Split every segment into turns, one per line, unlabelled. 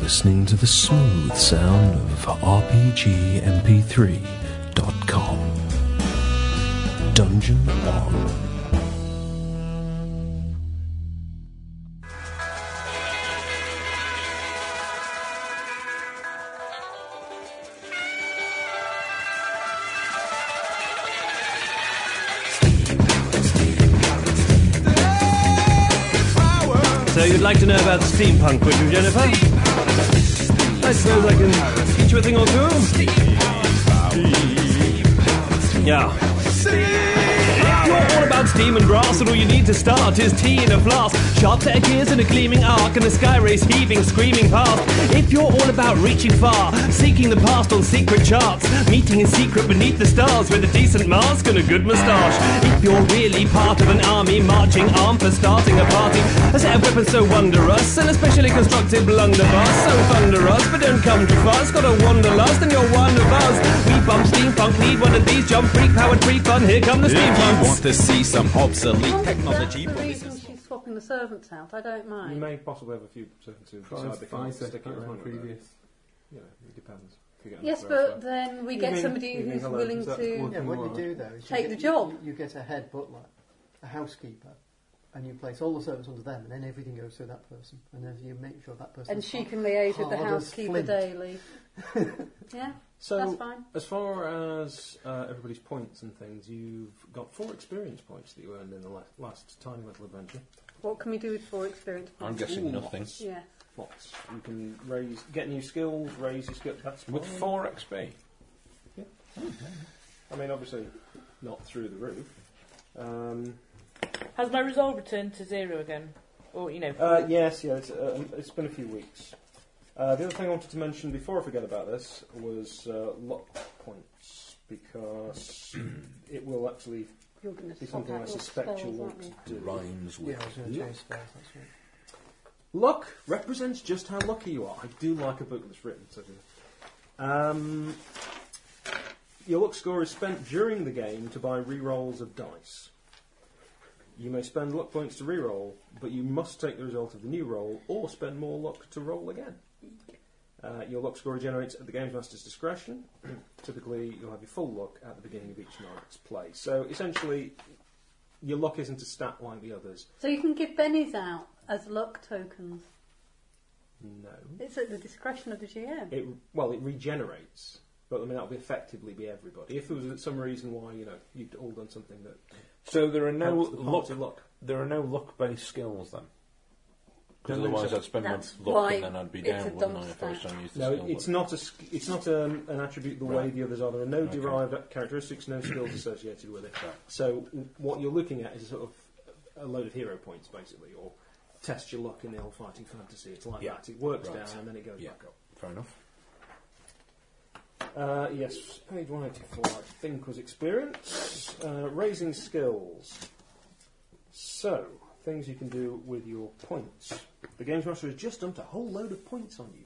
listening to the smooth sound of RPGMP3.com. Dungeon On.
So you'd like to know about steampunk, would you, Jennifer? I suppose I can teach you a thing or two. Yeah. You're all about steam and brass, and all you need to start is tea in a flask. Sharp set of gears and a gleaming arc, and the sky race heaving, screaming past. If you're all about reaching far, seeking the past on secret charts, meeting in secret beneath the stars with a decent mask and a good moustache. If you're really part of an army, marching armed for starting a party, a set of weapons so wondrous, and a specially constructed blunderbuss, so thunderous, but don't come too fast. Got a wanderlust, and you're one of us. We bump steampunk, need one of these, jump freak, powered free fun. Here come the steampunks.
want to see some obsolete technology.
For that reason she's swapping the servants out. I don't
You
mind.
may possibly have a few seconds to decide the card. Stick it as my previous. You know, it depends. If you get
Yes,
another
but
offer.
then we get
mean-
somebody
you mean
who's
hello,
willing
is that
to.
what-
Yeah, what you do though is you
Take
get-
the job.
You, you get a head butler, a housekeeper, and you place all the servants under them, and then everything goes through that person, and then you make sure that person.
And she can liaise with the
Hard as
housekeeper
flint.
daily. yeah, that's
So,
fine.
as far as uh, everybody's points and things, you've got four experience points that you earned in the la- last tiny little adventure.
What can we do with four experience points?
I'm guessing nothing.
Yeah.
Lots. You can raise, get new skills, raise your skill. That's
With
fine.
4 XP.
I mean, obviously, not through the roof. Um,
Has my resolve returned to zero again? Or, you know,
Uh, yes, yeah, it's, uh, it's been a few weeks. Uh, the other thing I wanted to mention before I forget about this was uh, luck points, because it will actually
You're going
be
to swap
something I
out your
suspect you'll
spells,
want
aren't
to
you?
do.
Rhymes
Yeah,
with.
I was going to change spells. That's right.
Luck represents just how lucky you are. I do like a book that's written such a. Um, your luck score is spent during the game to buy re-rolls of dice. You may spend luck points to re-roll, but you must take the result of the new roll or spend more luck to roll again. Uh, your luck score generates at the games master's discretion. Typically, you'll have your full luck at the beginning of each night's play. So essentially, your luck isn't a stat like the others.
So you can give bennies out as luck tokens.
No.
It's at the discretion of the GM.
it well it regenerates but I mean that would effectively be everybody if there was some reason why you know you'd all done something that
So there are no
helps the party
luck.
luck
There are no luck-based skills then. Because
Don't think
otherwise,
so.
I'd spend
That's
my luck
why
and then I'd be
it's a
down, wouldn't I?
dump
If I was
stat.
trying to use the
no
skill.
it's not a sk- it's not um, an attribute the way
Right.
the others are there are no
Okay.
derived characteristics no skills associated with it so w- what you're looking at is sort of a load of hero points basically or test your luck in the old fighting fantasy it's like
Yeah.
that it works
Right.
down and then it goes
Yeah.
back up
Fair enough.
Uh, yes, page 184, I think, was experience. Uh, raising skills. So, things you can do with your points. The Games Master has just dumped a whole load of points on you.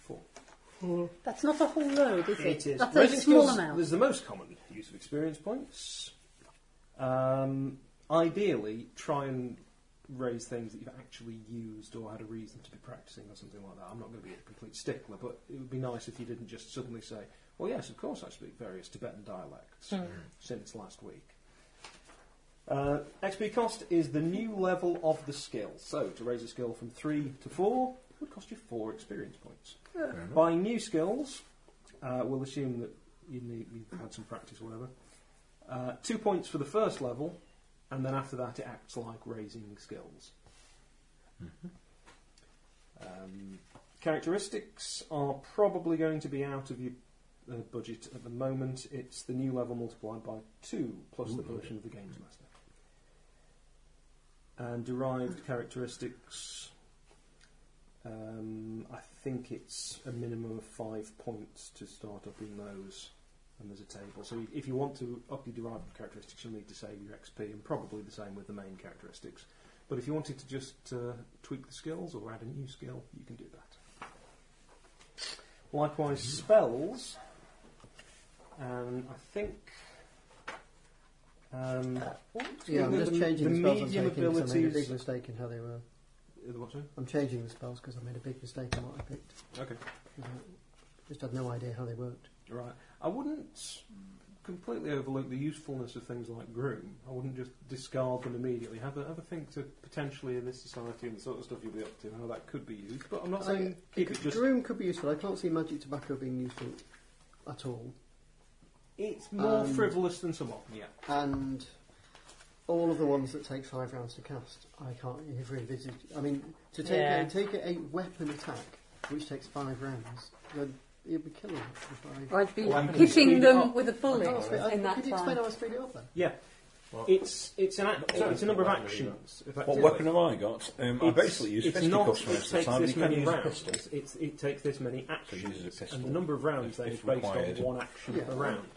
For
That's not a whole load, is it? That's
raising
a small
skills
amount.
is the most common use of experience points. Um, ideally, try and raise things that you've actually used or had a reason to be practicing or something like that. I'm not going to be a complete stickler, but it would be nice if you didn't just suddenly say, well, yes, of course I speak various Tibetan dialects
Hmm.
since last week. Uh, XP cost is the new level of the skill. So, to raise a skill from 3 to 4 would cost you 4 experience points. Buying new skills, uh, we'll assume that you need, you've had some practice or whatever. Uh, two points for the first level, and then after that it acts like raising skills. Um, characteristics are probably going to be out of your uh, budget at the moment. It's the new level multiplied by two plus the version of the games master. And derived characteristics. Um, I think it's a minimum of five points to start up in those, and there's a table. So if you want to up your derived characteristics, you'll need to save your XP, and probably the same with the main characteristics. But if you wanted to just uh, tweak the skills or add a new skill, you can do that. Likewise, spells. And I think. Um,
Yeah, I'm
the-
just
the- the
changing the spells. I'm
medium
taking 'cause I made a
abilities. Uh,
big mistake in how they were.
The what, sorry?
I'm changing the spells because I made a big mistake on what I picked.
Okay.
I just had no idea how they worked.
Right. I wouldn't completely overlook the usefulness of things like groom. I wouldn't just discard them immediately. Have a, have a think to potentially in this society and the sort of stuff you'll be up to, how that could be used. But I'm not saying
I-
keep
because
it just.
Groom could be useful. I can't see magic tobacco being useful at all.
It's more
Um,
frivolous than some of them, yeah.
And all of the ones that take five rounds to cast, I can't if envisage. I mean, to take
Yeah.
a, take a, a weapon attack, which takes five rounds, then you'd be killing it for five.
I'd be
Well, I'm gonna
hitting
speed
them
up.
with a bullet
Oh, sorry, I-
in that
could you explain
time.
how I speed it up then?
Yeah.
What?
It's it's an act,
Sorry,
it's a number of
what weapon have you
actions.
What
effectively.
weapon have I got? Um, I
It's-
basically use
it's not,
fisticuffs
it
most of the
takes
time, and
this
you can
many
use a
rounds.
pistol.
It's, it takes this many actions.
uses a pistol.
And the number of rounds they based
If required.
on one action
Yeah.
per round.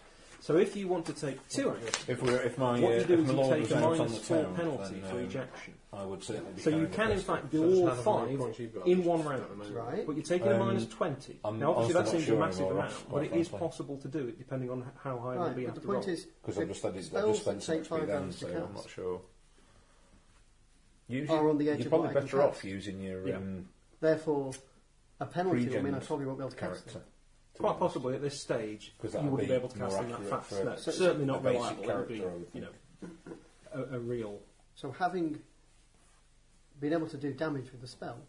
So if you want to take two actions,
If, we're, if my,
what
uh,
you do
if
is
my
you
lord
take
was
a
out on
minus
the
four
town,
penalty
then,
for
um,
each action.
I would certainly be
So you
carrying a
can, in
pistol.
fact, do
So it's
all
not how many
five
points you've got.
in one
Not
round.
many.
Right.
But you're taking a
Um,
minus 20.
I'm
now, obviously,
also
that
not
seems
sure
a massive
anymore,
amount,
quite
but it is
frankly.
possible to do it depending on how high
Right,
you'll be
but
after
the point
roll.
is,
Because
the
I've just had it, I've
spells
just spent
that
so
take
much speed
five
then,
rounds
so
to
I'm
cast
not sure.
are on the edge
You're
of
probably
what I can
better off
cast.
using your
Yeah.
um,
Therefore, a penalty will mean I
Pre-gened
probably won't be able to cast
character.
them.
Quite possibly at this stage, you
'Cause that'd
wouldn't
be
be able to
more
cast them that
accurate
fast.
for
That's
a-
certainly
a
not
basic
reliable. It would be,
character, I would
you know, a, a real.
So having been able to do damage with the spell,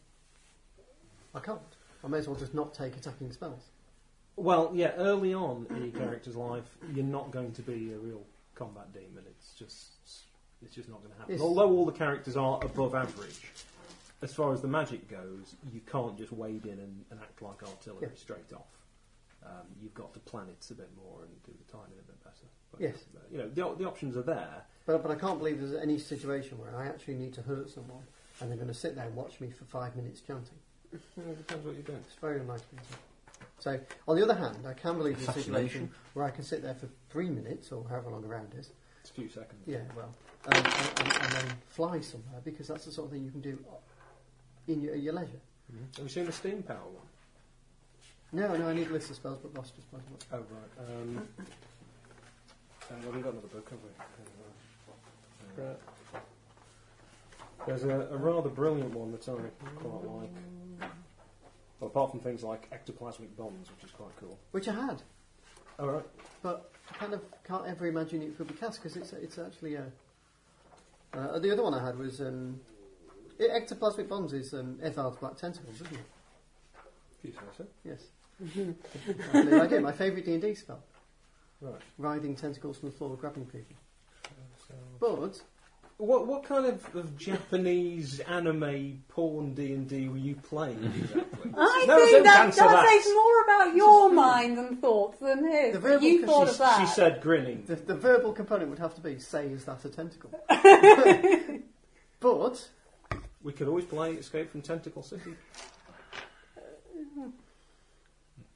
I can't. I may as well just not take attacking spells.
Well, yeah, early on in your character's life, you're not going to be a real combat demon. It's just, it's just not going to happen.
Yes.
Although all the characters are above average, as far as the magic goes, you can't just wade in and, and act like artillery
Yeah.
straight off. Um, you've got to plan it a bit more and do the timing a bit better. But, uh,
Yes.
you know, the, op- the options are there.
But, but I can't believe there's any situation where I actually need to hurt someone and they're going to sit there and watch me for five minutes chanting.
You know, it depends what you're doing.
It's very unlikely. isn't it? So, on the other hand, I can believe there's a situation
Assassination.
where I can sit there for three minutes or however long a round is.
It's a few seconds.
Yeah, well, um, and, and, and then fly somewhere because that's the sort of thing you can do in your, at your leisure.
Have you seen the steam power one?
No, no, I need a list of spells, but Ross just pointed out.
Oh, right. Um, uh, we haven't got another book, have we? Right. There's a, a rather brilliant one that I quite like. Well, apart from things like ectoplasmic bombs, which is quite cool.
which I had,
All Oh, right.
but I kind of can't ever imagine it could be cast because it's it's actually a. Uh, the other one I had was um, e- ectoplasmic bonds is um, Evar's black tentacles, isn't it?
If you say so.
Yes. I believe I do. My favourite D and D spell:
Right.
riding tentacles from the floor, grabbing people. But
What what kind of, of Japanese anime porn D and D were you playing exactly?
I
No,
think
don't
that, that,
answer that.
says more about your mind and thoughts than his.
The verbal
you thought
cushions-
of that.
she said, grinning.
the, the verbal component would have to be: "Say, is that a tentacle?" but
We could always play Escape from Tentacle City.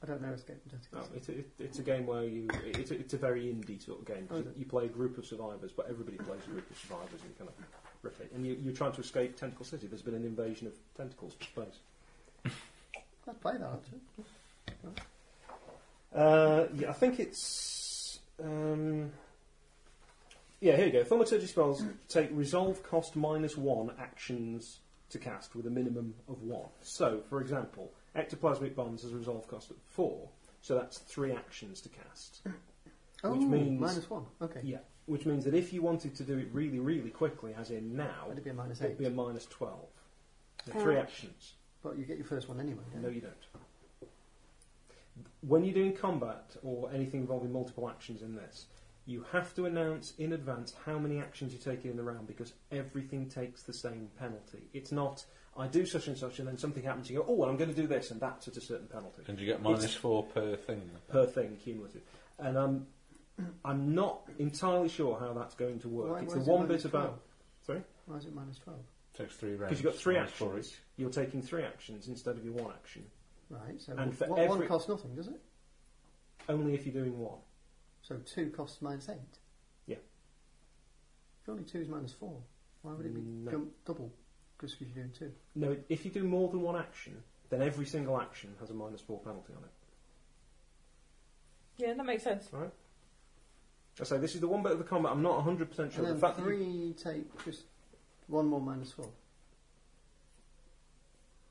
I don't know escape from tentacles.
No, it's, a, it's a game where you. It's a, it's a very indie sort of game. 'cause
Okay.
You play a group of survivors, but everybody plays a group of survivors and you kind of rotate. And you, you're trying to escape Tentacle City. There's been an invasion of tentacles to space.
I'd play that actually.
Uh, yeah, I think it's. Um, yeah, here you go. Thaumaturgy spells take resolve cost minus one actions to cast with a minimum of one. So, for example, ectoplasmic bombs has a resolve cost of four, so that's three actions to cast.
Oh,
Which means-
minus one. Okay,
Yeah, which means that if you wanted to do it really, really quickly, as in now,
that'd be a minus
it'd
eight.
be a minus 12. So three actions.
But you get your first one anyway. Don't
No,
you?
you don't. When you're doing combat or anything involving multiple actions in this, you have to announce in advance how many actions you're taking in the round because everything takes the same penalty. It's not, I do such and such and then something happens, you go, oh, well, I'm going to do this, and that's at a certain penalty
And you get minus
It's-
four per thing.
per thing cumulative. And I'm, I'm not entirely sure how that's going to work.
Why-
it's
why
the
is it
one
minus
bit about.
12?
Sorry?
Why is it minus twelve?
Takes three rounds.
Because you've got three
minus four
actions. You're taking three actions instead of your one action.
Right, so
And for
one, one
every-
costs nothing, does it?
Only if you're doing one.
So two costs minus eight.
Yeah.
Surely two is minus four. Why would it be
No.
gum- double? Just because you're doing two.
No, if you do more than one action, then every single action has a minus four penalty on it.
Yeah, that makes sense.
Right? I say this is the one bit of the combat I'm not 100% sure.
and
The
then
fact that you-
three take just one more minus four.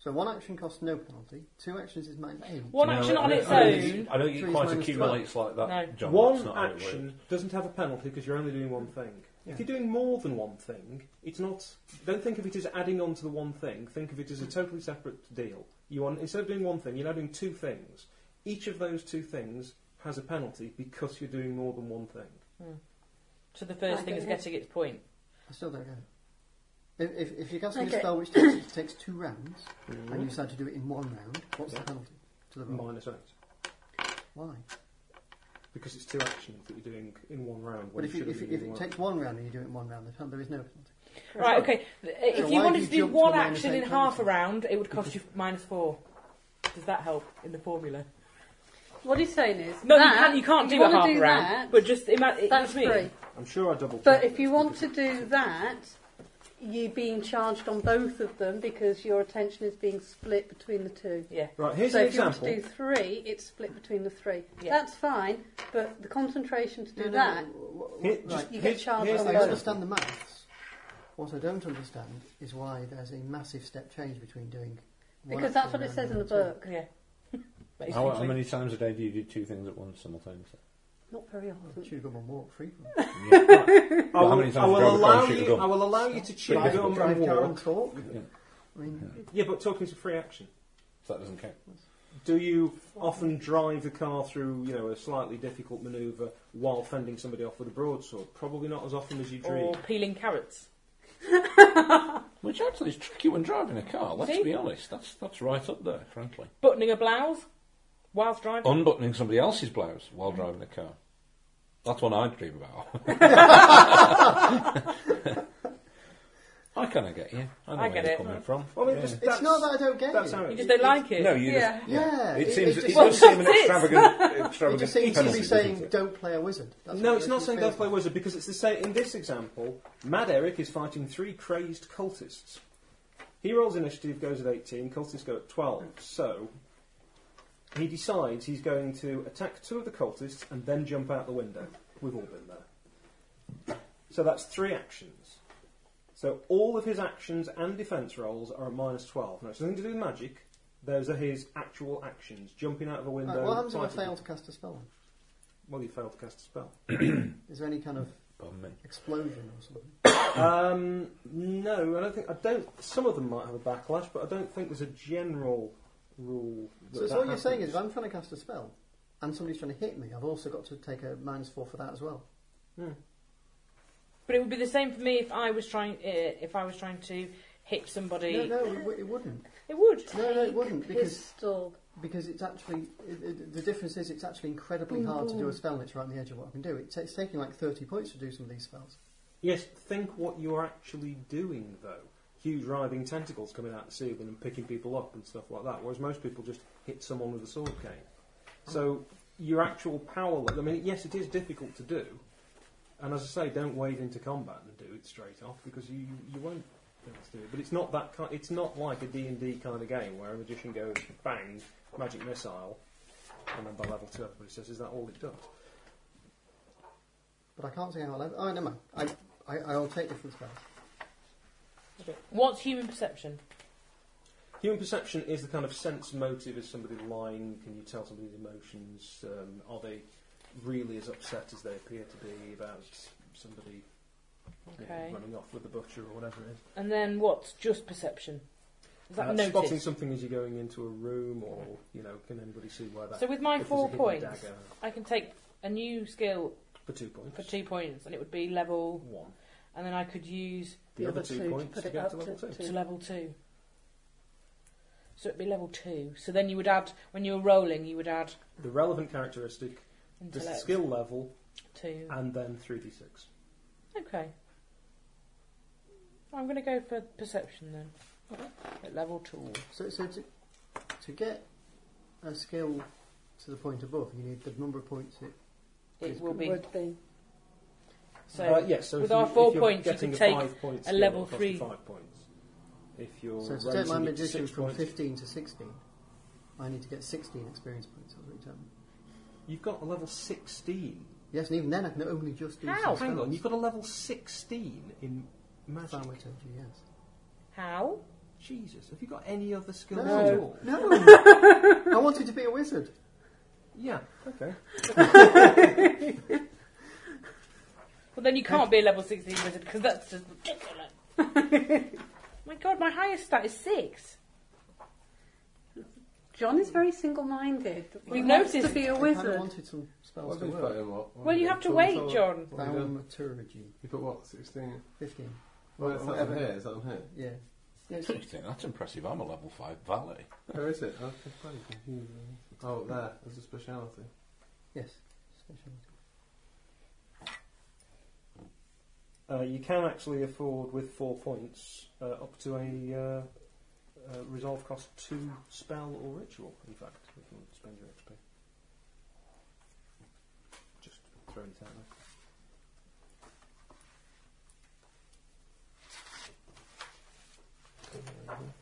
So one action costs no penalty. Two actions is minus eight.
One
No,
action on
I-
its
I don't
own.
think- I don't think it
Three's
quite
minus
accumulates like that,
No.
John. That's
one
not how it works.
action doesn't have a penalty because you're only doing one thing.
Yeah.
If you're doing more than one thing, it's not. Don't think of it as adding on to the one thing. Think of it as a totally separate deal. You on instead of doing one thing, you're now doing two things. Each of those two things has a penalty because you're doing more than one thing.
So the first
I
thing
don't
is
know.
getting its point.
I still don't get it. If, if, if you're casting
Okay.
a spell which takes, takes two rounds and you decide to do it in one round, what's
Yeah.
the penalty to the roll?
Minus eight
Why?
because it's two actions that you're doing in one round.
But
When
if,
you
you,
should have
if,
been
if
doing
it
one.
takes one round and you do it in one round, the pen- there is no penalty.
Right, okay. If you wanted
why have
to
you
do
jumped
one
to minus
action
eight
in half a
penalty?
round, it would cost you minus four. Does that help in the formula?
What he's saying is,
No,
that,
you can't. You can't
if
do a
wanna
half
do
round.
that,
but just imagine.
that's
me.
free.
I'm sure I double.
But
checked
if
this
you
because
want to do that, you're being charged on both of them because your attention is being split between the two.
Yeah.
Right, here's
so
an
if
example.
you want to do three, it's split between the three.
Yeah.
That's fine, but the concentration to do
No, no,
that,
wh- wh-
Here-
right.
just-
you get
here's-
charged
here's
on
I
an
both.
example.
understand the maths. What I don't understand is why there's a massive step change between doing. one
because that's
action
what it
round
says in the
and two.
book.
Yeah.
How, how
Basically.
many times a day do you do two things at once simultaneously?
Not very
Well,
often.
chew gum and walk frequently.
I
Well, how
will,
many times
I will
do you go before you
allow
shoot a
you.
gun?
I will allow you to cheat
Drive-
go and
drive car
walk.
and talk.
Yeah.
I mean,
Yeah, but talking to free action.
So that doesn't count.
Do you often drive the car through, you know, a slightly difficult manoeuvre while fending somebody off with a broadsword? Probably not as often as you dream.
Oh.
Or peeling carrots.
Which actually is tricky when driving a car, let's
See?
be honest. That's, that's right up there, frankly.
Buttoning a blouse whilst driving.
Unbuttoning somebody else's blouse while driving a car. That's one I dream about. I kind of get you. I
I
know where
get
you're
it.
coming from.
Well, I mean,
Yeah.
just-
it's
that's-
not that I don't get
That's
it.
how
you
it
just don't like it.
No, you
Yeah.
just.
Yeah,
It,
it-
seems,
it
it,
just-
does seem an extravagant.
It
extravagant
just seems to
penalty,
be
doesn't
saying
it?
don't play a wizard. That's
No,
what
it's
it
not saying
feels
don't play
like.
wizard because it's the same. In this example, Mad Eric is fighting three crazed cultists. He rolls initiative, goes at 18, cultists go at 12. So he decides he's going to attack two of the cultists and then jump out the window. We've all been there. So that's three actions. So all of his actions and defence rolls are a minus 12. Now, it's nothing to do with magic. Those are his actual actions. Jumping out of a window.
Right, what happens if I
fighting-
fail to cast a spell?
Well, you failed to cast a spell.
Is there any kind of
Pardon me.
explosion or something?
Um, no, I don't think. I don't. Some of them might have a backlash, but I don't think there's a general rule. That
So, so
that
what you're saying is,
happens.
if I'm trying to cast a spell and somebody's trying to hit me, I've also got to take a minus four for that as well.
But it would be the same for me if I was trying. Uh, if I was trying to hit somebody,
No, no, it, w- it wouldn't.
it would.
No, no, it wouldn't because
Pistol.
because it's actually it, it, the difference is it's actually incredibly hard to do a spell that's right on the edge of what I can do. It's, it's taking like thirty points to do some of these spells.
Yes, think what you're actually doing though. Huge writhing tentacles coming out the ceiling and picking people up and stuff like that. Whereas most people just hit someone with a sword cane. So your actual power. le- I mean, yes, it is difficult to do. And as I say, don't wade into combat and do it straight off because you you won't. be able to do it. But it's not that kind. It's not like a D and D kind of game where a magician goes bang, magic missile, and then by level two everybody says, "Is that all it does?"
But I can't see how. I'll ever, oh, never mind. I, I I'll take different spells.
What's human perception?
Human perception is the kind of sense motive. Is somebody lying? Can you tell somebody's emotions? Um, are they really as upset as they appear to be about somebody you know,
Okay.
running off with the butcher or whatever it is?
And then what's just perception? Is that
Uh,
notice?
spotting something as you're going into a room, or you know, can anybody see where that?
So with my
if there's a
four
hidden
points,
dagger
I can take a new skill
for two points,
for two points, and it would be level,
one.
and then I could use
The, other two,
to
points
put
to
it
get
up
to level
to-
two.
to level two. So it'd be level two. So then you would add when you were rolling, you would add
The relevant characteristic, the
intellect
skill level,
to.
and then three d six.
Okay. I'm going to go for perception then. At level two.
So, so to, to get a skill to the point above, you need the number of points. It,
It will be.
Would be.
So
Uh, yes, so
with
if you-
our
if
four
you're
points, you
getting
could
a
take
five point
a
skill,
level
it'll cost
three.
you Five points. If you're
so to take
raising
my
it to
magician
six
from
points,
fifteen to sixteen, I need to get sixteen experience points. That's what you're telling me.
You've got a level 16.
Yes, and even then I can only just do.
Hang
How?
some spells.
on, you've got a level 16 in magic.
If I were to do yes.
how?
Jesus, have you got any other skills at
No,
all?
no. I wanted to be a wizard.
Yeah, okay.
Well, then you can't be a level 16 wizard because that's just ridiculous. my god, my highest stat is six.
John is very single-minded. He
We've
wants
noticed.
to be a
I kind of
wizard.
wanted some spells
What
to
did you
work.
put in what? What
Well,
did
you have to
put?
wait,
What-
John.
what did you-
Thaumaturgy,
You put what, 16?
15.
Well, is that
whatever.
on here? Is that on here?
Yeah. yeah it's-
Sixteen. That's impressive. I'm a level five valet.
Where is it? I was bloody confused. Oh, there. There's a speciality.
yes. Specialty.
Uh, you can actually afford, with four points, uh, up to a uh, uh, resolve cost two spell or ritual, in fact, if you want to spend your XP. Just throwing it out there.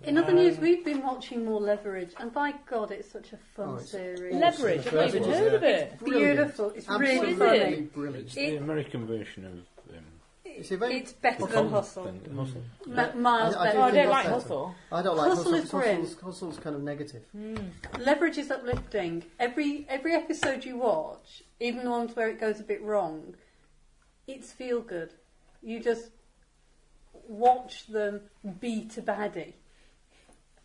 In other news, we've been watching more Leverage, and by God, it's such a fun
Oh, it's
series.
Leverage, I've not even heard of it.
Brilliant.
Beautiful. It's
Absolutely
really
What is
funny.
brilliant.
It's
It-
the American version of um,
It's a very-
It's better
Hustle.
than Hustle.
Then- Hustle.
Ma- Miles
I- I
better.
Oh, I don't
think that's
like
better.
hustle.
I don't like
Hustle
hustle.
is grim.
Hustle's, hustle's kind of negative.
Mm. Leverage is uplifting. Every every episode you watch, even the ones where it goes a bit wrong, it's feel good. You just watch them beat a baddie.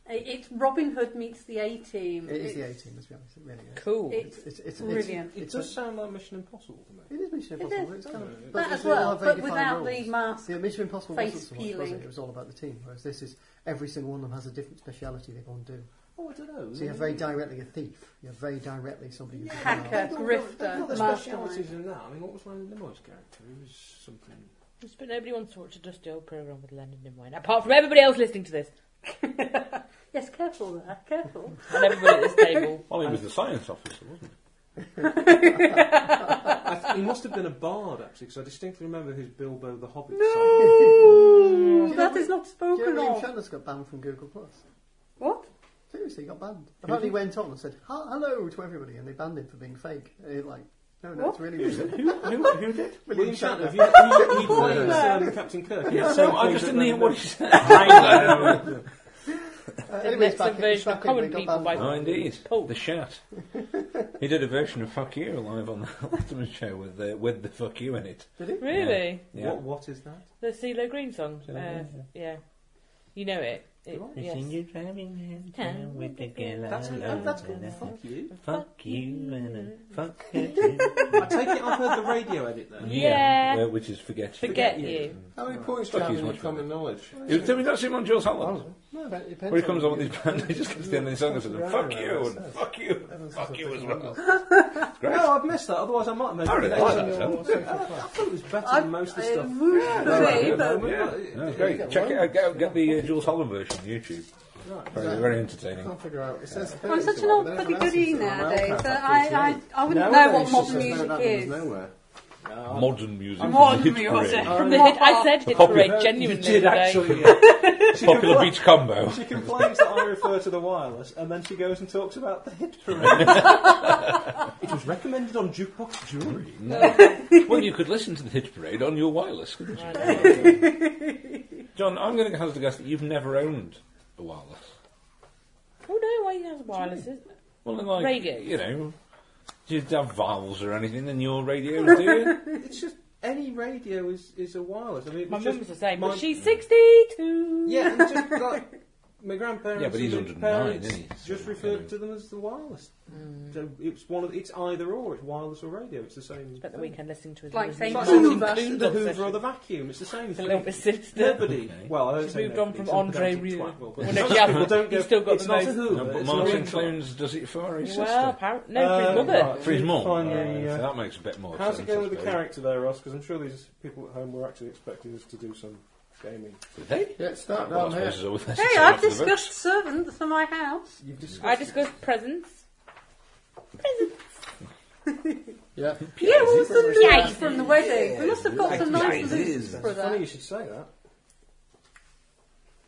I- It's Robin Hood meets the A Team.
It is the 18, let's be honest. It really is.
Cool.
It's
It's, it's,
brilliant.
It
It's,
does
it's a,
sound like Mission Impossible to me.
it is Mission
It
Impossible.
is.
It's kind of,
that
it's
as
a lot
well,
of
but
very
without
defined
the
roles.
mask.
Yeah, Mission Impossible
face
wasn't so much, was
peeling.
it? It was all about the team. Whereas this is every single one of them has a different speciality they go and do.
Oh, I don't know.
So you're very directly a thief. You're very directly somebody who's
Mm. Hacker.
They've got- they've
grifter,
got the
mastermind.
specialities in that. I mean, what was Leonard Nimoy's character? He was something.
Just- but nobody wants to watch a dusty old programme with Leonard Nimoy, apart from everybody else listening to this
Yes, careful there, careful.
and everybody at this table.
Well, he was the science officer, wasn't
I th- he must have been a bard actually, because I distinctly remember his Bilbo the Hobbit. No.
Ooh, that is not
Do you
spoken
know
of.
William Shatner's got banned from Google Plus?
What?
Seriously, he got banned. Apparently, he went on and said "Ha- hello to everybody, and they banned him for being fake. And he like, no, no, it's really weird. Uh,
he? Who, who, who did?
William Shatner.
Shatner.
He, he, he plays um, Captain Kirk. He had
No,
some
I
things
just
that
didn't hear
Leonard
what he said.
Uh,
next
anyway, it's back, it's
version of
back in,
Common
they got
People
banned
by-
for-
Oh, indeed.
Paul.
The Shat. he did a version of Fuck You live on the Ultimate Show with the, with the Fuck You in it.
Really?
Yeah.
What, what is that?
The CeeLo Green song?
CeeLo
Uh,
Green,
yeah. You know it. It-
Do
yes.
You're driving
Town with the girl
That's uh, that's good. Fuck you.
Fuck you and fuck
I take it I've heard the radio edit then.
Yeah.
uh, which is Forget,
Forget
you.
you.
How many points do
Fuck
you have
you,
in your
Smudge.
common knowledge?
He was doing that same on Jules Holland.
No, but it depends
Where he comes
on
on with his band, he just gets to the end of the song and says, Fuck you, and fuck you, and fuck you as well.
No, I've missed that. Otherwise, I might have made.
I really
it.
like that song.
I thought it was better
I'm-
than most of the
I
stuff.
am moved away, but
Yeah, no, it's great. Check it out. Get, get the uh, Jules Holland version on YouTube. Very, very
I
entertaining.
can't figure out. It says
I'm such an old buddy goody nowadays that I, I, I wouldn't know
Nowadays,
what
she
modern
says
music
no, that one was
is.
nowhere.
Modern music. from
Modern
the hit
music. Uh,
parade.
Oh,
From the hit, I said hit
Popular-
parade genuinely
Did
today.
actually. yeah.
The Popular beach combo.
She complains that I refer to the wireless, and then she goes and talks about the hit parade. it was recommended on jukebox jewellery.
well, you could listen to the hit parade on your wireless, couldn't
I
you?
know.
John, I'm going to hazard a guess that you've never owned a wireless.
Oh no, why he has wireless? is-
Well, then, like,
Radio.
you know, do you have valves or anything in your radio, do you?
It's just any radio is, is a wireless. I mean, it
My
was
mum
just
was the same,
my-
but she's 62.
Yeah, and just like my grandparents.
Yeah, but he's
and my
109,
parents
isn't he? So,
Just
you
referred
know.
to them as the wireless.
Mm.
So it's one of it's either or. It's wireless or radio. It's the same.
Spent the
thing.
weekend listening to his
Like
music.
It's
saying
like
Hoover.
include the Hoover
Obsession.
or the vacuum. It's the same
It's a
thing.
little bit sinister.
Nobody. Well, I don't
She's
say
moved
nobody,
on from
it's a
Andre
pedantic twat,
Rieu.
well,
Well,
but-
no, she hasn't.
Well, don't
He's
go-
still got
it's
the
not a
most-
Hoover,
No, but
it's an
Martin
original.
Clunes does it for his
Well,
sister.
apparently, no, for his
Um,
mother.
right.
For his mum.
Find the,
Yeah,
uh,
so that makes a bit more
How's it
sense.
going
I
with the
suppose.
character there, Ross? Because I'm sure these people at home were actually expecting us to do some gaming.
Hey?
Yeah, start
Well, I
down
suppose
here.
there's always that
Hey,
to
I've
say after the
discussed servants for my house.
You've discussed.
I discussed presents.
Yeah.
Yeah, all the news from the wedding. We must have got some nice loot for
It's funny you
that.
should say that.
vote.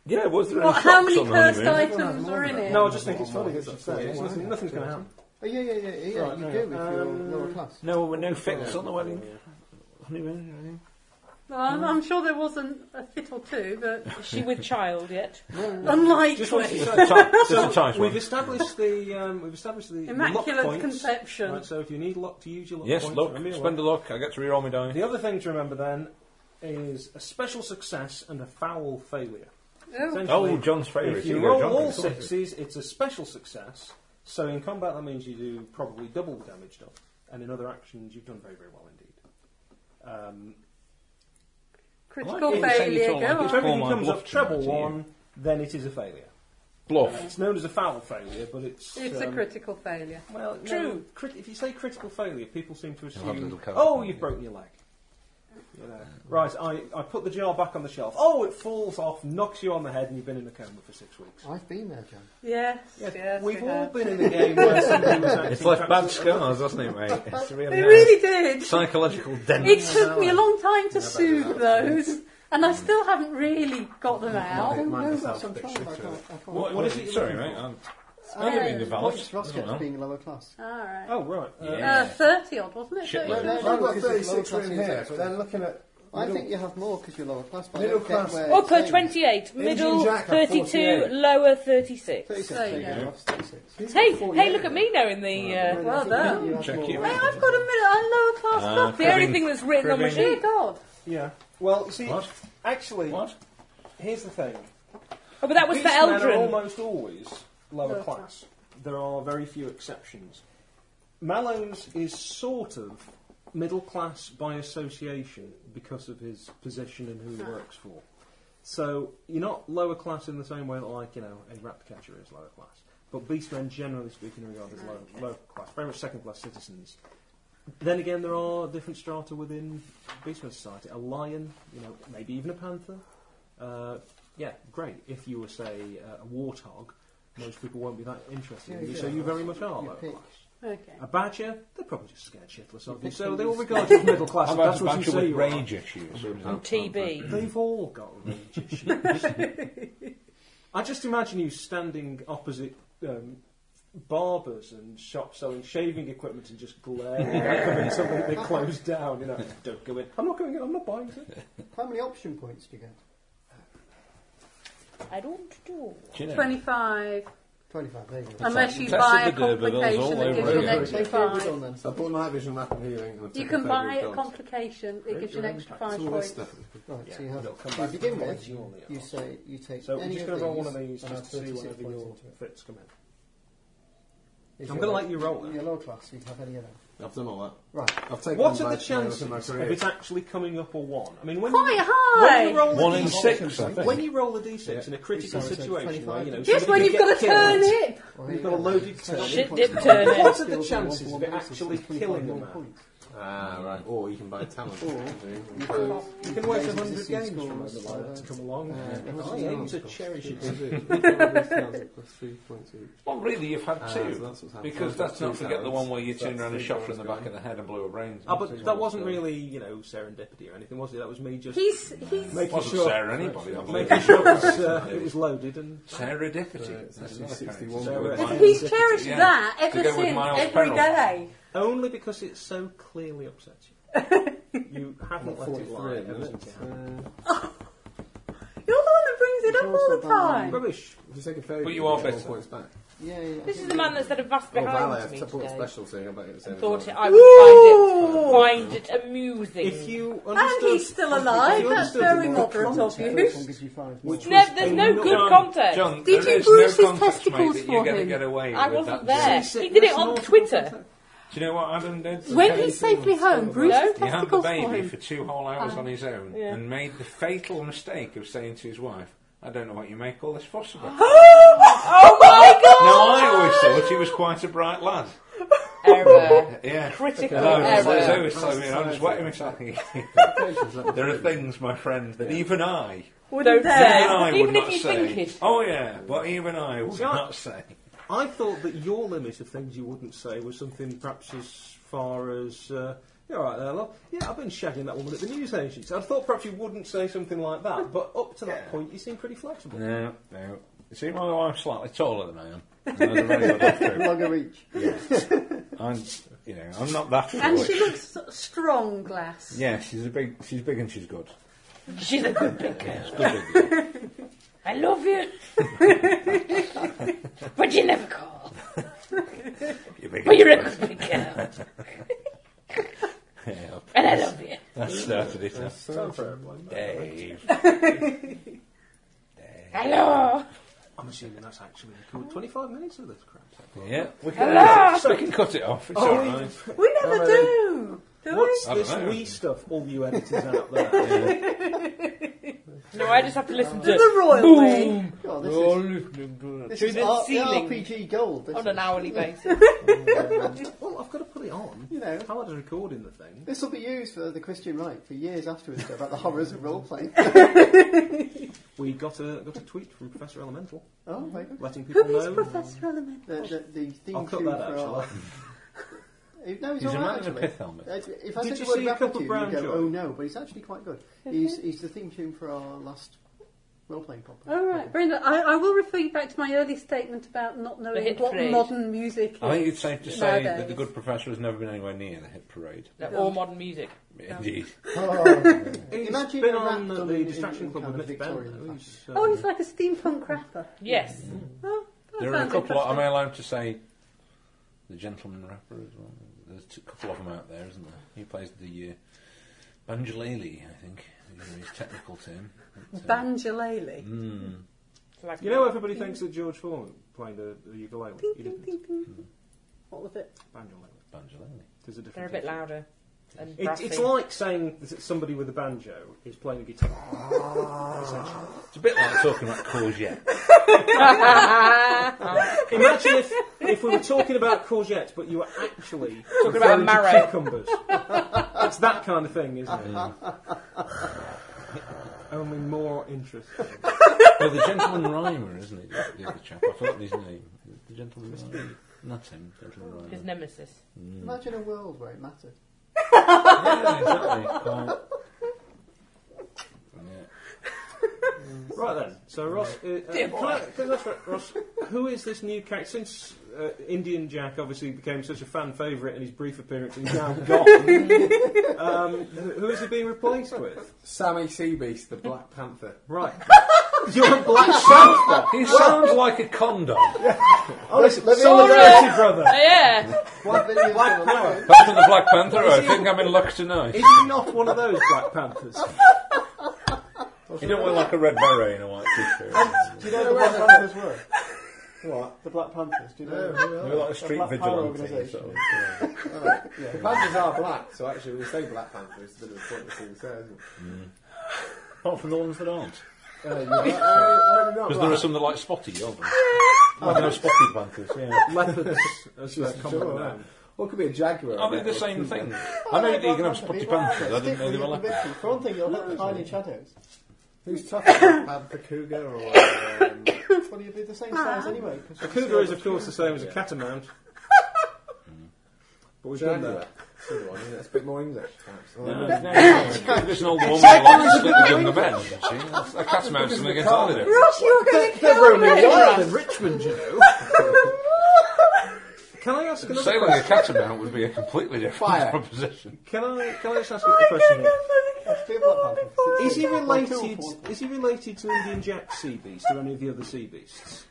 Yeah, was there
What,
any
how
shots
many
on the
cursed
honeymoon?
items were in it?
No, I just think it's funny that you should say it. It's nothing- Nothing's going to happen.
Oh, yeah, yeah, yeah. yeah
Right,
you
Uh,
no,
do if you're
um,
lower class.
No, there were no fits on the wedding. Honeymoon,
Well, I'm, I'm sure there wasn't a fit or two, but
Is she with child yet?
Just wanted to
unlikely.
Just a ti- just
so
a tight one.
we've established the um, we've established the lock
Immaculate
points.
conception.
Right, so if you need luck to use your luck
Yes,
points,
look,
remember your
spend a
luck.
look. I get to reroll my die.
The other thing to remember then is a special success and a foul failure.
Oh,
Essentially,
Oh, John's favourite.
If you
Here we
roll
go, John.
all sixes, it's a special success. So in combat, that means you do probably double the damage done, and in other actions, you've done very, very well indeed. Um,
critical
it.
failure.
It's all
if
Go
like-
on.
everything
my
comes
bluff
up
tonight,
treble
yeah.
one, then it is a failure.
Bluff.
It's known as a foul failure, but it's
It's a
um,
critical failure.
Well, true.
True.
crit- if you say critical failure, people seem to
have a
assume,
little cover,
oh,
won't
you've
they?
broken your leg. You know. Right, I, I put the jar back on the shelf. Oh, it falls off, knocks you on the head, and you've been in a coma for six weeks.
I've been there, John.
Yes, yes,
We've
we
all
have.
been in a game where somebody was acting
It's left bad
absolutely-
scars, hasn't it, mate? It's really,
They
nice.
really did.
psychological dent.
It took me a long time to soothe those, and I still haven't really got them
I
out.
don't
might
know
be
that's on
self-fiction
trial. I can't. I can't.
What- what is it?
Sorry, mate. I'm
I
maybe
don't
being
know.
developed.
What's
I
Ross
don't know.
kept being lower class?
All right.
Oh, right. Uh,
Uh, 30 odd, wasn't it?
Shit,
Thirty odd.
no,
no,
I've got
because lower
36
class
in
is
here,
actually-
but then looking at.
I think you have more because you're lower class. But
Middle
I don't
class.
Get where it's
Upper
saying.
28, middle
Jack had
32,
48.
lower 36.
36,
There you
there you
go.
go, Ross, 36.
Hey, hey, look at me knowing the. Uh,
Well done.
You have
Check
more.
you.
Hey, I've got a minute. I'm lower class
Uh,
Ah,
stuff.
the
here.
only thing that's written on my
Cribbing.
Dear
sheet.
God.
yeah. Well, you see,
What?
actually,
What?
here's the thing.
Oh, but that was for
These men are
Eldrin.
almost always lower
Lower
class. There are very few exceptions. Mallows is sort of middle class by association because of his position and who he works for. So you're not lower class in the same way that, like, you know, a rat catcher is lower class. But beastmen, generally speaking, are regarded as low, lower class, very much second class citizens. Then again, there are different strata within beastmen society. A lion, you know, maybe even a panther. Uh, yeah, great. If you were, say, uh, a warthog, most people won't be that interested in you, so you very much are
You
lower
pick.
class.
Okay.
A badger, they're probably just scared shitless of you,
pick
so
things.
they all regard you as middle class.
How
and
about
that's
a
what you
battle
say
with
you
rage issues?
On TB.
are. They've all got rage issues. I just imagine you standing opposite um, barbers and shops selling shaving equipment and just glaring at them until they, they close down. You know, don't go in. I'm not going in. I'm not buying it.
How many option points do you get?
I don't do.
Do you know?
25.
25, there you go.
Unless you
that's
buy a
the Durban bills
complication
all
that gives
over
you an
again.
extra
Thank you, every
five.
done then.
I bought night vision map and healing. and I
You
took
can
a
buy
favourite
a
dog.
complication that gives you an extra
It's
five
all this
points.
stuff.
Right, so you
Yeah,
have
they'll come
to
back
begin
to
with.
you on the
You
arse.
say you take.
So we're
any
just
going to
roll one of these
and add
just to see
36
whatever
points
your
into it.
fits come in.
If
I'm
you're
gonna
low-
let you roll it.
You're lower class. You'd have any of them.
I've done all that.
Right.
I've taken
What
them
are the
back to my-
chances
to my
of
career.
it's actually coming up a one? I mean, when you,
Quite high.
When you roll
One
a
in
D6,
six, I think.
When you roll a d6 in a critical
Sorry, so
situation, where, you know,
25.
Just when
somebody
you've
could
got to
get
turn
killed,
it.
Or
You've
you
got a loaded turn.
Shit
points.
dip turn it.
What are the chances of it actually killing a man?
Ah, right. Or you can buy talent.
You
You can wait 100 games for another liar to come along.
Uh,
I aim to cherish it.
Well, really, you've had
Ah,
two.
so that's what's happened.
because
So
let's not
two
forget the
times.
one where you
So
turned
that's
around and
three
shot her in
times
the back
gone.
of the head and blew her brains.
Ah,
out.
but that wasn't really, you know, serendipity or anything, was it? That was me just
He's, he's
It
making
wasn't
sure,
Sarah anybody, I believe.
making sure it was, uh, it was loaded and
Serendipity. That's another
61
character.
Sarah-
Miles-
He's cherished
Yeah.
that
To
ever
go with
since,
Miles
every
Perrell.
day.
only because it so clearly upsets you. You haven't let it lie ever since it happened.
Uh,
You're the one that brings it
It's
up all the
also bad.
time.
Rubbish.
Just take a favour.
But you are
get
better.
Points back.
Yeah, yeah.
This is the man that's had a vast
Oh,
behind
Valley,
me
I've put
today.
special thing about it.
I thought it, I would find it, find it amusing.
If you
And
understood,
he's still alive.
you
That's
understood
very
the
moderate of you.
Which
No, there's no
John-
good context.
John,
Did
there
you
is
bruise
no
his
context,
testicles
mate, that
for
You're going
him?
to get away
I
with
wasn't
that.
there. He did it on Twitter.
Do you know what Adam did?
When
Okay.
he's safely home, Bruce
No.
has
He had the
testicles for
baby
him.
for two whole hours on his own
Yeah.
and made the fatal mistake of saying to his wife, I don't know what you make all this fuss about. now,
Oh my god!
I always thought he was quite a bright lad.
Error.
Yeah.
Critical
And I was, I was
error.
always telling me, I was wetting myself. there are things, my friend, that even I,
Don't
even
say.
I would
Even
not
if you think
say.
it.
Oh yeah, but even I would
John-
not say.
I thought that your limit of things you wouldn't say was something perhaps as far as. Uh, you're right there, love. Yeah, I've been shagging that woman at the news agency. I thought perhaps you wouldn't say something like that, but up to that point, you seem pretty flexible.
No, no. See, my wife's slightly taller than I am. And I was a very good actor.
Longer reach.
I'm, you know, I'm not that.
And
rich.
she looks strong, Glass.
Yeah, she's a big. She's big and she's good.
She's a good big girl.
Yeah, she's good. big.
I love you. but you never call.
You're big.
But you're a good big girl.
Yeah,
And I love you.
I started it. off.
Time for airplane.
Dave.
Hello.
I'm assuming that's actually recorded. 25 minutes of this crap.
Yeah, we can,
Hello.
we can cut it off. It's
Oh,
all right.
We never do, do
What's
I don't
this
know.
wee stuff all you editors out there?
No, I just have to listen
we?
to
The royal way.
God, this is,
this
this
through
is
the
R-
ceiling
RPG gold. This
on
is,
an hourly basis.
well, I've got to put it on.
you know,
How I was recording the thing.
this will be used for the Christian right for years afterwards about the horrors of role playing.
We got a got a tweet from Professor Elemental
oh my god,
letting people
Who is
know.
Professor Element?
the, the, the theme
I'll cut
tune
that
for
out,
our.
shall I?
Eh, No, he's,
He's a
all
man
right,
in a
actually.
pith helmet.
Uh, If I
Did
said
you
the word
see a
rapper
couple
to you,
brown
you go,
joy?
oh no, but he's actually quite good. He's, he's the theme tune for our last role playing pop.
All right, Brenda, I, I will refer you back to my early statement about not knowing
hit
what
parade.
modern music is.
I think it's safe to say that the
nowadays.
good professor has never been anywhere near the hit parade.
Like, all modern music.
Indeed.
He's
Imagine
been
a
on
rat
the,
on
the
in-
Distraction
in
Club
kind
with
of
Mitch Bennett.
Victorian
though.
fashion.
He's, uh,
Oh, he's like a steampunk rapper.
Yes.
Oh, that
There are a
sounds
couple. Of, am I
interesting.
allowed to say the gentleman rapper as well? There's a couple of them out there, isn't there? He plays the uh, banjolele, I think. is His technical term. But, uh,
Banjolele.
mm,
It's like-
You know, everybody thinks that George Foreman played the, the ukulele.
Ding,
He
ding,
didn't.
ding,
Mm.
ding. What was it?
Banjo language.
banjolele.
There's a different.
They're a bit
thing.
louder. And
It,
brassy.
it's like saying that somebody with a banjo is playing a guitar.
It's a bit like talking about courgette.
Imagine if, if we were talking about courgettes, but you were actually talking
about marrow.
cucumbers. it's that kind of thing, isn't
Mm.
it? Only more interesting.
well, the gentleman rhymer, isn't it? The other chap. I've forgotten his name. The gentleman rhymer. Not him. Gentleman rhymer.
His nemesis.
Imagine a world where it mattered.
Yeah, exactly. Quite. Yeah.
Right then, so Ross, uh, uh, can I, can I ask, Ross, who is this new character? Since uh, Indian Jack obviously became such a fan favourite in his brief appearance, and he's now gone. um, who who is he being replaced with?
Sammy Seabeast, the Black Panther.
Right, you're a black
He sounds like a condom.
Oh,
Let, let me
solidarity brother.
Yeah.
One million
Black
dollars.
power.
Back to the Black Panther. I think I'm in luck tonight.
Is he not one of those Black Panthers?
You don't wear like a red beret and a white t-shirt.
Do you know the Black Panthers were?
What?
The Black Panthers. Do you know?
You're like a street
Black Power
vigilante.
organisation.
Sort of, yeah.
Yeah, the Panthers are black, so actually when you say Black Panther, it's a bit of a pointless thing to say, isn't it?
Apart from the ones that aren't.
Uh, yeah, I, I, I'm not
Because there are
black.
some that like spotty, aren't there? Like those spotty panthers, yeah.
Leopards, as they're
Sure,
commonly known.
yeah. Or it could be a jaguar.
Are they the same thing? I know that you can have spotty panthers. I didn't know they were like that.
For one thing, you'll have tiny shadows.
Who's tougher, Black Panther, cougar, or um,
Well, you'll be the same
Ah.
size anyway. 'cause
A
you're
cougar
still-
is, of course, the same as a catamount. but we've done
jaguar?
that.
That's another one, isn't it? It's a bit more English, perhaps. I don't know.
There's an old woman that likes to sleep with under the bed. you see. That's A cat mouse and they get on with it.
Ross, you were going to kill
They're only
me!
wild in Richmond, you know. Can I ask another
Sailing a
question?
catamount would be a completely different
Fire.
proposition.
Can I, can I just ask a question? here?
Two Black Panthers.
Is he
Two
related?
or four.
Is he related to Indian Jack sea beast or any of the other sea beasts?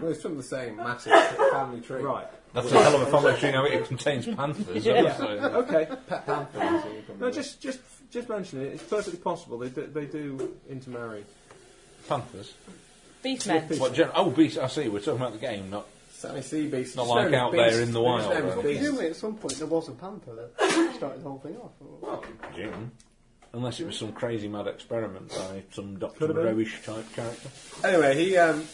Well, it's from the same massive family tree.
Right.
That's a hell of a family tree. Now it contains panthers. obviously.
Okay.
Pet Panther. is what you call
No,
them.
just just just mention it. It's perfectly possible they do, they do intermarry.
Panthers.
Beastmen.
What? Gen- oh, beast. I see. We're talking about the game, not
Sammy Seabeast.
Not
His
like
name is
out there
Beast.
in the
His
wild,
name is
though.
Beast.
Presumably, at some point, there was a panther that started the whole thing off. or-
June, unless it was some crazy mad experiment by some Doctor
Could have been.
Rowish type character.
Anyway, he um,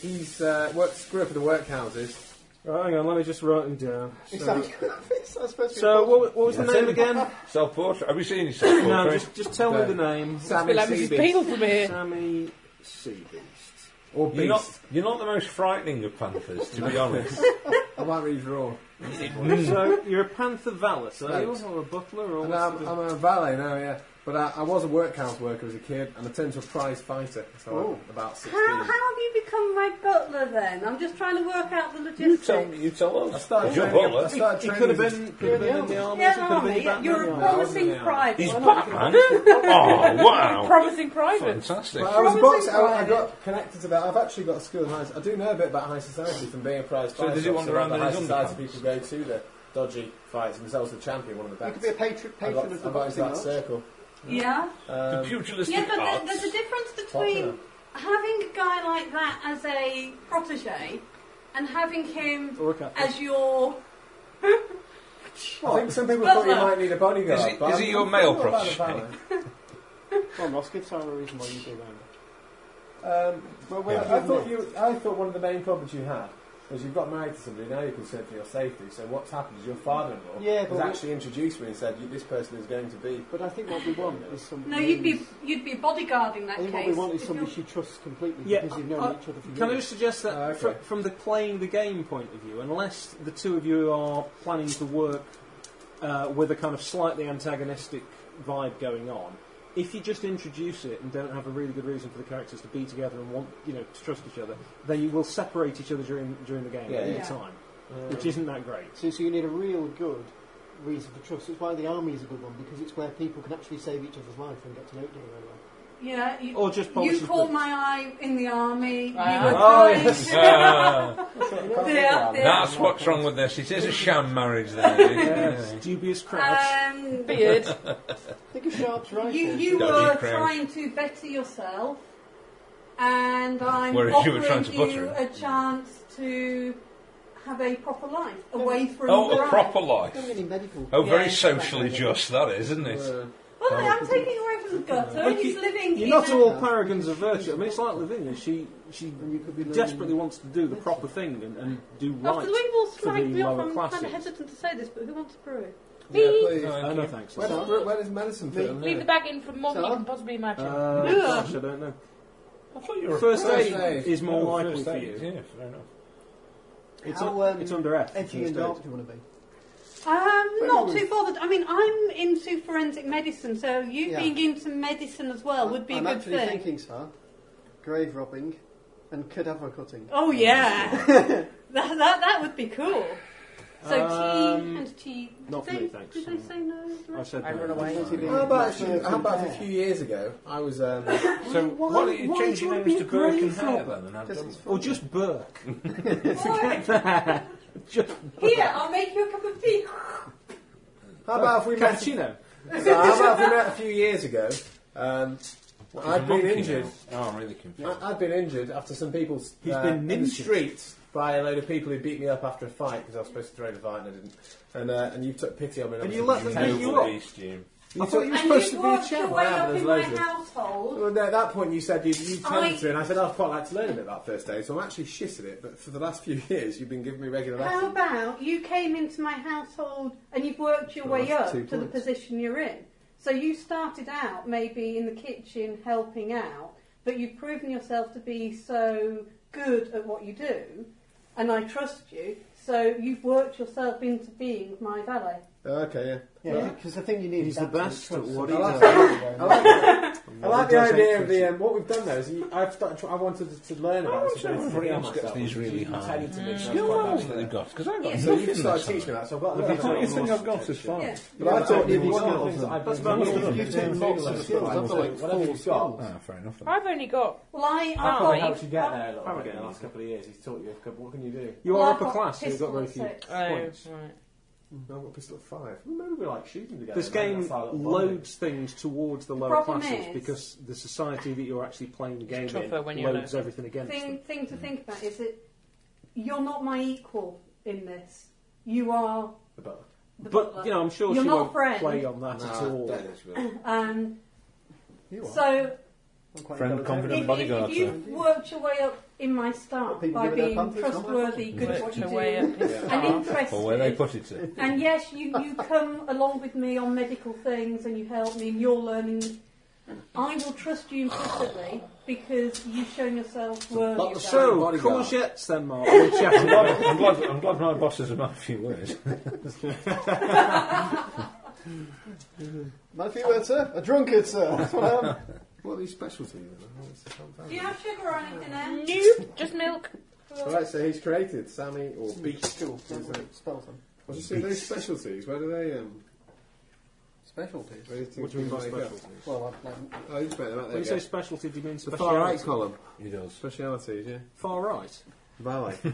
he's uh, works grew up in the workhouses.
Right, hang on, let me just write them down.
Is
So,
that, is that supposed to be
so what, what was the name again?
Self portrait. Have you seen his self
No,
portrait?
just just tell me the name.
Sammy
Be like Mrs.
Seabeast
Peel from here.
Sammy sea beast.
or
You're not,
Beast.
you're not the most frightening of panthers, to be honest.
I might read raw.
Mm. so you're a panther valet, are you,
Right.
or a butler, or
And
what's
I'm,
the-
I'm a valet now, yeah. But I, I was a workhouse worker as a kid, and I turned to a prize fighter. So I'm
Ooh.
about sixteen.
How, how have you become Red Butler then? I'm just trying to work out the
You
logistics.
tell, you tell
I
us.
started
You're
training-
Butler.
I started
He
training
could have
as a-
been, could have been in the army.
Yeah,
he could have been
army.
Batman.
You're a
Yeah.
promising private.
He's
Why not?
Batman. oh, wow.
Promising private.
Fantastic.
But
Um,
I was a
Promising
boxer. I, I
private.
got connected to that. I've actually got a school in high. I do know a bit about high society from being a prize
So
fighter.
does he wander
So
around
the
in
high
his
society
underpants?
people go to the dodgy fights themselves. The champion, one of the
You
best.
could be a patron,
I
patron
got,
of
I
the
got into
boxing
that
arts.
circle.
Yeah.
Um,
Pugilistic
Yeah, but there,
arts.
there's a difference between having a guy like that as a protege and having him
Or a cat.
as your.
I think some people thought you
Butler.
might need a bodyguard.
Is he-
but
is
I'm-
he your
I'm
male
all about the
protege?
balance.
Come on, Ross, give Sarah a reason why you do that.
Um,
Well, where
I, I
do you
thought you. I thought one of the main problems you had was you've got married to somebody. Now you're concerned for your safety. So what's happened is your father-in-law
Yeah, but
has
we-
actually introduced me and said "You- this person is going to be.
But I think what we want is somebody.
No, you'd be you'd be bodyguarding that
I think
case.
what we want is
If
somebody
you're-
she trusts completely
Yeah,
because you've known
I-
each other for years.
Can I just suggest that
Oh, okay.
fr- from the playing the game point of view, unless the two of you are planning to work uh, with a kind of slightly antagonistic vibe going on, if you just introduce it and don't have a really good reason for the characters to be together and want you know to trust each other, then you will separate each other during during the game
Yeah,
at any
yeah.
time,
Uh,
which isn't that great.
So, so you need a real good reason for trust. It's why the army is a good one because it's where people can actually save each other's life and get to know each other very well.
yeah. You,
Or Oh, just
you
policy
call
books.
my eye in the army.
Ah.
you were
Oh,
trying
yes.
to-
Ah,
Yeah, yeah.
that's what's wrong with this. It is a sham marriage, there.
Yes, dubious crouch.
Um,
Beard.
Think of Sharp's rifle.
you you
Dodgy
were
crowd.
trying to better yourself, and I'm
Whereas you were trying
offering
to
you,
butter
a chance to have a proper life away from the
Oh, a
bride.
proper
Don't
life.
really medical.
Oh, very
Yeah,
socially just, that is, isn't it?
Well, I'm taking it away from the gutter,
Look,
and he's
you-
living.
You're
in
not
a-
all paragons of virtue. I mean, it's like Lavinia. She she
And you could be learning-
desperately wants to do the proper thing and, and do
After the way
right.
we've all
for
slagged
the
me off,
lower
I'm kind
classes.
of hesitant to say this, but who wants to brew it?
Yeah, please.
Oh, no, thanks.
Where
Uh,
does, where does medicine fit? in
Leave the
there?
bag in for more than you
So-
can possibly imagine.
Uh, gosh, I don't know.
I thought you were
First
First
aid
aid.
is more
Oh,
likely
first
for
aid,
you.
Yeah, fair enough.
It's,
How,
un-
um,
it's under F.
Edgy and
instead.
dark do you want to be?
Um,
Well,
not
we-
too bothered. I mean, I'm into forensic medicine, so you
Yeah.
being into medicine as well would be
I'm
a good
actually
thing.
thinking, sir, grave robbing and cadaver cutting.
Oh yeah, that, that that would be cool. So
Um,
tea and tea. Did
not for
they-
me, thanks.
Did they say no?
I said
I
no.
run away.
Fancy being
How about, actually,
preferred
how about a
there?
few years ago? I was. Um,
So
Why-
why don't you
why
change
do
your
I
names
be a
to Burke and
grave
Hare
robber?
then? And I've
Because
done
it's
Or just Burke.
Or,
Just
here, I'll make you a cup of tea.
how about if we met? So
cappuccino.
how about if we met a few years ago? Um, I'd been
monkey
injured.
now. Oh, I'm really confused.
I, I'd been injured after some people.
He's
uh,
been
in the
ninjured.
streets by a load of people who beat me up after a fight because I was supposed to throw the fight and I didn't. And uh, and you took pity on me.
And
I
you let
was
them
terrible.
beat you up.
beast, you.
You
thought
thought you were
and
supposed
you
to be a
worked your
champ.
way
What happened?
up
There's
in my
loads of-
household.
Well, no, at that point, you said you'd, you'd
I-
tempted me, and I said, "Oh, I'd quite like to learn a bit about first aid, so I'm actually shit at it, but for the last few years, you've been giving me regular
How
lessons.
about you came into my household and you've worked your
Well,
way
that's
up to
two
the
points.
position you're in? So you started out maybe in the kitchen helping out, but you've proven yourself to be so good at what you do, and I trust you, so you've worked yourself into being my valet.
Oh, Okay, yeah.
Yeah, because the thing you need
He's
is
the
absolute
best at
trust.
what
I
he
like,
does.
I like, I like the
does
idea
hate
of the, um, what we've done though, is you, I've started, tr- I wanted to, to learn about this ability to
Everybody
heal
else gets
myself.
these really
You tell
high
you to do something
skill
like that,
levels
don't
that they've
you?
got, because I've got
So
nothing
you've
this
started
summer.
teaching me that, so I've
If
got
you thought you
that.
think I've got as
Oh.
far.
Yeah.
But I thought you one of the things that I've
That's
been doing
most of
is
them.
you've taken
Lots of
lots of
skills,
skills,
I've got like
whatever
four
you've got.
skills.
Ah, fair enough. Then.
I've only got
Well, I,
Uh,
That
I
probably
Five.
helps you get there a little
Five
bit in the
again.
last couple of years. He's taught you a couple, what can you do?
You
well,
are
I've
upper
got
class, so you've got
pistol
very
at
few
six.
Oh, right.
points.
No, I've got pistol at five. Well, Maybe we like shooting together.
This
and having
game
a silent bonding.
loads things towards the lower
problem
classes
is-
because the society that you're actually playing the game
tougher
in
when you're
loads
low.
everything against
thing
them.
thing to think about is that you're not my equal in this. You are
The butler.
the
But
butler.
you know, I'm sure
You're
she
not
won't
friends.
play on that at
Nah,
all.
don't actually.
Um,
You are.
so
I'm quite
Friend,
intelligent.
confident,
if, if,
bodyguard.
if you've worked your way up in my staff
People
by
give it their
being
pumpers,
trustworthy, good at what you do, and
Or where they
interested,
put it to.
and yes, you, you come along with me on medical things and you help me and you're learning, I will trust you implicitly because you've shown yourself worthy of that.
So,
Bodyguard.
courgettes then, Mark. We're chatting.
I'm glad, I'm glad my boss is a man of few words.
Matthew, uh, sir, a drunkard, sir. That's what I am.
What are these specialties? then?
Do you have sugar or anything else?
Nope, just milk.
Alright, so he's created Sammy or Beast.
Cool.
Is that-
Spell them.
Well, just see those specialties. Where do they? Um,
Specialties.
where do you think
What do you mean by
they go?
specialties?
Well, I, like,
uh, Oh, you better that
When
there.
you say
you go.
specialty, do you mean
The far right
speciality?
column.
He does.
Specialities, yeah.
Far right.
Valet.
You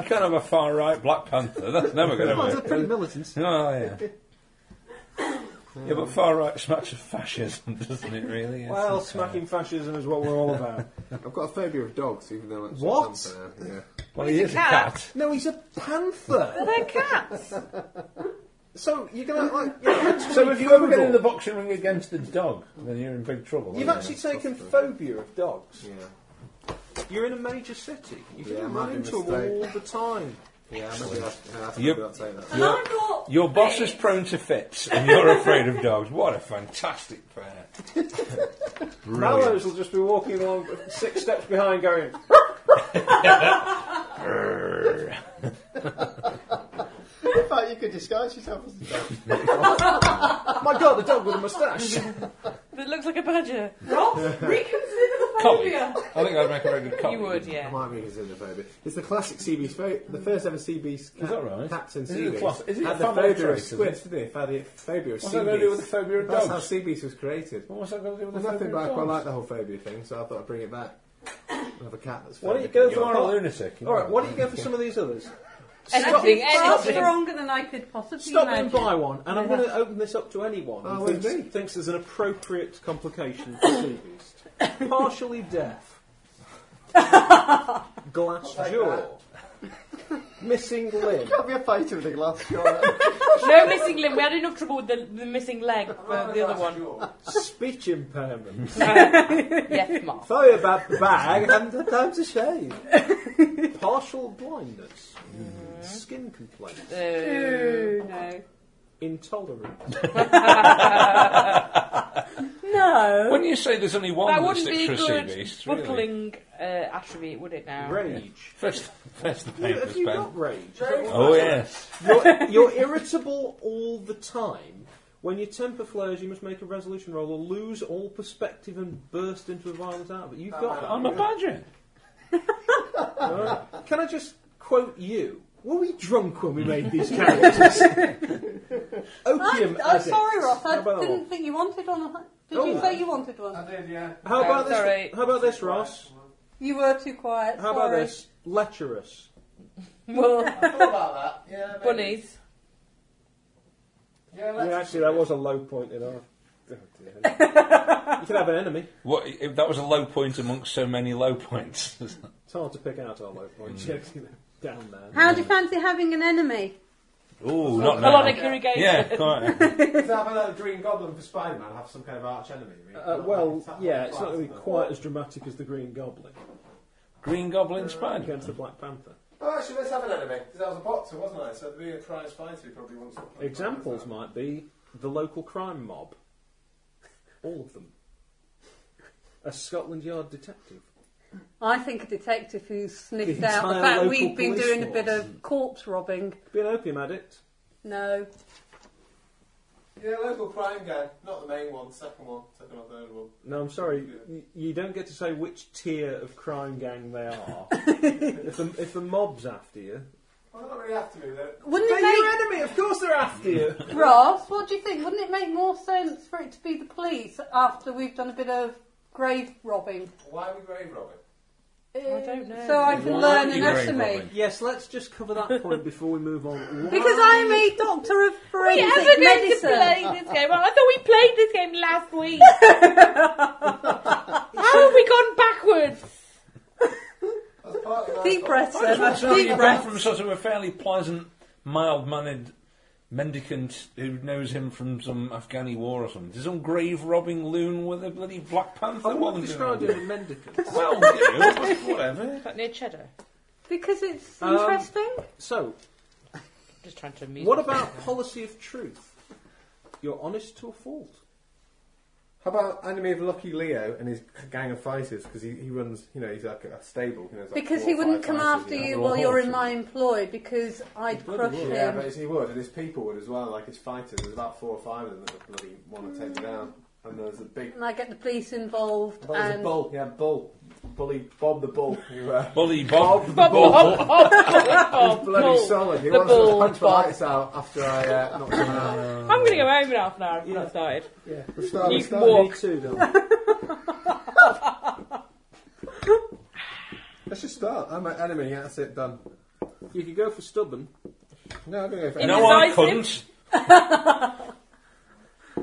can't have a far right Black Panther. That's never going to
Well,
work.
they're pretty militant.
Oh, yeah. yeah, but far right smacks of fascism, doesn't it, really? It's uh,
Well,
not,
smacking fascism is what we're all about.
I've got a phobia of dogs, even though that's
What?
something, uh, yeah.
Uh, well, he is a cat.
no, he's a panther.
They're cats.
so you're going to like. You're actually
So if you ever get
feudal.
in the boxing ring against a dog, then you're in big trouble.
You've
aren't
actually
you?
taken phobia of dogs.
Yeah.
You're in a major city. You can
Yeah, I might
run
be
into them all
mistaken.
the time.
Yeah, maybe that's, yeah, that's
Yep.
maybe I'll take that.
And I've got
Your boss is prone to fits, and you're afraid of dogs. What a fantastic pair!
Mallows will just be walking along six steps behind going,
in fact, you could disguise yourself as a dog.
My god, the dog with a moustache!
That looks like a badger.
Rob, reconsider the
Collie.
phobia.
I think I'd make a very good collie.
You would,
I
yeah.
might be considered phobia. It's the classic CB's phobia. The first ever CB's cat,
that right?
captain
Is it a
CB's
class- is it a
had the
family
phobia
trait,
of
is it?
squids, didn't it? Had the phobia of
What's that going to do with the
CB's.
phobia of
That's how
dogs?
CB's was created.
What's that going to do with
There's
the
nothing
phobia
but I
of
quite like
dogs?
the whole phobia thing, so I thought I'd bring it back. I'll have a cat that's
Why don't you
phobia.
go
You
for
are a lunatic. you
All right,
know.
why don't you go for some of these others?
Anything,
Far
anything.
stronger than I could possibly
Stop me
imagine.
and buy one, and I'm going to open this up to anyone
Oh,
who
with
thinks,
me?
thinks there's an appropriate complication for sea beast. Partially deaf, glass jaw, missing limb.
That'd be a fighter with a glass jaw.
No missing limb. We had enough trouble with the, the missing leg
Oh
for the other one.
Speech impairment.
Yes, Mark.
Sorry about the bag, I haven't had time to shave. Partial blindness. Skin complaint.
Ooh, no.
Intolerance.
No.
When you say there's only one
that
that
wouldn't be a
sticks for sea
good
beast, really.
buckling uh, attribute, would it now?
Rage.
First, first the
Have
papers,
you
Ben.
got rage?
Oh yes.
You're, you're irritable all the time. When your temper flares, you must make a resolution roll or lose all perspective and burst into a violent outburst. You've
Uh,
got.
I'm a badger.
Can I just quote you? Were we drunk when we made these characters? Opium
I, I'm
addicts.
sorry, Ross. I
How about that
didn't
one?
think you wanted one. Did
Oh.
you say you wanted one?
did, yeah.
How
No,
about this?
sorry.
How about this, Ross?
You were too quiet.
How about
sorry.
this? Lecherous.
Well,
thought about that. Yeah,
bunnies.
Yeah,
Yeah, actually, that was a low point in our. Oh, dear. you can have an enemy.
What, if that was a low point amongst so many low points.
It's hard to pick out our low points. Yeah, Down there.
How do you fancy having an enemy?
Ooh, not
Colonic
now.
irrigation.
Yeah, quite.
If I had a Green Goblin for Spider-Man, I'd have some kind of arch enemy. really.
Uh, well,
That-
yeah, it's not going to be
that-
quite as dramatic as the Green Goblin
Green Goblin Spider.
against the Black Panther.
Oh, actually, let's have an enemy, because I was a boxer, wasn't I? So being a prize fighter, you probably want something.
Examples might be the local crime mob, all of them, a Scotland Yard detective.
I think a detective who's sniffed
The
out the
entire
fact
local
we've been
police
doing a
force.
bit of corpse robbing.
Be an opium addict.
No.
Yeah, local crime gang. Not the main one, second one, second or third one.
No, I'm sorry, y- you don't get to say which tier of crime gang they are. if, the, if the mob's after you,
Well, they're not really after me, they're...
Wouldn't
they're
it
your
make
enemy. Of course, they're after you.
Ross? What do you think? Wouldn't it make more sense for it to be the police after we've done a bit of grave robbing?
Why are we grave robbing?
I
don't know.
So I can
Why
learn
aren't you grave
anatomy.
robbing?
yes, let's just cover that point before we move on.
Because I'm a doctor of
We
forensic
ever going to
medicine.
play this game? I thought we played this game last week. How have we gone backwards?
That's part of
Deep breaths,
That's
Emma.
what I'm saying,
Deep
You've gone
breaths.
from sort of a fairly pleasant, mild-mannered mendicant who knows him from some Afghani war or something to some grave-robbing loon with a bloody Black Panther.
I
one
wouldn't describe it
doing
as a mendicant.
all. Well, you know, but whatever.
Like near cheddar.
Because it's
Um,
interesting.
So,
Just trying to amuse.
What
myself.
about policy of truth? You're honest to a fault.
How about anime of Lucky Leo and his gang of fighters? Because he, he runs, you know, he's like a stable. You know, it's like
Because
four
he
or
wouldn't
five
come
fighters,
after
know.
you
They're
while
all
you're in
horses.
my employ because I'd crush him.
Yeah, but it's, he would, and his people would as well. Like his fighters, there's about four or five of them that would bloody want to take him down. And there's a big.
and I get the police involved.
Well, there's a
and
bull. Yeah, bull. Bully Bob the bull. Who, uh,
Bully Bob.
Bob, Bob, Bob,
He's
Bob,
bloody
Bob.
solid. He
The
wants to
bull,
punch my
Bob.
lights out after I uh, knocked him
Oh.
out.
I'm going to go home in half an hour. I've not started.
Yeah.
We'll start-
You
we'll
can
start.
walk.
Me too, Dylan.
Let's just start. I'm an enemy. That's it. Done.
you could go for stubborn.
No, I'm going to go for
Indecisive,
No, I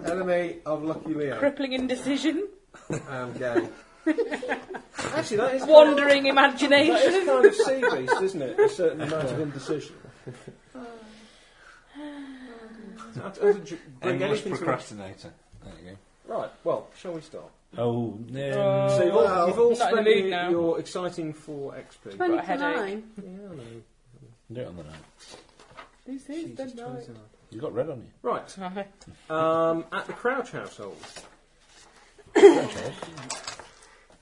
couldn't.
enemy of Lucky Leo.
crippling indecision,
I'm gay.
Actually, that is
wandering
That
imagination.
is kind of sea based, isn't it? A certain amount of indecision. That doesn't ju- bring
Endless
anything to it.
procrastinator. There you go.
Right, well, shall we start?
Oh, no.
Oh,
So you've all, you've all
Not in the
spent
mood now.
your exciting 4 XP.
Got a
20 to
headache.
9.
Do it on the night.
This is the
Jesus,
night.
29.
You got red on you.
Right,
Right.
um, at the Crouch household.
Have you just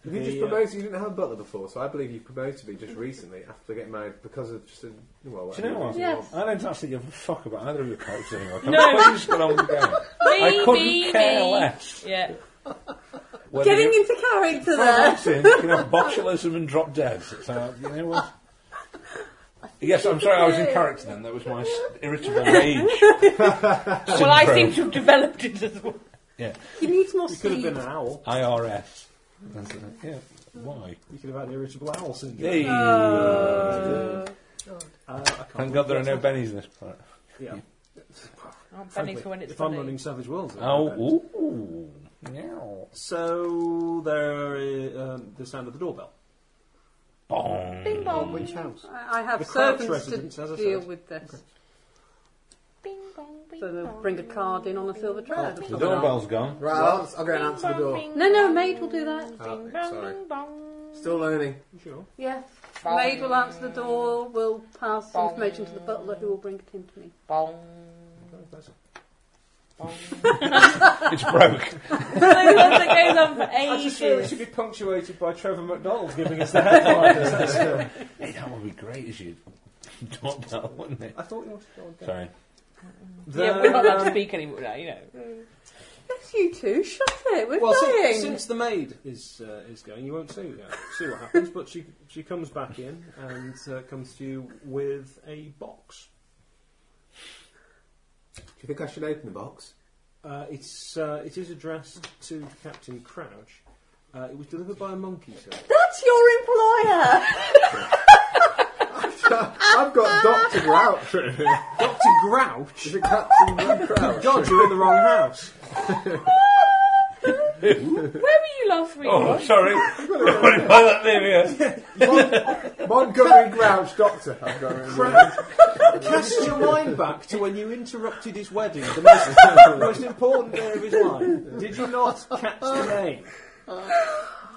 The, uh,
promoted? You didn't have a butler before, so I believe you promoted me just recently after getting married because of just a, well.
Do you know
whatever
what?
reason.
Yes.
I don't actually give a fuck about either of your characters anymore.
No.
I'm just get on with the game. I
Me,
couldn't
me,
care
me.
less.
Yeah.
Whether
Getting
you-
into character there.
Boxing, you know, botulism and drop dead. So, you know what? Yes, I'm sorry, I was in character then. That was my s- irritable rage.
Well, I
Syndrome.
seem to have developed it as well.
Yeah,
He needs more
You could have
sleep.
been an owl.
IRS. That's it. Yeah, why?
You could have had irritable owl syndrome.
Hey.
Uh, I can't
Thank God there are no
believe
bennies in this planet.
that's- Yeah.
I'm planning for when it's
if I'm
sunny.
running Savage Worlds. I'll
Oh,
have that.
ooh. Meow.
So there, is,
uh,
um, the sound of the doorbell.
Bong.
Bing bong.
Which house?
I I have
The Crouch
servants
residence, as I
to deal
said.
with this.
Bing bong, bing
So they'll
bong,
bring a
bing
card in on a silver tray.
The doorbell's gone.
Right, I'll, I'll go and answer the
bong,
door.
bing
No, no, a
bong,
maid will do that.
Oh,
bing bong,
sorry.
bing bong.
Still learning.
Sure.
Yes. The maid will answer the door, will pass some information to the butler who will bring it in to me.
Bong,
That's it.
bong.
It's broke.
that goes on for
I just feel it
ages.
should be punctuated by Trevor McDonald giving us the headlines. That's good.
Hey, that would be great as you doorbell, wouldn't it?
I thought you wanted to go on
Sorry.
Yeah, we're not allowed to speak anymore now, you know.
Yes, you two, shut it, we're
Well,
playing.
since, since the maid is uh, is going, you won't see you know, see what happens. But she she comes back in and uh, comes to you with a box.
Do you think I should open the box?
Uh, it's uh, it is addressed to Captain Crouch. Uh, it was delivered by a monkey, sir.
That's your employer!
I've got Doctor Grouch.
Doctor Grouch.
Is it Captain Grouch?
God, you're in the wrong house.
Where were you last week?
Oh,
Ross?
sorry. What did I that name here?
Montgomery Grouch, Doctor. I've got it written.
Cast your mind back to when you interrupted his wedding, the most, most important day of his life. Did you not catch the name?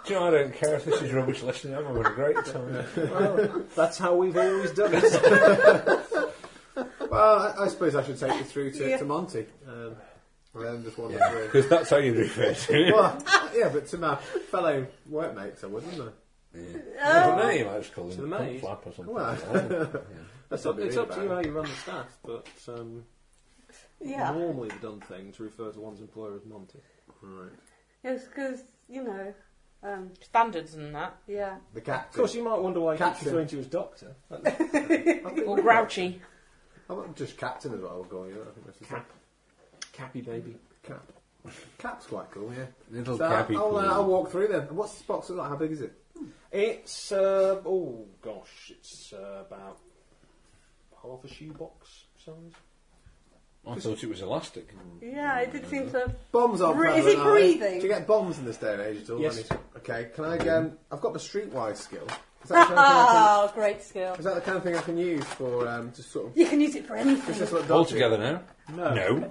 Do you know, I don't care if this is rubbish listening. I'm having a great time.
That's how we've always done it.
Well, I, I suppose I should take you through to, to Monty. Um, and then just wander through.
Because that's how you refer to it.
Well, uh, yeah, but to my fellow workmates, I wouldn't. I?
I don't know, you might just call
oh. the
him
maid.
Pump Flap or something.
It's up, it's up to you how you run the staff, but um,
yeah.
normally the done thing to refer to one's employer as Monty.
Yes, because, you know, um,
Standards and that.
yeah.
The
Of
captain.
course, you might wonder why he keeps
Captain.
referring to you as Doctor.
Or grouchy.
I'm just captain as well. We're going. I think that's just
Cap. Cappy baby.
cap. Cap's quite cool. Yeah.
Little
So
cappy
I'll, uh,
pool.
I'll walk through then. And What's this box look like? How big is it?
It's, uh, oh gosh, it's uh, about half a shoebox size.
I thought it was elastic.
Yeah, it did seem to.
Bombs are.
Bre- is
prevalent,
it
aren't they?
breathing?
Do you get bombs in this day and age at all?
Yes.
Any- Okay. Can I? Um, I've got the streetwise skill. Is that, the kind of thing I
Oh,
Ah, great skill.
can, is that the kind of thing I can use for um, just sort of?
You can use it for
Just
anything.
this little
All
dodgy-
together now. No.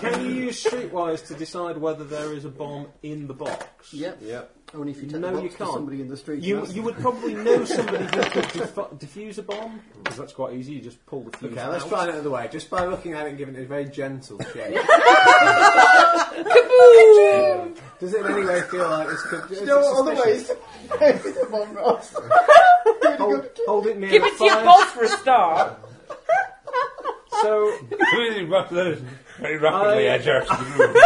Can you use Streetwise to decide whether there is a bomb in the box?
Yep.
Yep.
Only if you take
No,
the box
you
to
can't.
somebody in the street.
You,
and ask
you
them.
would probably know somebody who could defu- defuse a bomb because that's quite easy. You just pull the fuse.
Okay, let's
out.
try it another way. Just by looking at it and giving it a very gentle shake. Does it in any way feel like this could... is it
No, other
suspicious?
ways. Come on, Ross.
Hold, hold it near
Give
the
it to your
fire.
boss for a start.
So
Very rapidly, very rapidly
I-
edge out of the room.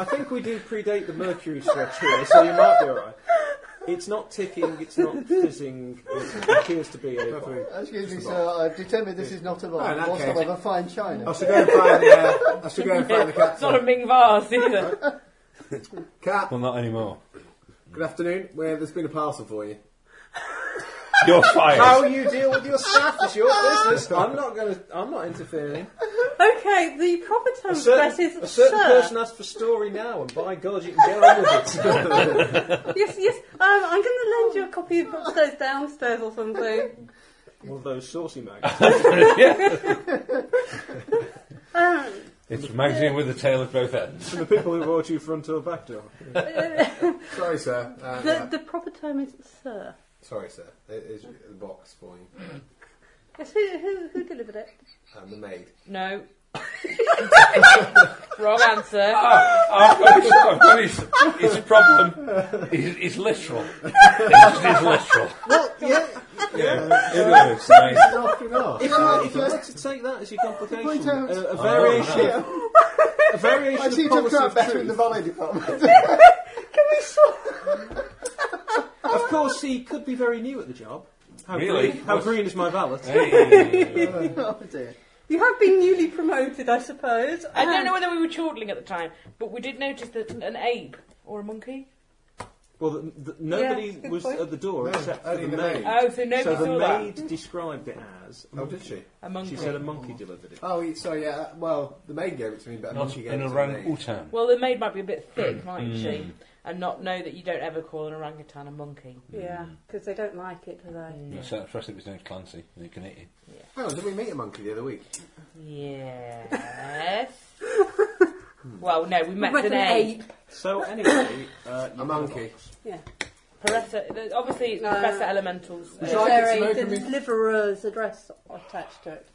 I think we do predate the mercury stretch here, so you might be alright. It's not ticking, it's not fizzing, it appears to be a bomb.
Excuse me, sir. I've determined this is not a
Oh, in
bomb.
that
Whilst
case-
I'll have a fine china.
I should go and find the, uh, I should go and find the cat.
It's not a Ming vase either.
Cat,
Well, not anymore.
good afternoon. Well, there's been a parcel for you.
You're
How
fired.
you deal with your staff is your business. I'm not going to. I'm not interfering.
Okay, the proper term
A
for that
certain,
is
a certain
sir.
person asked for story now, and by God, you can get on with it.
Yes, yes. Um, I'm going to lend
Oh.
you a copy of upstairs, downstairs, or something.
One of those saucy mags.
Um,
It's a magazine with a tail at both ends.
From the people who brought you front or back door.
Sorry, sir. Uh,
the,
yeah.
the proper term is sir.
Sorry, sir. It is the box for you.
Yes, who, who, who delivered it?
And um, the maid.
No. Wrong answer.
I've got his- I've got his- It's a problem. It's, it's literal. It's, it's literal. Yeah. It is. Nice.
If
Oh,
you, if you like to take that as your complication, a, a variation, of-
Oh,
a variation
I
of
seem to have
policy
tried
of
better in
truth.
the valet department.
Of course, he could be very new at the job. How
Really?
Green, how green is my valet?
Hey.
oh dear.
You have been newly promoted, I suppose.
I don't know whether we were chortling at the time, but we did notice that an ape or a monkey.
Well, th th nobody
Yeah, good
was
point.
at the door
No,
except for
only
the
the
maid.
maid.
Oh, so nobody
So the
saw
maid
that.
described it as.
Oh, did she?
A monkey.
She said a monkey delivered it.
Oh, he- sorry, yeah. that- Well, the maid gave it to me, but
Not
she gave
an
it to the maid.
orangutan.
Well, the maid might be a bit thick, mightn't she?
Hmm.
And not know that you don't ever call an orangutan a monkey.
Yeah, because they don't like it, do
Mm.
they?
That's that first if his name's Clancy, and it can eat you.
Hang on, did Oh, we meet a monkey the other week?
Yes. well, no, we met
Like
an
an
ape.
So anyway, uh,
A monkey.
Yeah.
Professor, obviously, it's
No.
Professor Elemental's.
Would
uh,
you like it
There
to
a
know from me?
deliverer's address attached to it.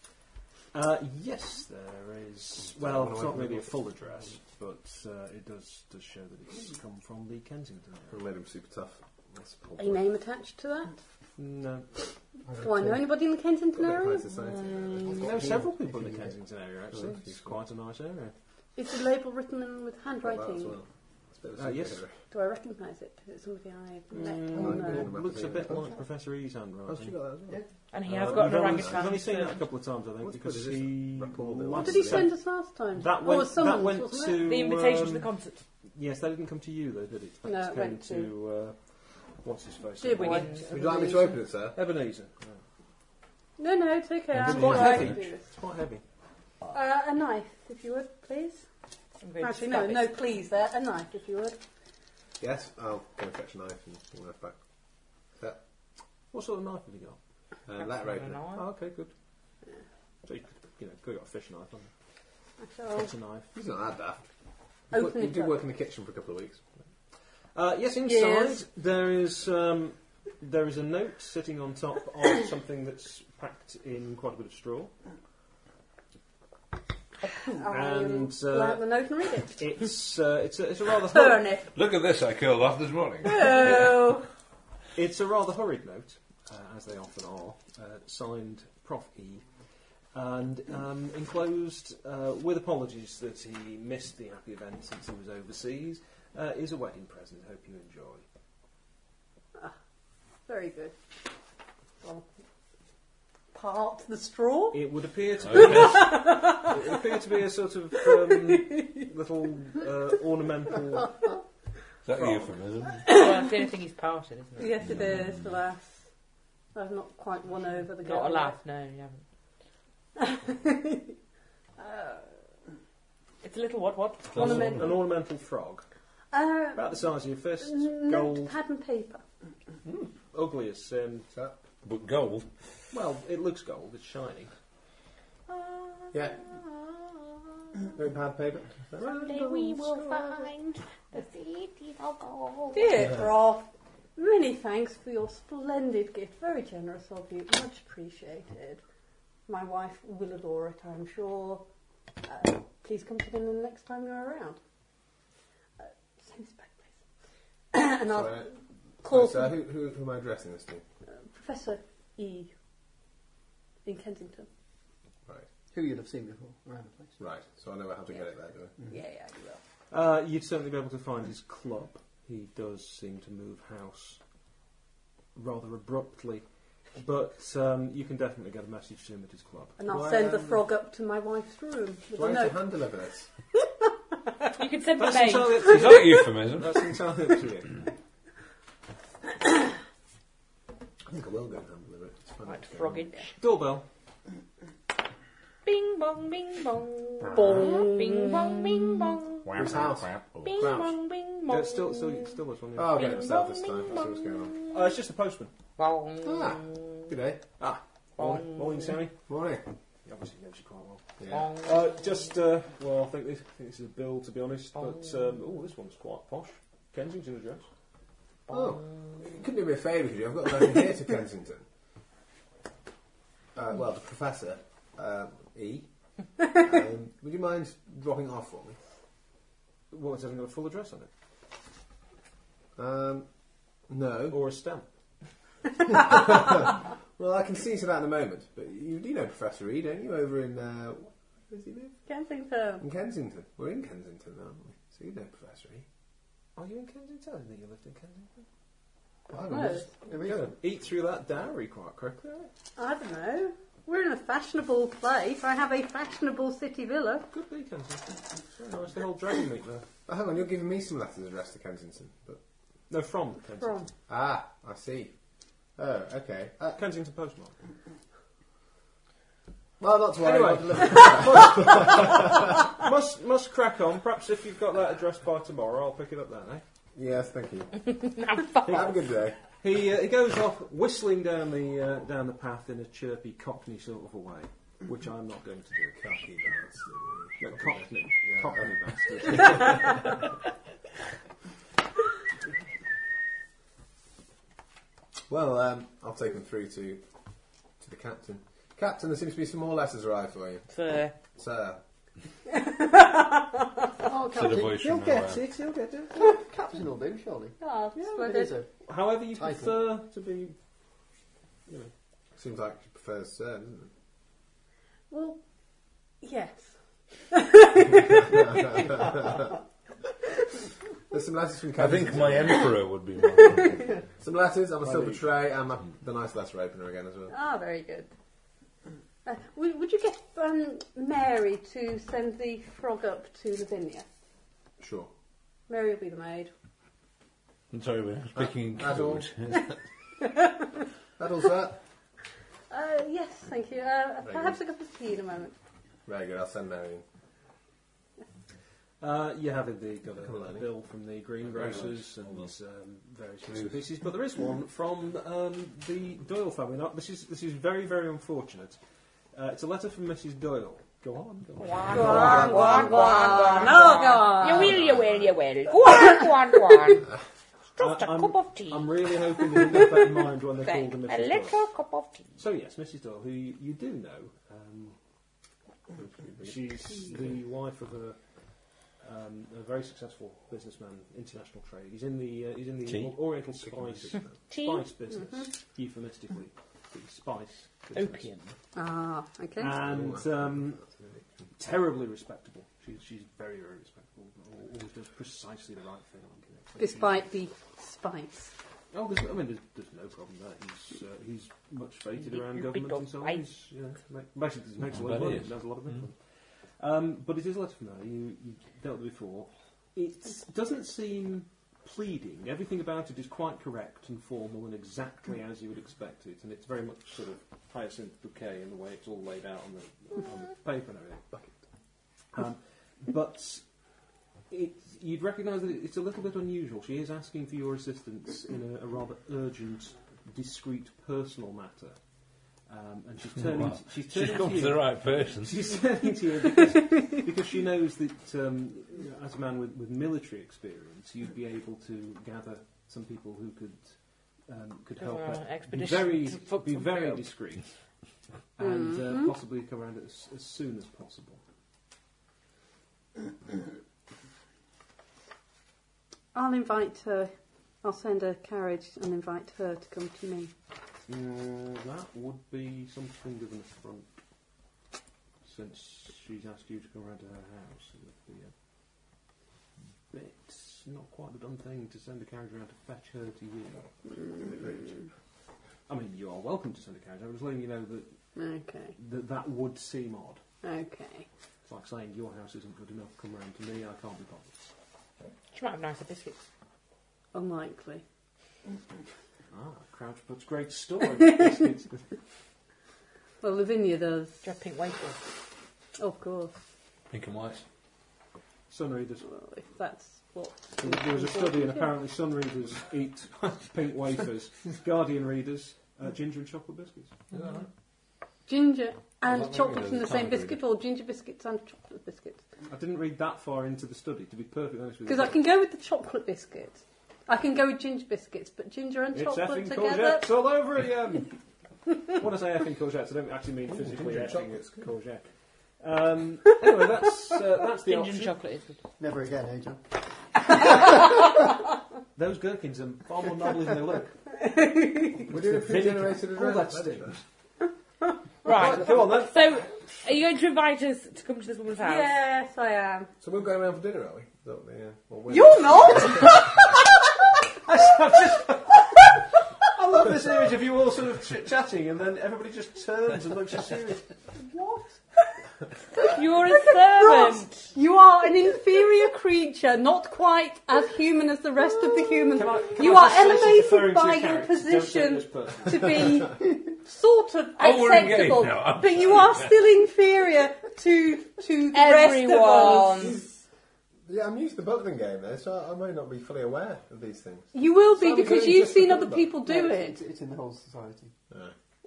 uh, yes, there is. Well, it's not really a full address, but uh, it does does show that it's come from the Kensington. area.
Who made him super tough. That's a poor
A name attached to that?
No,
Do I know anybody in the Kensington
bit of high
area?
society.
no, several people in the Kensington area actually. It's quite a nice area.
Is the label written in with
Like that as
handwriting?
well. It's a bit of a
Uh, yes.
superhero.
Do I recognise it? Is it somebody I've met?
Mm,
or
no.
known?
Well,
looks a bit like Professor E's handwriting.
Oh, she got that as well.
and he has
Uh,
got
we've
an
only-
orangutan.
We've only seen that a couple of times, I think,
What's
because
good is
he.
this? Rapport building.
last
What did he
year-
send us last time?
That
oh,
went,
someone,
that went
wasn't it?
to.
the invitation to the
um,
concert.
Yes, that didn't come to you though, did it? That
No, it
came
went
to, uh, what's his face?
Dear
Wiggins.
Would you like me to open it, sir?
Ebenezer.
No, no, it's okay.
It's
I'm
quite
alright
heavy.
to do this.
It's quite heavy.
Uh, a knife, if you would, please.
I'm going to
Actually, no,
stab it.
no, please. There, a knife, if you would.
Yes. I'll go and fetch a knife and bring it back.
What sort of knife have you got?
Uh, letter
Don't
opener.
know.
Oh, okay, good. So you, could, you know, could have got a fish knife on there.
I shall
Butter knife.
He's not that daft. You work-
open
You
it
do
up.
work in the kitchen for a couple of weeks.
Uh, yes, inside
Yes.
there is um, there is a note sitting on top of something that's packed in quite a bit of straw.
I
and,
will
uh,
have the note and read it.
It's uh, it's a, it's a rather hurried,
Turn it.
Look at this I killed off this morning.
Oh,
it's a rather hurried note, uh, as they often are, uh, signed Prof E, and um, enclosed uh, with apologies that he missed the happy event since he was overseas. Uh, is a wedding present. Hope you enjoy.
very good. Well, part the straw.
It would appear to be,
Okay.
it would appear to be a sort of um, little uh, ornamental.
Is that a euphemism?
Well, it's the only thing he's parted, isn't it?
Yes, it is. Alas, I've not quite won over the girl.
Not a laugh, no, you haven't.
Uh,
It's a little what what?
Ornament.
An ornamental frog,
Uh,
about the size of your fist,
note
gold,
pad and paper.
ugly as um,
Sir?
But gold.
well, it looks gold. It's shiny.
Uh,
Yeah. Very bad paper.
Someday we will find the city of gold.
Dear Roth, many thanks for your splendid gift. Very generous of you. Much appreciated. My wife will adore it, I'm sure. Uh, please come to dinner the next time you're around. Uh, send this back, please. and I'll
Sorry,
call
So who, who, who am I addressing this to?
Professor E. in Kensington.
Right.
Who you'd have seen before around the place.
Right. So I know how to get it there, do I?
Yeah, yeah, you will.
Uh, you'd certainly be able to find his club. He does seem to move house rather abruptly, but um, you can definitely get a message to him at his club.
And I'll
Why,
send the
um,
frog up to my wife's room with
Do I
a
have to
note.
hand deliver this?
You could send the
That's
maid.
entirely up
Is
to
that a
you.
euphemism?
That's entirely up to you. I think I will go and hand deliver it. It's fun.
Right, frog in there.
Doorbell.
Bing bong, bing bong.
Bong.
Bing bong, bing bong.
Whose house?
Bing
Crouch.
bong,
Yeah,
bing bong.
still, still, still was one.
Oh,
Yeah.
I'll get it myself this time. I see what's going on.
Uh, it's just a postman.
Bong.
Ah, good day.
Ah, morning, morning, Sammy.
Morning.
He obviously knows you quite well.
Yeah.
Bong.
Uh, just, uh, well, I think this, I think this is a bill, to be honest. But um, oh, this one's quite posh. Kensington address.
Oh, you couldn't do me a favour, could you? I've got to go here to Kensington. Uh, well, the professor, um, E. um, would you mind dropping it off for me?
Well, it hasn't got a full address on it
Um, no.
Oh. or a stamp.
Well, I can see to that in a moment. But you do know Professor E, don't you? Over in uh, where does he live?
Kensington.
In Kensington. We're in Kensington, aren't we? So you know Professor E.
Are you in Kensington? I didn't think you lived in Kensington.
I
No,
Gonna eat through that dowry quite quickly. aren't you?
I don't know. We're in a fashionable place. I have a fashionable city villa.
Good be Kensington. Very nice. The whole dragon meat there.
Oh, hang on, you're giving me some letters addressed to Kensington. But
No, from Kensington.
From
ah, I see. Oh, okay. Uh,
Kensington postmark.
well, not to worry.
Anyway.
I'll deliver-
must must crack on. Perhaps if you've got that address by tomorrow, I'll pick it up then. Eh?
yes, thank you.
Now, fuck.
Have a good day.
He uh, he goes off whistling down the uh, down the path in a chirpy Cockney sort of a way, which I'm not going to do.
Cocky bastard.
No, Cockney, Cockney bastard.
Well, um, I'll take them through to to the captain. Captain, there seems to be some more letters arrived for you,
Sir.
sir.
Oh,
Said a
Captain,
voice
he'll
from
get
nowhere.
it, he'll get it. Captain will do, surely.
God,
Yeah,
where
it is
the-
a
However you prefer
Title.
to be.
Seems like she prefers sir, doesn't
Well, yes.
it? There's some letters from
I
Captain.
think my emperor would be more.
some letters. I'm a silver tray and my, the nice letter opener again as well.
Ah, very good. Uh, would, would you get um, Mary to send the frog up to Lavinia?
Sure.
Mary will be the maid.
I'm sorry, we're speaking
At all.
code.
That all, sir.
Uh, yes, thank you. Uh,
Very
perhaps a cup of tea in a moment.
Very good. I'll send Mary. in.
Uh, you have indeed got
Come
a,
on,
a
Annie.
bill from the greengrocers and um, various bits and
Move.
pieces, but there is one from um, the Doyle family. Now, this is this is very very unfortunate. Uh, it's a letter from Mrs. Doyle. Go on. Go on.
Gwan, gwan, gwan. No, gwan.
You will, you will, you will. Go on, go on, go on. Just a
Uh, I'm-
cup of tea.
I'm really hoping they didn't have that in mind when they called
Thank-
them
a
Mrs. Doyle.
little cup of tea.
So yes, Mrs. Doyle, who you, you do know, um, she's the wife of a, um, a very successful businessman, international trade. He's in the uh, he's in the
Tea?
Oriental spice uh,
Tea?
spice business, euphemistically, the spice business.
Opium.
Ah, okay.
and um, terribly respectable. She's she's very very respectable. al- Always does precisely the right thing. you know.
Despite the spice.
Oh, there's, I mean, there's, there's no problem there. He's uh, he's much fated
Big-
around
big
government
old
and so on.
pipe.
He's, you know, make- basically, he makes a lot
That
of money.
is. Mm.
Knows a lot of people. Um, but it is a letter from there. You, you dealt with before. It doesn't seem pleading. Everything about it is quite correct and formal and exactly as you would expect it. And it's very much sort of hyacinth bouquet in the way it's all laid out on the, on the paper and everything. Um, but it, you'd recognise that it- it's a little bit unusual. She is asking for your assistance in a, a rather urgent, discreet, personal matter. Um, and she's turning.
Oh, Wow.
To, she's
She's
turning
come to
you.
the right person.
She's turning to you because, because she knows that um, you know, as a man with, with military experience, you'd be able to gather some people who could um, could
Go
help
on
her.
an
Be
expedition
very,
to fuck
be
some
very
girl.
discreet, and
Mhm.
uh, possibly come around as, as soon as possible.
I'll invite her. I'll send a carriage and invite her to come to me.
Mm, that would be something of an affront, since she's asked you to come round to her house. It would be a bit, not quite the done thing to send a carriage around to fetch her to you. I mean, you are welcome to send a carriage. I was letting you know that
Okay.
that, that would seem odd.
Okay.
It's like saying your house isn't good enough. Come round to me. I can't be bothered.
She might have nicer biscuits.
Unlikely.
Ah, Crouch puts great store. into biscuits.
Well, Lavinia does.
Do you have pink wafers?
Of course.
Pink and white.
Sun readers.
Well, if that's what.
There was- there was a study, and apparently sun readers eat pink wafers. Guardian readers, uh, ginger and chocolate biscuits.
Ginger and
Well, that
chocolate
maybe
in the
there's
same
time for
biscuit, or ginger biscuits and chocolate biscuits.
I didn't read that far into the study, to be perfectly honest with you.
Because I can go with the chocolate biscuit. I can go with ginger biscuits, but ginger and
It's
chocolate
effing
together.
courgettes all over again. when I say effing courgettes, I don't actually mean physically
ginger
effing
chocolate.
it's courgette. Um, anyway, that's, uh, that's the
Ginger and
option.
chocolate is good.
Never again, eh, John?
Those gherkins are far more novel than they look.
We're doing a pre-generated
Oh,
All that
address.
steam.
Right.
Come on then.
So, are you going to invite us to come to this woman's house?
Yes, I am.
So we're going around for dinner, are we? Don't we? Yeah. Well, we're-
You're not!
I love this image of you all sort of chit chatting, and then everybody just turns and looks at you.
what?
You're a servant.
You are an inferior creature, not quite as human as the rest of the humans.
Can I- can
you
I
are
just say this is referring
elevated
to
by
a
your
character, don't take
position
this personally.
to be sort of
Oh, we're engaged
acceptable,
now. I'm
but you are still inferior to to the rest of
Everyone.
us.
Yeah, I'm used to the Buckland game there, so I, I may not be fully aware of these things.
You will be
Sounds
because
really
you've seen
difficult,
other
but-
people do
No,
it.
It's, it's in the whole society.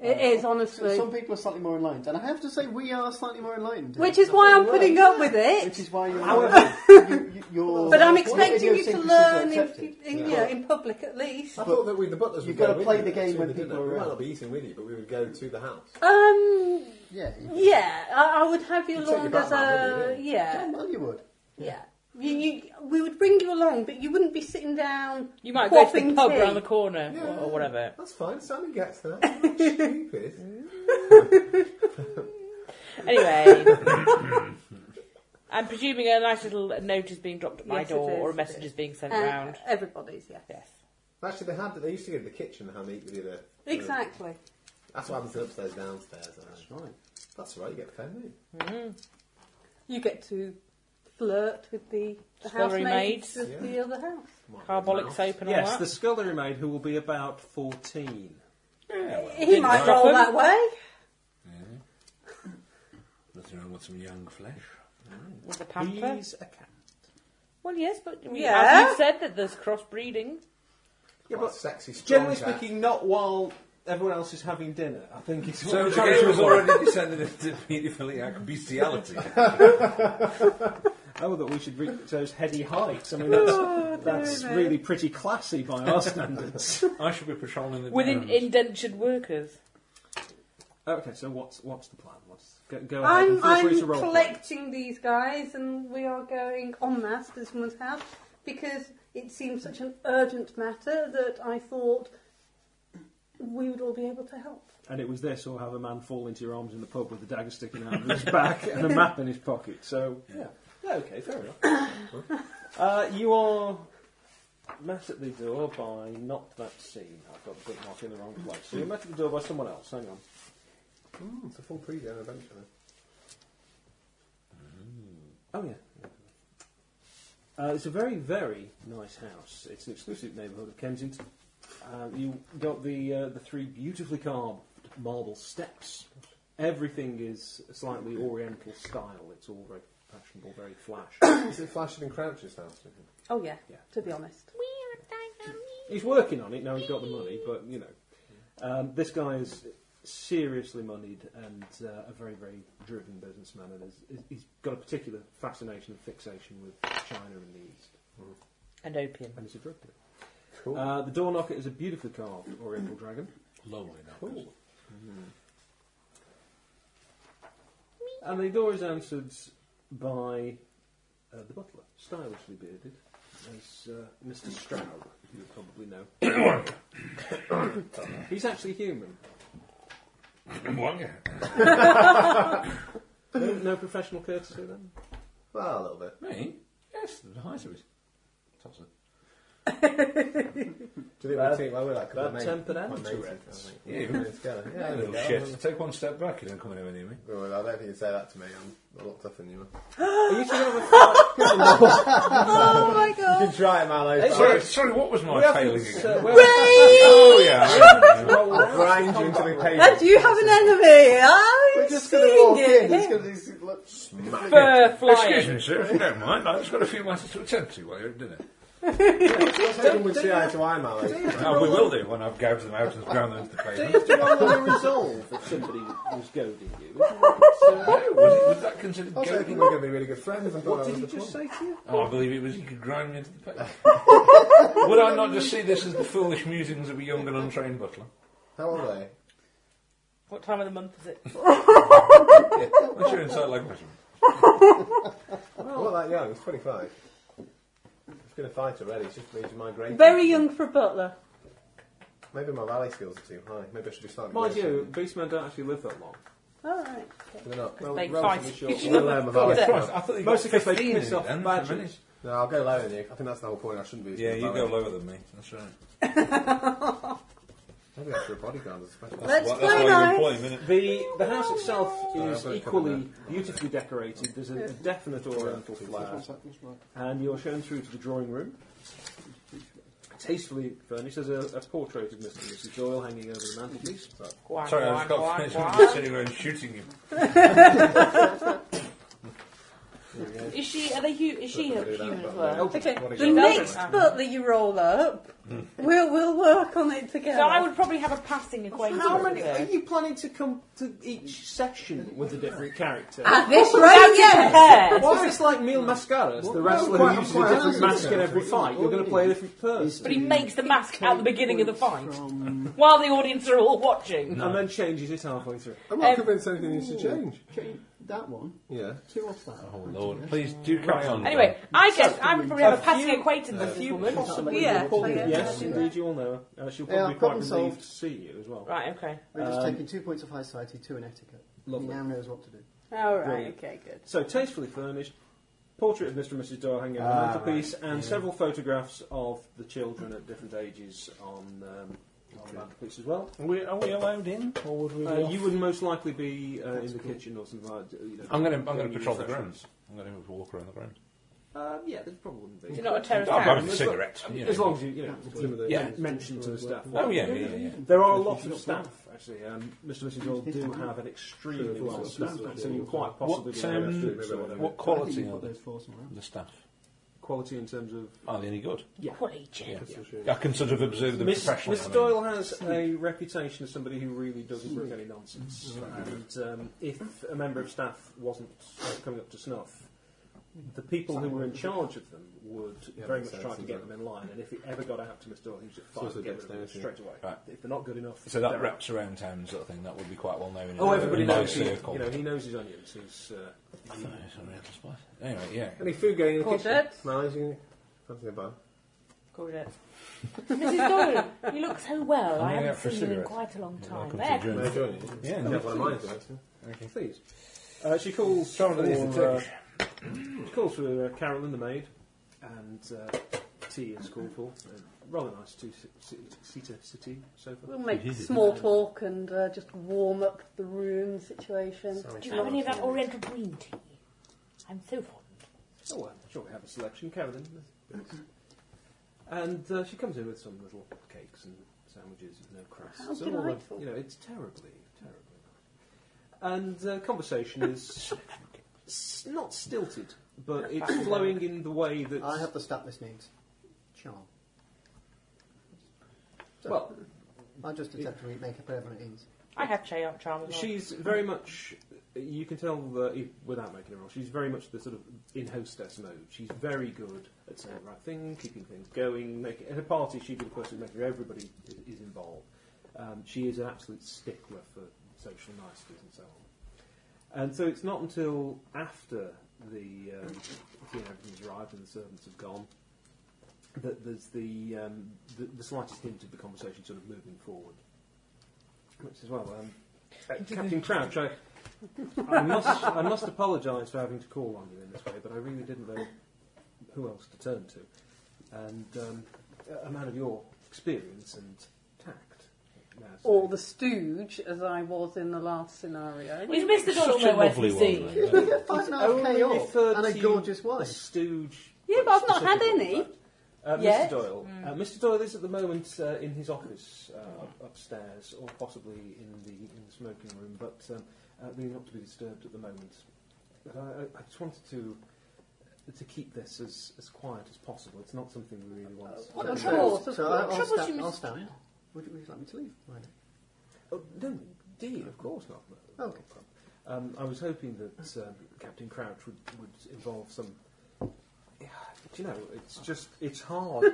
It is
So
honestly,
some people are slightly more enlightened, and I have to say we are slightly more enlightened.
which is why I'm putting up with
Which
it.
is why you're.
However-
you, you, you're
But I'm
your
expecting you to
idiosyncrasies are
learn in,
accepted.
in, you know, in public at least.
I thought that we, the butlers,
You've
would go
gotta
with
play
you
the game
to
when
the
people
dinner.
are
We might
around.
not be eating with you, but we would go to the house.
Um,
Yeah. you-
yeah, I, I would have you
You'd take
along
your
as
Batman,
a
wouldn't
yeah,
Well, you would.
yeah. You, you, we would bring you along, but you wouldn't be sitting down.
You might go to the
quaffing
pub
tea.
around the corner or, or whatever.
That's fine. Sammy gets that. I'm not stupid.
Anyway. I'm presuming a nice little note is being dropped at my
Yes, it
door
is,
or a
it
message
is.
is being sent
Uh,
round.
everybody's, yeah.
Yes.
Actually, they had. They used to go to the kitchen and have meat with you there.
Exactly.
That's what happens in upstairs, downstairs. I know.
Right.
That's all right. You get fed, don't you?
You get to flirt with the, the
Scullery maids.
housemaids of the other house.
Come on,
Carbolic
mouse.
soap and
Yes,
all
the
that.
scullery maid who will be about 14.
He might
drop
roll
him.
that way.
Mm-hmm. Nothing wrong with some young flesh.
With the pamper.
He's a cat.
Well, yes, but we-
Yeah.
as you said that there's crossbreeding.
Yeah,
but
but sexy. strong
Generally
cat.
speaking, not while everyone else is having dinner. I think it's what
So
we're
the
trying to
game has
avoid.
already descended into pedophiliac bestiality.
Oh, that we should reach those heady heights. I mean, that's,
Oh,
that's
dear me.
really pretty classy by our standards.
I should be patrolling the
With in-
grounds.
indentured workers.
okay, so what's what's the plan? What's, go, go ahead and
I'm,
feel free to
I'm
roll.
collecting these guys and we are going en masse to this woman's house because it seemed such an urgent matter that I thought we would all be able to help.
and it was this, or have a man fall into your arms in the pub with a dagger sticking out of his back and a map in his pocket. So yeah, yeah okay, fair enough. uh, you are met at the door by not that scene. I've got the bookmark in the wrong place. So you're met at the door by someone else. Hang on.
Mm, it's a full pre-game adventure. then.
Oh yeah. Uh, it's a very, very nice house. It's an exclusive neighbourhood of Kensington. Uh, you got the uh, the three beautifully carved marble steps. Everything is slightly Oriental style. It's all very fashionable, very flash.
Is it flashing and crouches house? do you think?
Oh yeah,
Yeah.
to be honest.
We're dying.
he's working on it now. He's got the money, but you know, um, this guy is seriously moneyed and uh, a very, very driven businessman, and is, is, he's got a particular fascination and fixation with China and the East.
And opium.
And he's a drug dealer. Uh, the door knocker is a beautifully carved Oriental dragon.
Lovely knocker.
And the door is answered by uh, the butler, stylishly bearded, as uh, Mr. Stroud, you would probably know. He's actually human. No, no professional courtesy then?
Well, a little bit.
Me? Yes, the high series. Toss it.
Do you think we'll take well, we're like
bad
mate-
tempered
my
and
mate-
Tourette's.
I think.
Yeah.
Yeah, together. Yeah,
Yeah,
there we
little
go.
shit. Take one step back, you don't come anywhere near me.
Well, I don't think you'd say that to me. I'm a lot tougher than you are.
Are you sure you have a fight?
Oh my
You
god!
can try it, Marlo.
Hey,
but
Sorry, sorry, what was my
We have to-
failing again?
so- well,
Oh, yeah.
roll
I'll
out.
grind you into the
And
pavement.
you have an enemy! Are you
We're just going to
seeing
walk in. It's
it?
going to just look.
Fur
Excuse
flying.
me, sir, if you don't mind, I've just got a few matters to attend to while you're at dinner.
Let's take them with see eye to eye, Marlo.
Oh, we will do when I've gouged them out and ground them into the
Do you
pavement.
have to roll a resolve if somebody was goading you?
No, was, it, was that considered
I was
goading?
hoping we were going to be really good friends. I thought
What
that
did
was
he
the
just
point.
say to you?
Oh, I believe it was he could grind me into the pavement. Would I not just see this as the foolish musings of a young and untrained butler?
How old are they?
What time of the month is it?
What's your inside language?
I'm not that young. He's 25. He's going to fight already. It's just he's migrating.
Very young for a butler.
Maybe my rally skills are too high. Maybe I should do slightly
Mind
worse.
you, beastmen don't actually live that long.
Alright.
They're not.
Well,
They
relatively
fight.
short.
Each
I'll
other.
learn my valley
Yeah.
skills.
Christ, I thought you
Mostly
got
'cause they
15
piss
in
off
it then,
badgers.
for minutes.
No, I'll go lower than you. I think that's the whole point. I shouldn't be.
Yeah,
using
you
my
go
valley.
lower than me. That's right.
Maybe after a bodyguard is special.
Let's
Well,
play
you're
nice.
employing, isn't it?
The, the house itself is
I've got a couple
equally beautifully decorated. There's a, a definite oriental flair. And you're shown through to the drawing room. Tastefully furnished. There's a, a portrait of Mr. and Mrs. Doyle hanging over the mantelpiece.
Guan,
Sorry, I
guan,
just got
guan,
finished
guan.
sitting around shooting you.
Is she? Are they? Hu- is she
Don't do that,
human as
but
well?
Okay,
What
the
is it?
next
Doesn't.
butler you roll up, we'll, we'll work on it together.
Hmm. So I would probably have a passing acquaintance.
How
with
many
her.
are you planning to come to each session with a different character?
At Ah, this rate, yes!
Hair.
Why is this like Mil Mascaras, the wrestler
quite-
who uses a
quite
different
honestly,
mask in
sir.
every fight? You're going to play a different
But
person.
he makes the mask at the beginning of the fight while the audience are all watching.
And then changes it halfway through.
I'm not
Um,
convinced anything needs to change.
That one,
Yeah.
two off that.
Oh, Lord. Please do carry on.
Anyway, I guess I would probably have a passing
few-
acquaintance
A
with this
few
woman.
possible
Yeah,
people.
I guess.
Yes, indeed, you all know. her. Uh, she'll
Yeah,
probably be quite
problem
relieved
solved.
to see you as well.
Right. Okay.
We're just
Um,
taking two points of high society, two in etiquette.
Lovely.
He now knows what to do.
Alright,
Brilliant.
okay, good.
So tastefully furnished, portrait of Mr. and Mrs. Doyle hanging on the
Ah,
mantelpiece, and several photographs of the children at different ages on, um, on the mantelpiece as well.
Are we, are we allowed in, or would we?
Uh, you would most likely be uh, in the kitchen or something. Like, you know,
I'm going to I'm going
doing
to patrol the
refreshments.
grounds. I'm going to walk around the grounds.
Um, yeah, there's probably wouldn't
Is
be.
it not a terrorist
I'm
act?
having a cigarette. you
As
know.
long as you, you know, presumably
Yeah.
it's mentioned to the staff.
Oh yeah, yeah, yeah. yeah.
There are a lot of staff, actually. Um, Mr. and Mrs. Doyle do have an extremely well staff, so you quite possibly
What,
be able to
um,
do it, so whatever.
what
I think
quality
you
are
put
they?
those four somewhere else.
The staff
quality in terms of
are they any good?
Quality check.
I can sort of observe the Hmm.
Miss,
profession. I
Mr.
mean.
Doyle has a reputation as somebody who really doesn't
Hmm.
brook any nonsense. And um, if a member of staff wasn't coming up to snuff, the people who were in charge of them would very much
makes
try to
sense,
get them in line. And if it ever got out to Mr. Doyle, he was
also
fine, get rid of them
dexterity.
straight away.
Right.
If they're not good enough,
So that
they're out.
wraps around town sort of thing. That would be quite well known. in
Oh,
a-
everybody
in a
knows. He, you
circle.
know, he knows his onions. He's, uh,
Sorry, it's a real spot. Anyway, yeah.
Any food going in the kitchen?
Courgettes.
Marlo's going to. Something about.
Courgette. Mrs. Doyle, you look so well. I
going
haven't
out for a
seen you in
cigarette.
quite a long time.
Welcome
There.
to the
May I
journey.
join you?
Yeah,
You have one of mine, don't you?
please. Uh, she calls for,
underneath the
uh, she calls for uh, Carolyn, the maid, and uh, tea is called for. Uh, rather nice two-seater city sofa.
We'll make small talk and uh, just warm up the room situation.
Sorry,
Do you have any of that Oriental green tea? I'm so fond.
Oh, well, I'm sure we have a selection, Carolyn. And uh, she comes in with some little cakes and sandwiches, no crusts.
How
and all the-
delightful.
you know, it's terribly, terribly. nice. And uh, conversation is s- not stilted, but it's flowing in the way that
I have the stat this needs. Charm.
well,
I just attempt to make a bit of an ease.
I have tra- trauma.
She's very much. You can tell that e- without making a roll, she's very much the sort of in hostess mode. She's very good at saying the right thing, keeping things going. Make, at a party, she'd be the person making sure everybody is, is involved. Um, she is an absolute stickler for social niceties and so on. And so it's not until after the um, you know, everything's arrived and the servants have gone that there's the, um, the the slightest hint of the conversation sort of moving forward. Which is well, um, uh, Captain Crouch, I, I must I must apologise for having to call on you in this way, but I really didn't know who else to turn to, and um, a- a man of your experience and tact. Now, so-
Or the stooge, as I was in the last scenario.
We've missed the
Such a lovely one. though.
Five and a half
Only
K off
referred
and a
to
gorgeous
A
wife.
stooge.
Yeah, but I've not had
specifically,
any Mm.
but, Uh, Mr.
yet.
Doyle. Uh, Mr. Doyle is at the moment uh, in his office uh, up- upstairs, or possibly in the in the smoking room, but um, uh, really not to be disturbed at the moment. But I, I- I just wanted to to keep this as, as quiet as possible. It's not something we really
Uh,
want. to-
Of
So-
course, of
so I-
course.
I'll,
Troubles
sta-
you
I'll
must-
stand. Would you, would you like me to leave? Why not?
Oh, no, indeed, of course not. no, no
Oh, Okay.
problem. Um, I was hoping that um, Captain Crouch would, would involve some. Yeah, do you know, it's just it's hard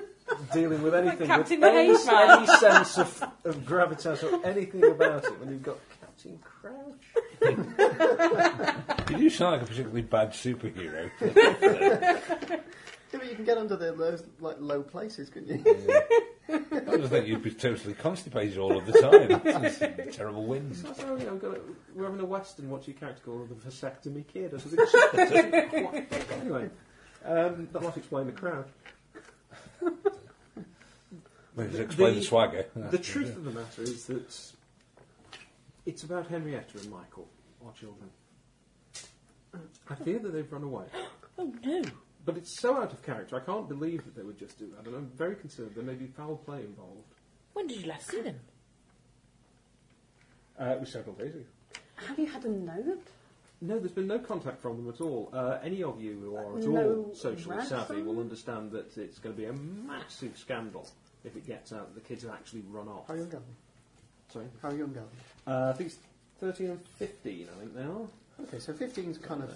dealing with anything with
Captain
any,
Hayes, man.
any sense of, of gravitas or anything about it when you've got Captain Crouch.
You do sound like a particularly bad superhero.
Yeah, but you can get under the, those like low places, couldn't you?
I just think you'd be totally constipated all of the time. It's just terrible winds.
That's how, you know, got a, we're having a Western, what's your character called? The vasectomy kid. Or something. It doesn't quite- anyway, um, that might explain the crowd.
Well, to explain the,
The-
swagger.
the truth of the matter is that it's about Henrietta and Michael, our children. I fear that they've run away.
Oh no!
But it's so out of character, I can't believe that they would just do that, and I'm very concerned there may be foul play involved.
When did you last see them?
Uh, it was several days ago.
Have you had a note?
No, there's been no contact from them at all. Uh, any of you who are at
No
all socially savvy
ransom?
will understand that it's going to be a massive scandal if it gets out that the kids have actually run off.
How young are they?
Sorry?
How young are
Uh, I think it's 13 and 15, I think they are.
they? Okay, so 15's kind of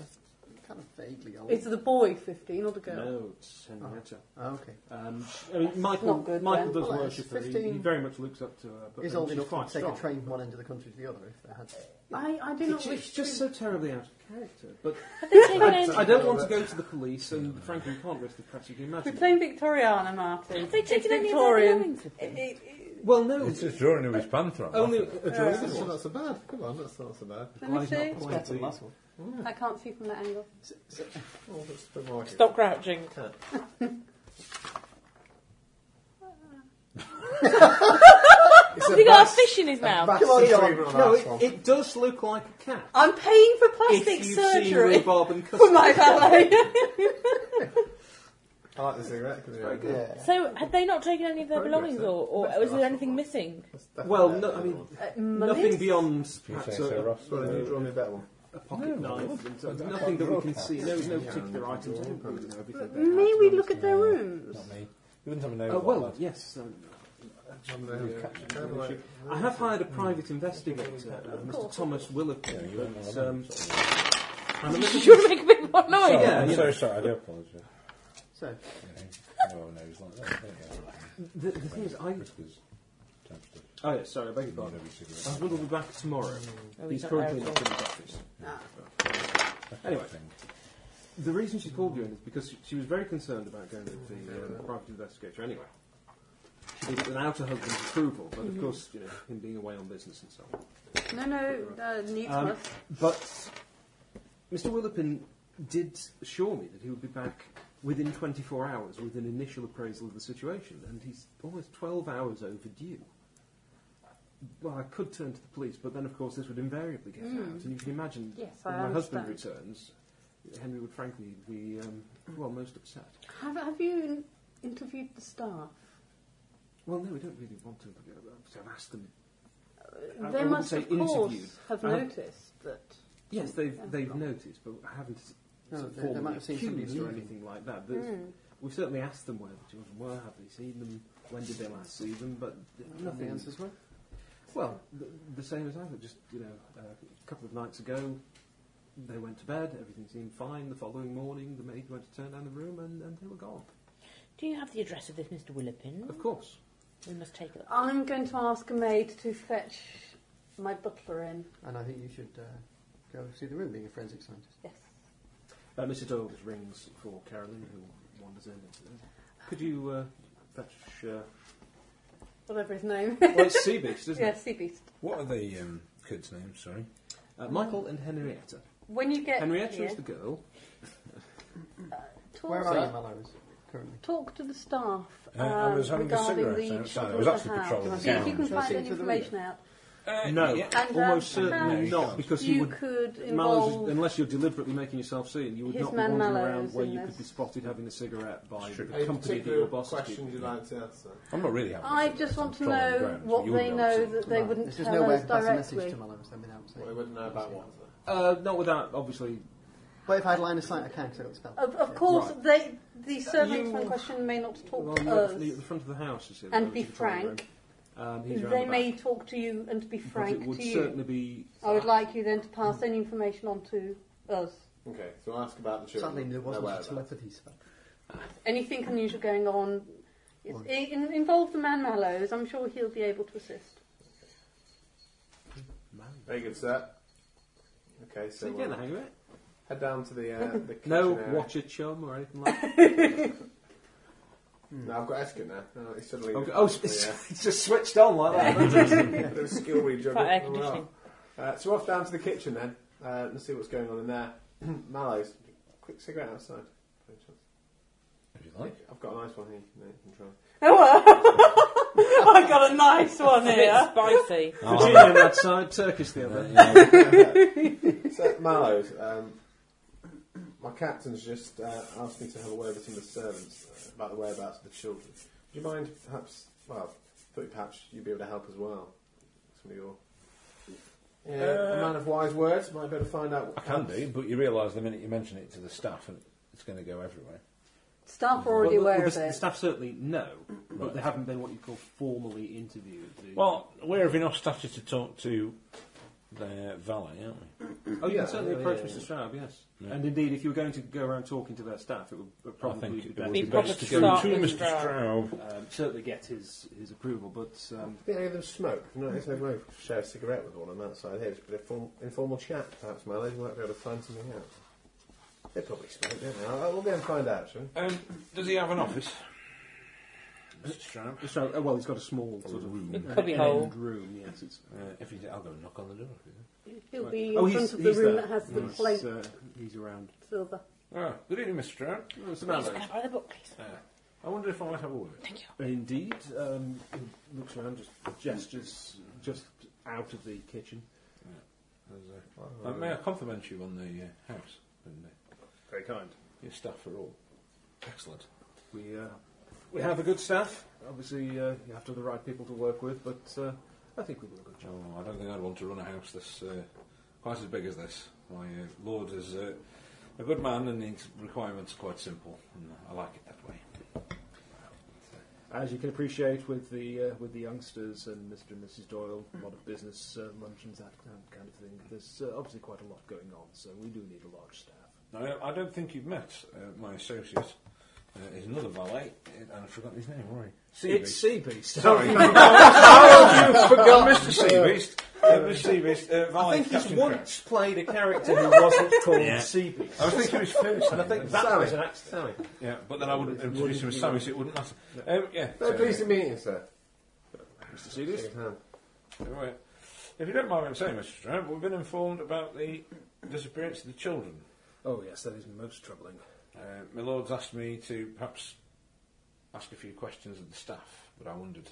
kind of vaguely old.
Is the boy 15 or the girl?
No, it's Henrietta.
oh, okay.
Um, I mean, Michael,
not good,
Michael
then.
does
Well,
worship her. He, he
15
very much looks up to her. But
Is
then
old
she's
enough to
quite
take
strong.
a train from one end of the country to the other if they had.
I, I do not
It's,
wish
it's just so
to-
terribly out of character. But
Have
I don't want to go to the police, and frankly, you can't risk the press. You can
We're
imagine.
playing Victoriana, Martin.
they
It's
taken any of their
Victorian.
belongings?
It- it- it-
well, no,
It's just drawing him his panther on.
only a
wasn't it?
drawing
That's
one.
not so bad. Come on, that's not so bad.
Let me
Why is not
see.
quite
Better than
the-
last one.
I can't see from that angle.
Oh, that's a bit more like it.
Stop crouching.
It's a
Has he got a
bas-
fish in his mouth?
bastard
on, John.
cerebral
No,
arsehole.
it, it does look like a cat.
I'm paying for
If
plastic
you've seen
surgery
rhubarb and
for
custard.
my valet.
I like the cigarette. It's very good.
Yeah.
So, had they not taken any of their
Progress,
belongings,
eh?
or, or
That's
was
the
there
last
anything
one.
missing?
That's definitely
Well,
better
no,
than
I
the
mean,
other one.
Money?
Nothing beyond
You
perhaps
say so,
a,
Ross?
Well, then you draw me a better one.
a pocket knife. and so- Nothing that we can see. No, no particular items. I don't really know everything. they
May
had.
we look at their rooms?
Not me. You wouldn't have known.
Uh,
what
well,
that-
yes. um,
One there,
uh,
one there.
I have hired a private investigator, uh, Mr. Thomas Willoughby, but um, I'm a little
You should make a bit more noise.
yeah,
Sorry, Oh, I'm
yeah.
so sorry, I do apologise.
So,
Everyone knows like that, don't
The, the thing is, I.
you? Because type stuff.
Oh, yeah, sorry, I beg your
You
pardon.
know, we should
I
do
will be back tomorrow.
Oh,
He's
he's not
currently
there
not in his office.
that.
Anyway.
Thing.
The reason she called you in is because she, she was very concerned about going with the um, private investigator anyway. She did it without her husband's approval, but
Mm-hmm.
of course, you know, him being away on business and so on.
No, no, uh, needs
Um,
must.
But Mr. Willopin did assure me that he would be back within 24 hours with an initial appraisal of the situation, and he's almost 12 hours overdue. Well, I could turn to the police, but then, of course, this would invariably get out, and you can imagine
Hmm. Yes,
when
I
my husband
understand.
returns, Henry would frankly be, um, well, most upset.
Have, have you in- interviewed the staff?
Well, no, we don't really want to. I've asked them. I
They
wouldn't
must,
say
of course,
interviewed. Um,
have
I have-
noticed that.
Yes, they've,
Yeah.
they've noticed, but I haven't
No,
sort of
Oh, they- they
formally
might have seen somebody Hmm.
accused or
leaving.
anything like that. There's- We've certainly asked them where the children were, have they seen them, when did they last see them, but
nothing
nothing.
answers were.
Well, the, the same as I did. Just you know, uh, a couple of nights ago, they went to bed. Everything seemed fine. The following morning, the maid went to turn down the room, and, and they were gone.
Do you have the address of this Mr. Willopin?
Hmm.
Of course.
We must take it.
I'm going to ask a maid to fetch my butler in.
And I think you should uh, go see the room, being a forensic scientist.
Yes.
Uh, Mrs. Doyle rings for Carolyn, who wanders in. Could you uh, fetch? Uh,
Whatever his name.
well, it's Sea Beast, isn't
yeah,
it?
sea beast.
What are the um, kids' names? Sorry.
Uh, Michael and Henrietta.
When you get
Henrietta
here,
is the girl.
talk,
Where are you, Mallows, currently?
talk to the staff
Uh, I was
um,
having a
regarding
cigarette
the
outside. I
children
was
of
actually
the
patrolling
house.
the
See if you
town.
can
So
find
see
that
to the
information out.
No,
yeah.
And, um,
almost
No,
certainly
you
not,
can't.
because you
You
would.
could
Mallows is-
involve
unless you're deliberately making yourself seen, you would
His
not be
man
wandering
Mallows
around where
in
you
this.
could be spotted having a cigarette by
True.
the
Any
company that
particular
your boss is
questions
keeping.
you'd like to answer?
I'm not really. having a
I
cigarette,
just
I'm
want to
trolling the
know
grounds, but
what
you
they
would
know
obviously.
that they
Right,
wouldn't
There's just
tell
no way
us
to pass a message
directly.
to Mallows then without saying.
Well, he wouldn't know about what.
Uh, not without, obviously.
But if I had line of sight, I can because I got spelled.
Of, of course,
Right.
they, the servants
you-
in question may not talk
Well,
to
you're at
us.
the, at the front of the house, you see.
And
the
be
control room.
frank.
Um, he's around
They
the
may
back.
talk to you and to be
but
frank
it would
to you.
certainly be.
I would like you then to pass any information on to us.
Okay, so ask about the children.
Sadly, there wasn't
their
a
whereabouts.
telepathy spell.
Anything unusual going on, it's, it, in, involve the man Mallows. I'm sure he'll be able to assist.
Very good, sir. Okay, so
So you get the
we'll
hang of it.
head down to the, uh, the kitchen
No
area.
watcher chum or anything like that.
No, I've got Eskin now. No, it's suddenly
Okay. Oh, it's,
yeah.
it's just switched on like that.
Bit of skill rejuggle.
Quite air
Oh,
conditioning.
well. Uh, so off down to the kitchen then, uh, and see what's going on in there. Mallows, quick cigarette outside. by any chance?
If you like.
I've got a nice one here. No, you can try.
I got a nice one
It's a bit spicy.
Virginia on that side, Turkish the other.
Um,
So, Mallows, um, my captain's just uh, asked me to have a word with some of the servants uh, about the whereabouts of the children. Do you mind, perhaps, well, thought perhaps you'd be able to help as well. Some of your. Yeah, a man of wise words might be able to find out.
I can do, but you realise the minute you mention it to the staff, and it's going to go everywhere.
Staff are already
Well, the-
aware
well,
of
the, the
it.
staff certainly know, but they haven't been what you call formally interviewed. The-
Well, we're of enough stature to talk to their valet, aren't we?
oh, you
yeah,
can certainly
yeah,
approach
yeah,
Mr. Stroud, yes. And indeed, if you were going to go around talking to their staff, it would uh,
I
probably
think
be
it
better
would
be
be
to go
proper
best to
to
go
start
to
with
Mr.
Stroud.
Stroud.
um, certainly get his, his approval. But um,
Did any of them smoke? No, there's no way to share a cigarette with one on that side here. It's a bit of form, informal chat, perhaps, Mallows. You might be able to find something out. They probably smoke, don't they? I'll, we'll go and find out, shall we?
Um, does he have an office? Mr. Stroud.
so, uh, well, he's got a small sort of room.
A cubbyhole.
End room, yes. It's,
Uh, if he did, I'll go and knock on the door. if he did.
He'll be
oh,
in front
he's,
of the
he's
room
there.
that has the
He's,
plate
uh, he's around.
silver.
Ah, good evening, Mr. Stroud.
Oh, it's
Just
Mallows.
grab by the book, please.
Uh, I wonder if I might have a word.
Thank you.
Indeed. Um, he looks around, just gestures just out of the kitchen.
There's a- Uh, may I compliment you on the uh, house and uh,
Very kind.
your staff are all excellent.
We uh, we have a good staff. Obviously, uh, you have to have the right people to work with, but uh, I think we do a good job.
Oh, I don't think I'd want to run a house this uh, quite as big as this. My uh, lord is uh, a good man and his requirements are quite simple, and I like it that way.
As you can appreciate, with the uh, with the youngsters and Mr. and Mrs. Doyle, a lot of business uh, luncheons, that kind kind of thing. There's uh, obviously quite a lot going on, so we do need a large staff.
Now, I- I don't think you've met uh, my associate. Uh, he's another valet, uh, and I've forgotten his name, worry. Sea
it's
Beast.
Sea Beast.
Sorry. How have you forgotten Mr. Sea Beast? Uh, Mr. Sea Beast, uh, valet
I think he's
Captain Crouch.
once played a character who wasn't called
Yeah.
Sea Beast.
I was thinking of his first name.
I think
then.
that was an accident.
Sammy.
Yeah, but then I wouldn't introduce him as Sammy, so it wouldn't matter. Um, yeah.
Very
so-
pleased to meet you, sir.
Mr. Sea Beast.
Shake his hand.
uh, Right. If you don't mind me saying, Mr. Stroud, we've been informed about the disappearance of the children.
Oh yes, that is most troubling.
Uh, my lord's asked me to perhaps ask a few questions of the staff, but I wondered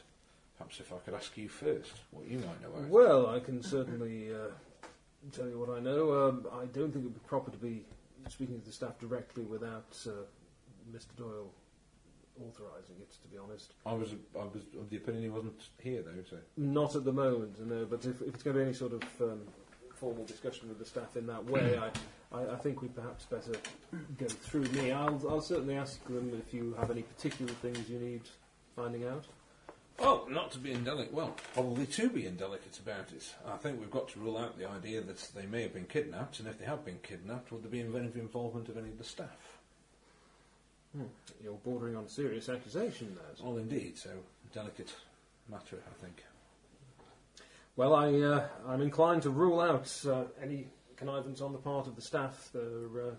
perhaps if I could ask you first what you might know about. it.
Well, I can certainly uh, tell you what I know. Um, I don't think it would be proper to be speaking to the staff directly without uh, Mr. Doyle authorising it, to be honest.
I was I was of the opinion he wasn't here though, so
Not at the moment, no, but if, if it's going to be any sort of um, formal discussion with the staff in that way, I, I, I think we perhaps better go through me. I'll, I'll certainly ask them if you have any particular things you need finding out.
Well, not to be indelicate. Well, probably to be indelicate about it. I think we've got to rule out the idea that they may have been kidnapped, and if they have been kidnapped, would there be any involvement of any of the staff?
You're bordering on a serious accusation there.
Well, indeed. So delicate matter, I think.
Well, I, uh, I'm inclined to rule out uh, any connivance on the part of the staff. They're, uh,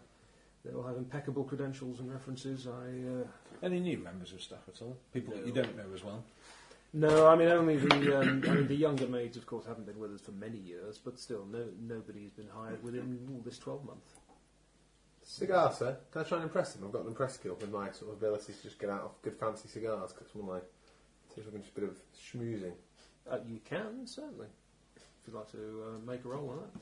they all have impeccable credentials and references. I uh,
Any new members of staff at all? People that you don't know as well.
no, I mean only the um, I mean the younger maids, of course, haven't been with us for many years, but still, no nobody has been hired within ooh, this twelve month.
Cigar, sir. Can I try and impress him? I've got an impress skill with my sort of ability to just get out of good fancy cigars. Because one like, see if I can just a bit of schmoozing.
Uh, you can certainly, if you'd like to uh, make a roll on that.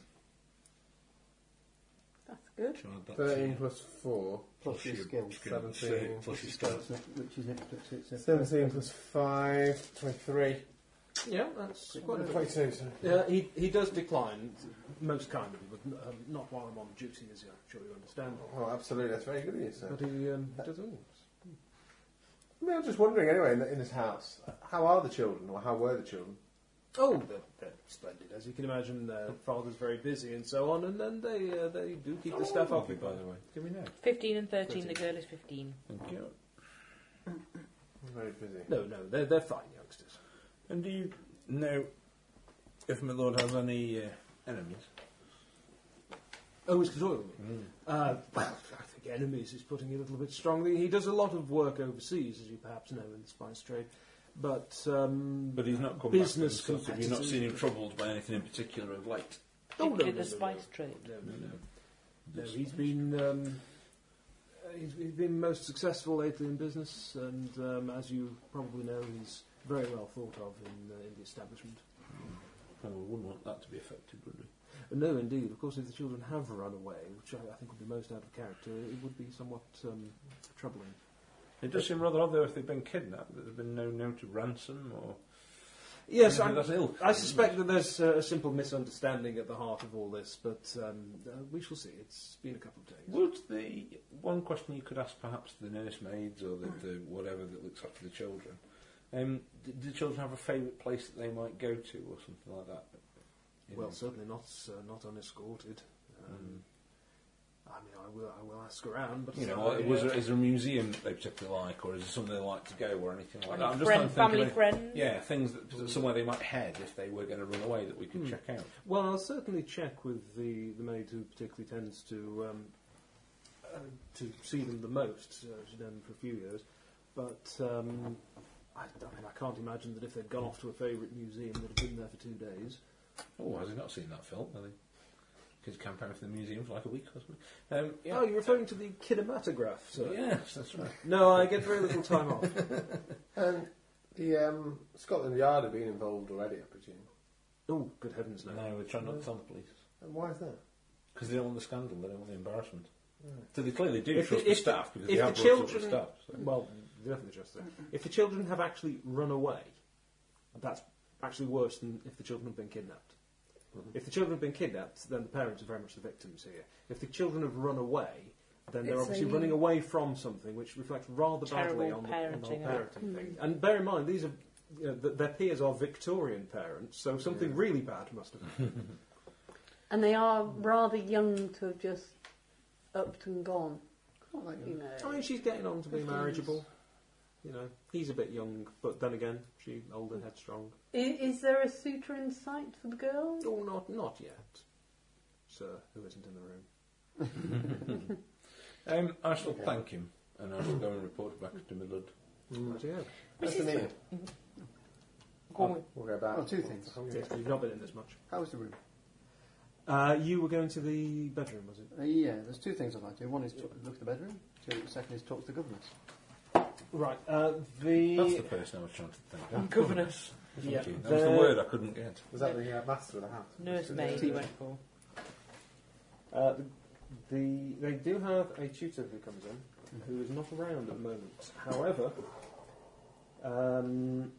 That's good.
Sure, that's-
Thirteen plus four.
Plus your skill.
Seventeen.
Plus your staff.
It's next- Which is next to it, so it's, uh,
Seventeen plus five. Twenty-three.
Yeah, that's quite a bit.
Twenty-two. Sir.
Yeah, Uh, he, he does decline, most kindly, but um, not while I'm on duty, as I'm sure you understand.
Oh, absolutely. That's very good of you, sir.
But he um, does all.
I mean, I was just wondering anyway, in, in this house, how are the children, or how were the children?
Oh, they're, they're splendid. As you can imagine, their father's very busy and so on, and then they uh, they do keep the staff
Oh, Lovely,
occupied.
by the way. Do we know?
15 and 13, the girl is 15.
Thank you.
Very busy.
No, no, they're, they're fine youngsters.
And do you know if my lord has any uh, enemies?
Oh, it's Cthulhu. Uh, well, I think enemies is putting it a little bit strongly. He does a lot of work overseas, as you perhaps know, in the spice trade. But um,
But he's not come
business
back. Business. You've not
competitors-
seen him troubled by anything in particular of late.
Oh, no,
Did
no, no,
the
no.
spice trade.
No, no,
Mm.
no. No, he's been um, uh, he's, he's been most successful lately in business, and um, as you probably know, he's very well thought of in, uh, in the establishment.
Oh, we wouldn't want that to be affected, would we?
Uh, no, indeed. Of course, if the children have run away, which I, I think would be most out of character, it would be somewhat um, troubling.
It does seem rather odd, though, if they've been kidnapped, that there's been no note of ransom or.
Yes,
Anything
I,
of that ilk.
I suspect that there's uh, a simple misunderstanding at the heart of all this, but um, uh, we shall see. It's been a couple of days.
Would the one question you could ask perhaps the nursemaids or the, the whatever that looks after the children? Um, d- do the children have a favourite place that they might go to or something like that? You
Well,
know,
certainly not uh, not unescorted. Um, I mean, I will I will ask around, but
Hmm.
uh,
you know,
I,
like, was there, is there a museum that they particularly like, or is there somewhere they like to go, or anything like that? I'm just
friend,
trying to think
family
of any-
friend.
Yeah, things that somewhere they might head if they were going to run away that we could check out.
Well, I'll certainly check with the, the maid who particularly tends to um, uh, to see them the most. Uh, she's known them for a few years, but um, I, I mean, I can't imagine that if they'd gone off to a favourite museum, they'd have been there for two days.
Oh, has he not seen that film? Are they? Kids camp out for the museum for like a week or something. Um, yeah.
Oh, you're referring to the kinematograph, sir?
yes, that's right.
No, I get very little time off.
And the um, Scotland Yard have been involved already, I presume.
Oh, good heavens, no.
No, we're trying not to tell the police
And why is that?
because they don't want the scandal. They don't want the embarrassment. So they clearly do
If the-
trust the
if the-
staff because
if
they
the
have brought up the
children-
staff. So.
Well, definitely just that. If the children have actually run away, that's actually worse than if the children have been kidnapped.
Mm-hmm.
If the children have been kidnapped, then the parents are very much the victims here. If the children have run away, then they're
It's
obviously
a-
running away from something, which reflects rather badly
Terrible
on the, on the whole
parenting, isn't it? Hmm.
parenting thing. And bear in mind, these are you know, th- their peers are Victorian parents, so something really bad must have happened.
And they are rather young to have just upped and gone.
not that
You
young.
know.
I mean, she's getting on to be marriageable. You know, he's a bit young, but then again, she's old and headstrong.
I- Is, there a suitor in sight for the girl?
Oh, not not yet, sir. Who isn't in the room?
Um, I shall thank him, and I shall go and report back to my lord.
But Mm, yeah,
That's the meeting.
Go on.
We'll go back.
Oh, two things.
yes, you've not been in this much.
How was the room?
Uh, you were going to the bedroom, was it?
Uh, yeah, there's two things I'd like to do. One is to look at the bedroom. Two, the second is talk to the governess.
Right. Uh, the
That's the person I was trying to think. of.
Governess.
Thank
Yeah.
you. That was the
The-
word I couldn't get.
Was that the uh, master of the house?
Nursemaid, he went for.
uh, the, the they do have a tutor who comes in, who is not around at the moment. However, um,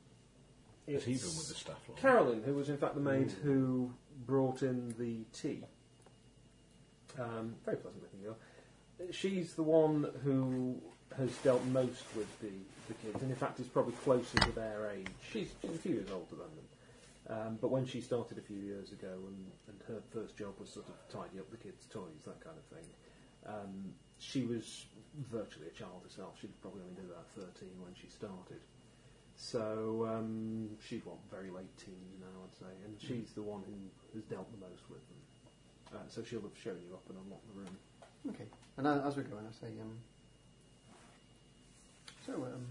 Has he been
it's-
with the staff? long?
Carolyn, who was in fact the maid who brought in the tea, um, very pleasant looking girl, she's the one who has dealt most with the, the kids, and in fact is probably closer to their age. She's, she's a few years older than them. Um, but when she started a few years ago, and, and her first job was sort of tidy up the kids' toys, that kind of thing, um, she was virtually a child herself. She'd probably only been about 13 when she started. So um, she's, what, very late teens now, I'd say, and
Hmm.
she's the one who has dealt the most with them. Uh, so she'll have shown you up and unlocked the room.
Okay. And I, as we're going, I say, um, so, um,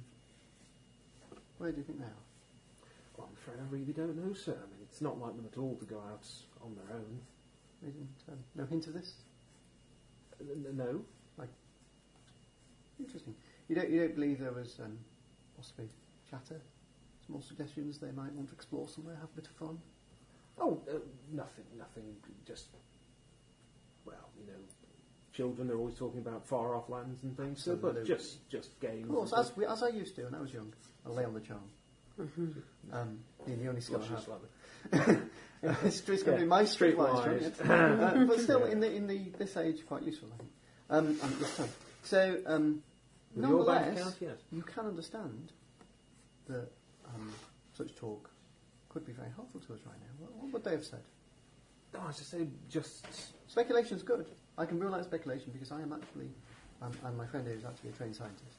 where do you think they are?
Well, I'm afraid I really don't know, sir. I mean, it's not like them at all to go out on their own.
They didn't, um, no hint of this?
Uh, N- n- no.
Like, interesting. You don't, you don't believe there was um, possibly chatter? Small suggestions they might want to explore somewhere, have a bit of fun?
Oh, uh, nothing, nothing. Just, well, you know, children are always talking about far off lands and things, so, but
Absolutely.
just, just games.
Of course,
and
as, we, as I used to when I was young, I lay on the charm.
Mm-hmm.
um, the, the only skill I
Blushes
have.
slightly.
it's it's going to be my
Street
streetwise,
wise.
John, yeah. uh, but still, in the in the this age, quite useful, I think. Um, um, yes, sorry. so, um,
With your bank
nonetheless,
account, yes.
you can understand that um, such talk could be very helpful to us right now. What, what would they have said?
No, I should say just.
Speculation's good. I can rule out speculation because I am actually, um, and my friend here is actually a trained scientist.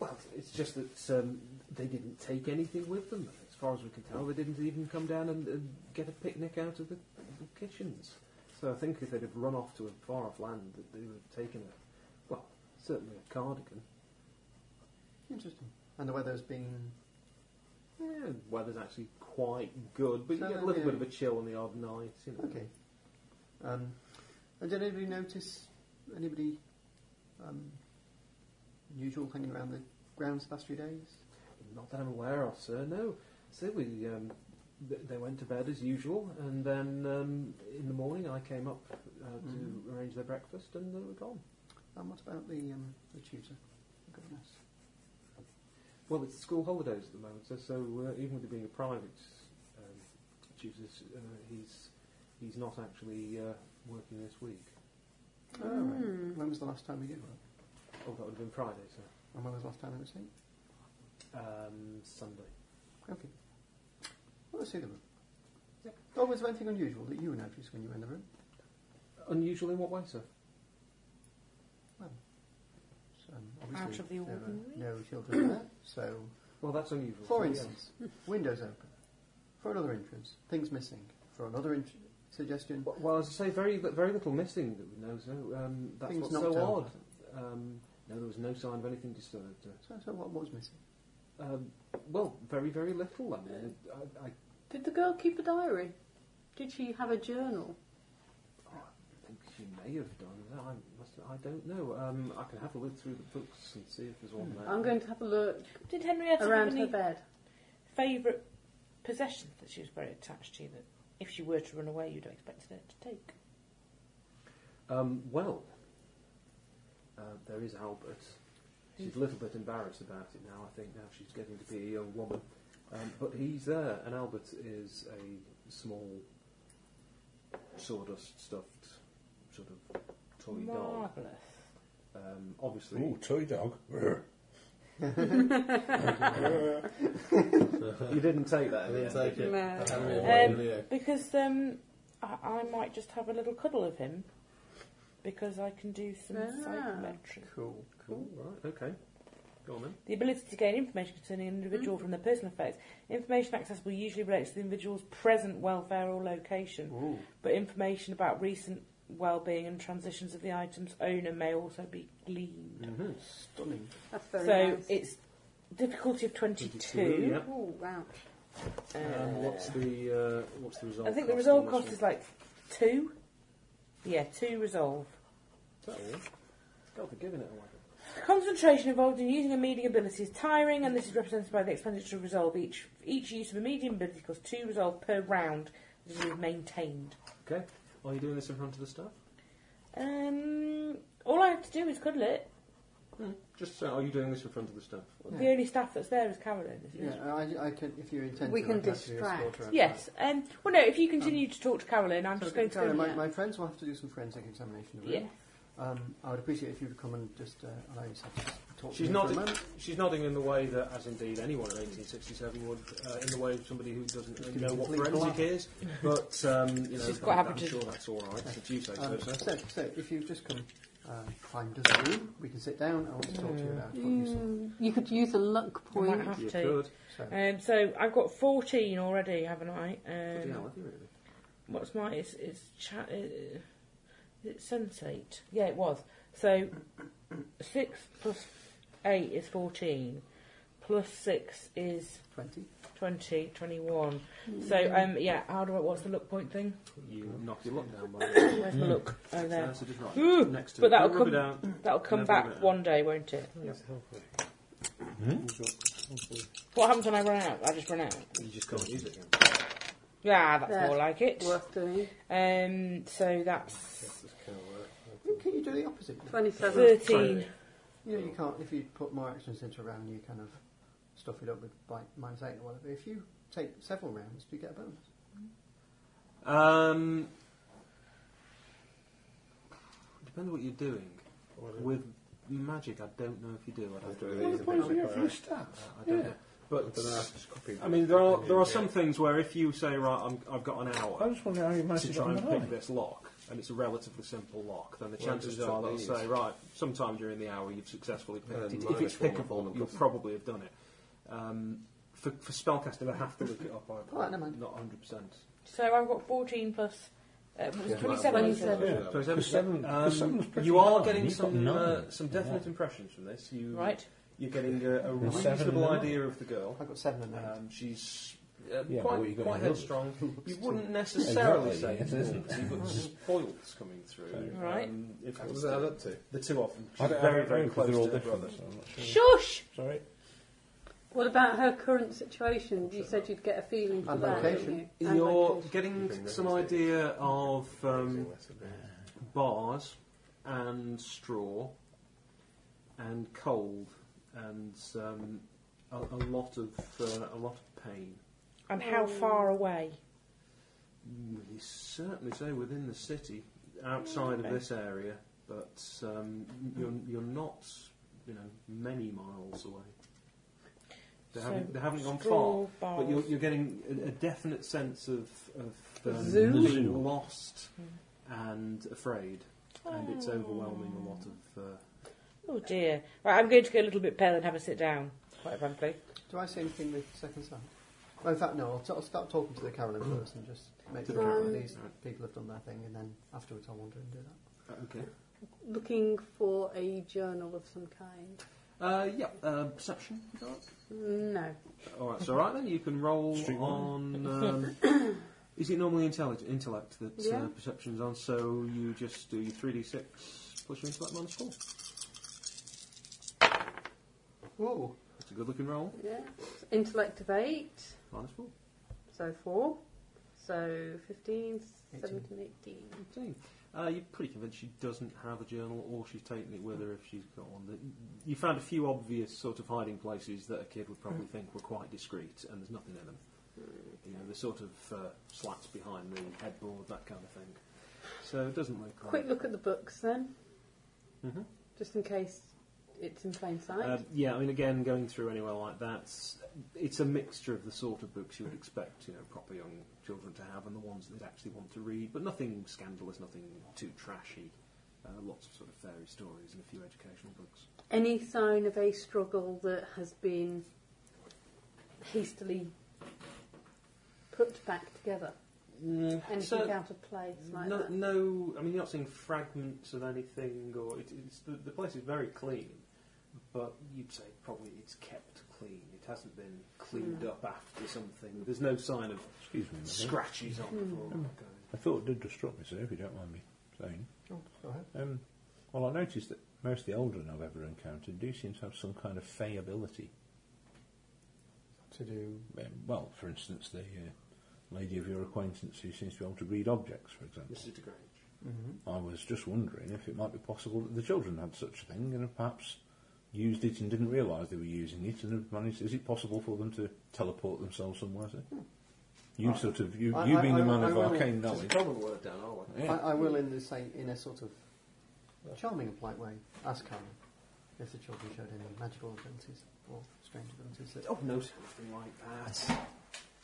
Well, it's just that um, they didn't take anything with them. As far as we can tell, they didn't even come down and, and get a picnic out of the, the kitchens. So I think if they'd have run off to a far off land, that they would have taken a, well, certainly a cardigan.
Interesting. And the weather's been
Yeah, weather's actually quite good, but
So
you get a
then,
little
yeah.
bit of a chill on the odd night. You know.
Okay. Um, and did anybody notice anybody um, unusual hanging around the grounds the past few days?
Not that I'm aware of, sir. No. So we, um, th- they went to bed as usual, and then um, in the morning I came up uh, to
Mhm.
arrange their breakfast, and they were gone.
And what about the um, the tutor, the governess?
Well, it's school holidays at the moment, so, so uh, even with it being a private um, tutor, uh, he's he's not actually uh, working this week.
Oh, right. When was the last time we did work?
Oh, that would have been Friday, sir.
And when was the last time it was seen?
Um, Sunday.
Okay. Well, let's see the room. Oh, was there anything unusual that you noticed when you were in the room?
Unusual in what way, sir?
Well, so, um,
Out
obviously
of the
there
ordinary.
were no children there, so
Well, that's unusual.
For
sir,
instance, windows open. For another entrance, things missing. For another int- suggestion,
Well- Well, as I say, very li- very little missing that we know. So um, that's
Things
what's
knocked
so
over.
odd. Um, no, there was no sign of anything disturbed. uh,
So, so what was missing?
Um, well, very very little. I mean, I, I,
Did the girl keep a diary? Did she have a journal?
oh, I think she may have done that. I must. I don't know. Um, I can have a look through the books and see if there's one there.
I'm going to have a look
Did Henrietta have
around her
any
bed.
favourite possession that she was very attached to that if she were to run away, you'd have expected her to take?
Um, well, uh, there is Albert. She's a little bit embarrassed about it now, I think, now she's getting to be a young woman. Um, but he's there, and Albert is a small, sawdust stuffed sort of toy dog.
Marvellous.
Um, obviously,
Ooh, toy dog.
you didn't take that.
I
did
didn't
you?
take it.
No.
I
Uh-huh.
had it
Um,
in Leo.
Because um, I, I might just have a little cuddle of him because I can do some
Ah.
psychometry.
Cool.
Cool, right, okay. Go on then.
The ability to gain information concerning an individual from their
Mm.
personal effects. Information accessible usually relates to the individual's present welfare or location,
Ooh.
but information about recent well-being and transitions of the item's owner may also be gleaned.
Mm.
Stunning.
That's very
so
nice.
it's difficulty of 22.
Yeah.
Oh, wow.
Uh,
Um, what's the uh, what's the resolve?
I think the
cost
resolve
on
cost
this
is like two. Yeah, two resolve.
one? Is that all? God, they're giving it away.
Concentration involved in using a medium ability is tiring, and this is represented by the expenditure of resolve. Each each use of a medium ability costs two resolve per round. This is maintained.
Okay. Are you doing this in front of the staff?
Um, all I have to do is cuddle it.
Just so, are you doing this in front of the staff?
The only staff that's there is Carolyn. Isn't it?
Yeah, I, I can, if you intend
We
to,
can
I actually
distract.
escort her out.
Yes. Um, well, no. If you continue to talk to Carolyn, I'm
So,
just going to.
Karen,
go
my,
and-
my friends will have to do some forensic examination of
Yeah.
it. Um, I would appreciate if you would come and just uh, allow yourself to talk
She's
to me for a
nodding,
moment.
she's nodding in the way that, as indeed anyone in 1867 would, uh, in the way of somebody who doesn't really know what
Completely
forensic is. But, um, you know,
She's quite happy
I'm
to-
sure that's all right, if you say
Um,
so, sir.
so, so if you just come uh, find us a room, we can sit down. I want to talk to you about what you saw.
Mm, you could use a luck
I might
point.
have
You
to.
could.
So,
Um, so I've got 14 already, haven't I?
Bloody
Um,
hell, have you really?
what's my? It's it's cha- uh, is it sensate? Yeah, it was. So six plus eight is 14. Plus six is
20.
20, 21. So um, yeah, how do I? What's the look point thing?
You knock your luck down by the
Where's
Hmm.
the look? Oh,
No,
there.
so just right
Ooh,
next to
but
it.
that'll
Don't rub
come-
it out.
That'll come
Never
back
better.
one day, won't it?
Yes, helpfully.
What happens when I run out? I just run out.
You just can't use it.
Yeah, that's
Yeah.
more like it.
Worth doing.
Um, so that's
This is kind of work.
Can you do the opposite? then?
27.
13.
You know, you can't, if you put more actions into a round, you kind of stuff it up with like minus 8 or whatever. If you take several rounds, do you get a bonus?
Um, depends what you're doing. With magic, I don't know if you do. I'd have to.
Don't
Uh,
do these a bit.
I don't
Yeah.
know. But
Don't know, I've just copied-
I mean, there are there are
Yeah.
some things where if you say right, I'm, I've got an
I
hour
just wonder how you managed
to
to
try and
get
pick
on
this lock, and it's a relatively simple lock, then the
Well,
chances
just
are
took
they'll
these.
say right, sometime during the hour you've successfully
And
picked it. If
minus
it's
one on one
pickable,
and
you'll
plus-
probably have done it. Um, for, for spellcasting, I have to look it up. I,
Alright,
I'm
never mind.
not 100. percent
So I've got 14 plus. Uh, what was it, 27.
27.
Yeah.
So is that-
Plus seven-
um,
plus seven was pretty
you are
high,
getting
you've got
some uh,
nine.
some definite impressions from this. You
Right.
You're getting a, a
Seven and
reasonable
nine.
idea of the girl.
I've got 7 and 8.
Um, she's uh,
Yeah, but what you
quite,
got in
quite
the book?
headstrong. You wouldn't necessarily
Exactly, yes,
say it's
isn't it?
naughty, but spoils coming through.
Right.
Um, if
What
it's
does that add up to?
the two of them.
I
She's
don't- I
very,
don't
very
know, 'cause
close
They're all
to her brother.
different. So I'm not sure.
Shush!
Sorry.
What about her current situation? You said you'd get a feeling for
And
that,
location.
didn't you? And
You're
location.
getting some idea of um, bars and straw and cold and um, a, a lot of uh, a lot of pain.
And
Oh.
how far away?
Mm, You certainly say within the city, outside of this area, but um, you're
Hmm.
you're not you know many miles away. They
So
haven't they haven't gone
straw
far,
bars.
but you're, you're getting a, a definite sense of of um,
Zoo?
being lost
Hmm.
and afraid, and it's overwhelming a lot of. Uh,
Oh dear. Right, I'm going to go a little bit pale and have a sit down, quite frankly.
Do I say anything with second sight? Well, in fact, no. I'll, t- I'll start talking to the Carolyn first and just make
To
sure
the
that
Carolyn,
these
right.
people have done their thing, and then afterwards I'll wander and do that.
okay.
Looking for a journal of some kind.
Uh, yeah, uh, perception.
No.
All right, so all right then you can roll on. Um, is it normally intelligent intellect that
Yeah.
uh, perception's on? So you just do three d six plus your intellect minus four.
Whoa!
It's a good looking roll.
Yeah. Intellect of 8,
Minus four.
so 4. So 15, 17, 18.
Eighteen. Uh, you're pretty convinced she doesn't have a journal, or she's taken it with her if she's got one. That you found a few obvious sort of hiding places that a kid would
Hmm.
probably think were quite discreet, and there's nothing in them. You know, the sort of uh, slats behind the headboard, that kind of thing. So it doesn't look like
Quick look at the books then,
Mm-hmm.
Mhm.
just in case it's in plain sight.
Uh, yeah, I mean, again, going through anywhere like that, it's a mixture of the sort of books you would expect, you know, proper young children to have, and the ones they'd actually want to read, but nothing scandalous, nothing too trashy. Uh, lots of sort of fairy stories and a few educational books.
Any sign of a struggle that has been hastily put back together? Anything
Mm. So-
out of place like
no,
that?
no, I mean, you're not seeing fragments of anything, or it, it's the, the place is very clean, but you'd say probably it's kept clean. It hasn't been cleaned
Hmm.
up after something. There's no sign of
Excuse me.
Mm-hmm.
mother.
scratches on it. or
Hmm.
that kind of
A thought did just struck me, sir, if you don't mind me saying.
Oh, go ahead.
Um, well, I noticed that most of the Aldrin I've ever encountered do seem to have some kind of fey ability.
To do
Um, well, for instance, the uh, lady of your acquaintance who seems to be able to read objects, for example.
Mrs. de Grange.
I was just wondering if it might be possible that the children had such a thing and have perhaps used it and didn't realise they were using it and have managed. Is it possible for them to teleport themselves somewhere? Sir?
Hmm.
You
I-
sort of, you,
I-
you
I-
being
I-
the man
I
of
will-
arcane
There's a
knowledge.
common word down, aren't we?
Yeah.
I, I will in the same in a sort of charming and polite way, asked Carmen if the children showed any magical abilities or strange abilities. That,
Oh no, something like that.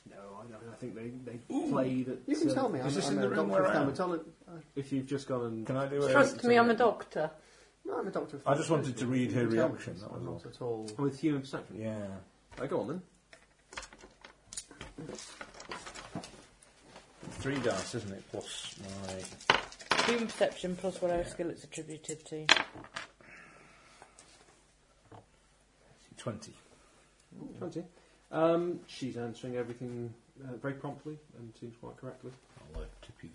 No, I don't. I think they they played at.
You can
uh,
tell me. I'm,
is this
I'm a
in the room
doctor
where
of
I am?
dermatology. Uh,
If you've just gone and
Can I do a...
Trust me, I'm a doctor.
no, I'm a doctor of
I just wanted to
dermatology.
read her
You can tell me
reaction,
this.
that
I'm
was
not at all.
with human perception.
Yeah.
Oh, go on then.
Three dice, isn't it? Plus my...
Human perception plus whatever skill it's attributed to.
20.
20. Um, she's answering everything uh, very promptly and seems quite correctly.
I'll uh, tip you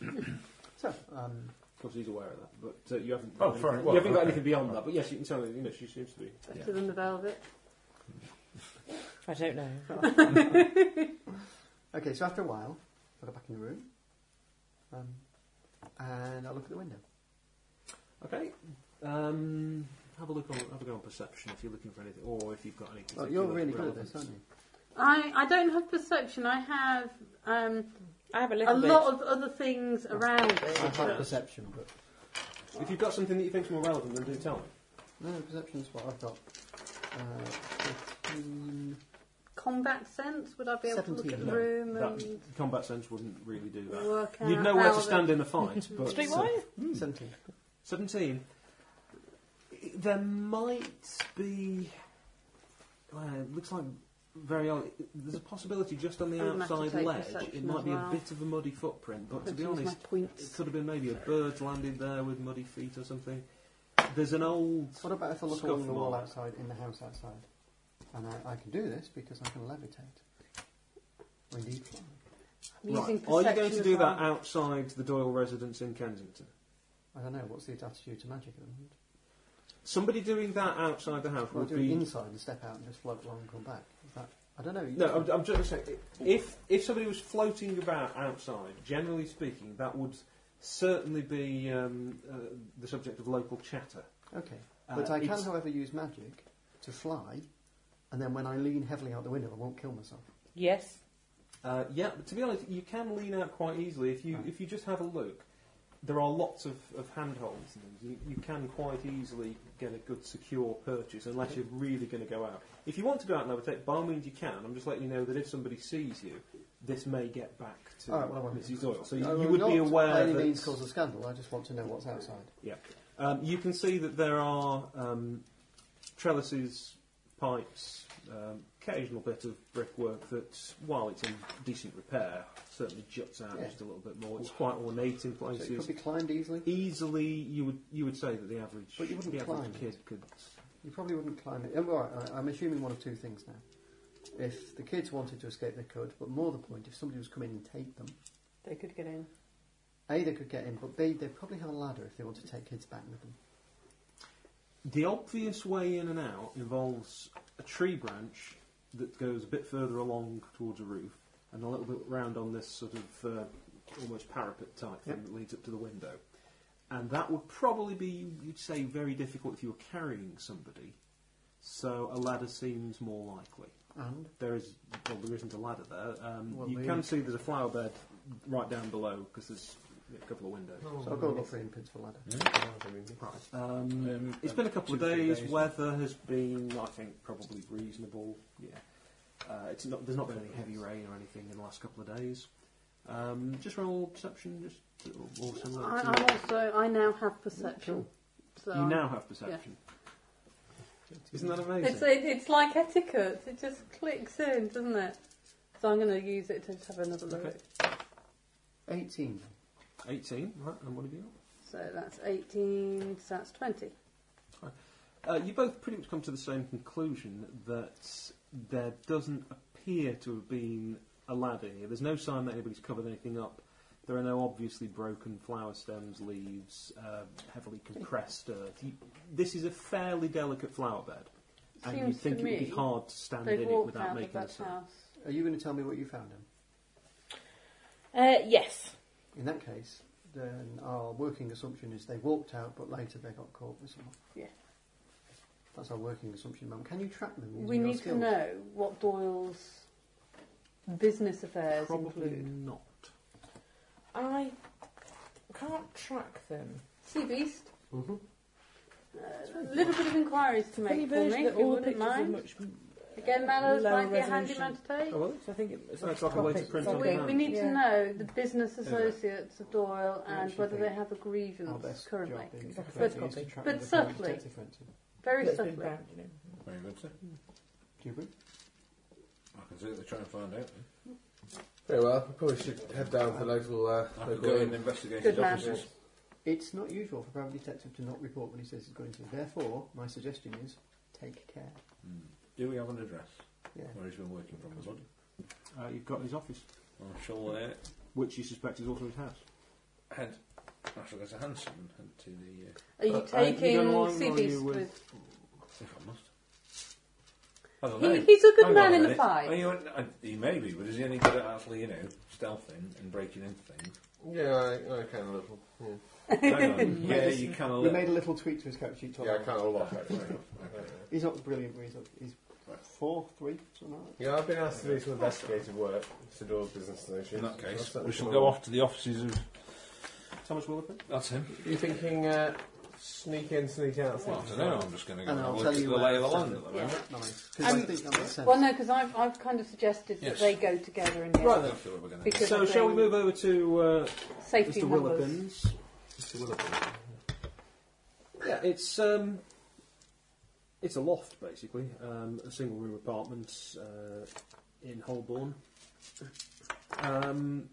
the knob.
So, um,
Of course, he's aware of that, but uh, you haven't.
Oh,
got anything-
fair enough. Well,
you haven't got
okay.
anything beyond that. But yes, you can tell. You know, she seems to be.
Better than the velvet.
I don't know.
okay, so after a while, I go back in the room um, and I look at the window.
Okay. Um, have a look on. Have a go on perception if you're looking for anything, or if you've got anything.
Oh, you're really good at this, aren't you?
I, I don't have perception. I have um,
I have a
a
little bit.
lot of other things
Uh-huh.
around
I
it.
have perception, but
If you've got something that you think's more relevant, then do tell me.
no, no, perception is what I've got. Uh, 15,
Combat sense? Would I be able to look at
17.
the
No,
room
That
and
combat sense wouldn't really do that.
work out?
You'd know where
how
to
the-
stand in Uh, the fight, but uh,
Streetwise?
17.
17. There might be. Well, it looks like very old. There's a possibility just on the
I'm gonna have to
outside
take
ledge. It
perception
might
as
be
well.
a bit of a muddy footprint, but to
Let's
be
use my
honest, it
points.
could have been maybe a bird landed there with muddy feet or something. There's an old.
What about if I look
Scuff
along the wall
mark.
outside, in the house outside? And I, I can do this because I can levitate. Or indeed fly.
I'm using
Right, Are you going
perception
to
as
do
well.
that outside the Doyle residence in Kensington?
I don't know, what's the attitude to magic at the moment?
Somebody doing that outside the house
Or
would
do it
be
inside and step out and just float along and come back? Is that, I don't know. you-
No, I'm, I'm just saying, if if somebody was floating about outside, generally speaking, that would certainly be um, uh, the subject of local chatter.
okay.
Uh,
But I can,
it's-
however, use magic to fly, and then when I lean heavily out the window, I won't kill myself.
Yes.
Uh, yeah, but to be honest, you can lean out quite easily if you
Right.
if you just have a look. There are lots of, of handholds and things. You, you can quite easily get a good secure purchase unless you're really going to go out. If you want to go out and levitate, by all means you can. I'm just letting you know that if somebody sees you, this may get back to
All right, well, I won't.
Mrs. Doyle. So you,
I
you
will
would be
not
aware
by any
that
means cause a scandal, I just want to know what's outside.
Yeah. Um, you can see that there are um, trellises, pipes, um, occasional bit of brickwork that, while it's in decent repair, certainly juts out
Yeah.
just a little bit more. It's quite ornate in
So it
places.
could be climbed easily.
Easily, you would you would say that the average
But you wouldn't
the average
climb
kid could.
You probably wouldn't climb it. Oh, all right, I- I'm assuming one of two things now. If the kids wanted to escape, they could, but more the point, if somebody was coming and take them,
They could get in.
A, they could get in, but B, they probably have a ladder if they want to take kids back with them.
The obvious way in and out involves a tree branch that goes a bit further along towards a roof, and a little bit round on this sort of uh, almost parapet type thing
Yep.
that leads up to the window. And that would probably be, you'd say, very difficult if you were carrying somebody. So a ladder seems more likely.
And
There is, well, there isn't a ladder there. Um,
Well,
you
the-
can see there's a flower bed right down below because there's a couple of windows.
so I've got to look for the in-principle ladder.
Um,
Um,
it's been a couple of
two, three
days.
days.
Weather has been, I think, probably reasonable. Yeah, uh, it's not. There's not been any heavy rain or anything in the last couple of days. Um, just roll perception, just or, or similar.
I,
to-
I'm also, I now have perception. So
you now have perception. Isn't that amazing?
It's, it, it's like etiquette. It just clicks in, doesn't it? So I'm going to use it to just have another look.
Okay.
18.
18, right? And what have you
So that's 18, so that's 20.
got? Uh, you both pretty much come to the same conclusion that there doesn't appear to have been a ladder here. There's no sign that anybody's covered anything up. There are no obviously broken flower stems, leaves, uh, heavily compressed earth. You, this is a fairly delicate flower bed, and you
Seems to
think it would be
me
hard to stand
They've
in it
walked
without
out of
making a
that
sound.
house.
Are you going to tell me what you found him?
Uh, yes.
In that case, then our working assumption is they walked out, but later they got caught with someone.
Yeah.
That's our working assumption, Mum. Can you track them? using
We
your
need to
skills?
know what Doyle's business affairs
Probably
include.
not.
I can't track them.
Sea beast.
Mm-hmm.
A little bit of inquiries to
Any
make for
version
me,
that
if you
all the
wouldn't
pictures are
mind.
much
Again, Mallows
lower
might be a handy
resolution.
man to take.
Oh, well,
So I think it- it's
So
like
it's like a way to print
So
on
we,
demand.
we need
Yeah.
to know the business
Yeah.
associates of Doyle
I
and
actually
whether they
think
have a
Our
grievance
best
currently.
job in
But-
Suffolk is to track
but
the
subtly.
detective Renton.
Very
that's been
subtly.
banned, you know.
Very good, sir.
Do you agree?
I can certainly try and find out.
Very well. We probably should head down to the local. Uh,
I could
local
go
inn.
and investigate
Good
his
man.
offices.
It's not usual for a private detective to not report when he says he's going to. Therefore, my suggestion is take care.
Do we have an address?
Yeah.
Where he's been working from, buddy?
Uh, you've got his office,
I shall uh,
which you suspect is also his house.
head. I shall go to Hanson and head to the. Uh,
Are you
Uh, uh, you
taking
don't mind,
Sea
are
Beast
you
with...
with-
see if I must. I don't know.
He, he's a good
Hang on
man in the
minute.
fight.
Oh, you went- uh, he may be, but is he any good at actually, you know, stealthing and breaking into things?
Yeah, I, I can a little. Yeah,
Hang on. yeah, you can a
We
little.
made a little tweak to his character sheet. Tom.
yeah I can a lot actually.
He's not brilliant, but he's, he's four, three, something like
yeah, I've been asked to do some investigative work to do all business solutions.
In that case,
I'll
we shall
set
go
up.
off to the offices of.
Thomas Williford?
That's him.
You thinking uh, sneak in, sneak out?
Well, I don't know. I'm just going to go
And
and
I'll
look
tell
at the
you
lay of the
where-
land at the moment.
that. Nice. 'Cause I
Um,
think that makes sense.
Well, no, because I've, I've kind of suggested that
Yes.
they go together in the
Right
end,
then.
That's what we're going to do.
Because
So,
I
shall we
think
move over to uh,
Safety
Mr.
numbers.
Willipins?
Mr. Willoughby.
Yeah, it's um, it's a loft basically, um, a single room apartment uh, in Holborn. Um,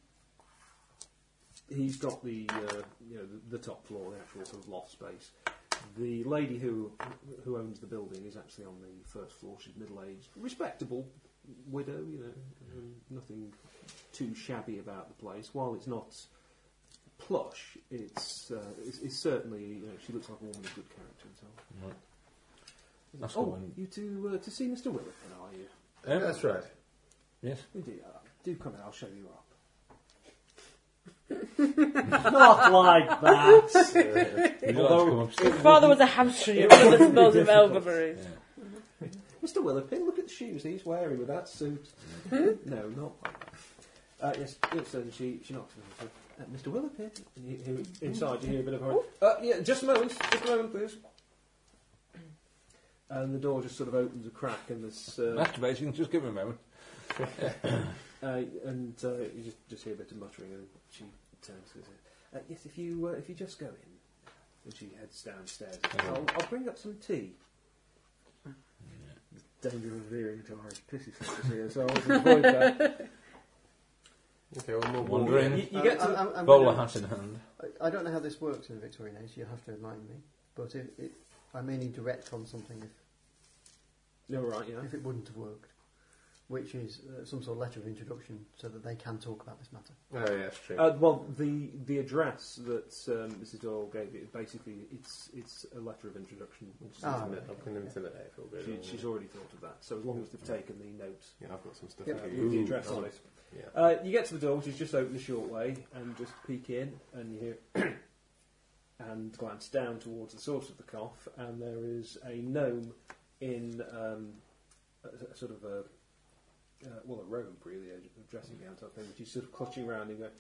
he's got the uh, you know the, the top floor, the actual sort of loft space. The lady who who owns the building is actually on the first floor. She's middle aged, respectable widow. You know, um, nothing too shabby about the place. While it's not plush, it's, uh, it's, it's certainly you know she looks like a woman of good character and so on.
Right.
Is it-
That's
oh,
good one.
you to uh, to see Mr. Willipin, are you?
Yeah, that's right.
Yes.
You do, uh, do come in, I'll show you up. Not like that.
Would you like to
Although-
come upstairs?
His father was a hamster, you know, that smells of elderberries.
Yeah.
Mr. Willipin, look at the shoes he's wearing with that suit. no, not like that. Uh, yes, yes, and she, she knocks on the door. uh, Mr. Willipin, and you hear, inside you hear a bit of a... Uh, yeah, just a moment, just a moment, please. And the door just sort of opens a crack and this... Uh,
Masturbating, just give him a moment.
Uh, and uh, you just, just hear a bit of muttering, and she turns to her. Uh, yes, if you uh, if you just go in, and she heads downstairs. I'll, I'll bring up some tea. Hmm. Danger of veering into Irish pissy fantasies here, so I'll avoid that.
Okay, well, more
Wandering.
You, you
Um,
get to
I'm- I'm- I'm
Bowler
gonna-
hat in hand.
I- I don't know how this works in the Victorian age. You have to enlighten me. But it, it, I may need to retcon something if,
no right, yeah.
if it wouldn't have worked, which is uh, some sort of letter of introduction so that they can talk about this matter.
Oh, yeah, that's true.
Uh, well, the the address that um, Mrs. Doyle gave you, basically, it's it's a letter of introduction. Which is
Ah,
I can intimidate if it'll be.
she, she's already thought of that. So as long as they've taken the note
Yeah, I've got some stuff.
Yeah.
to
with the
do. oh,
address on it.
Yeah.
Uh, you get to the door, which is just open a short way, and just peek in, and you hear and glance down towards the source of the cough, and there is a gnome in um, a, a sort of a uh, well, a robe really, a dressing gown type thing, which is sort of clutching round and going,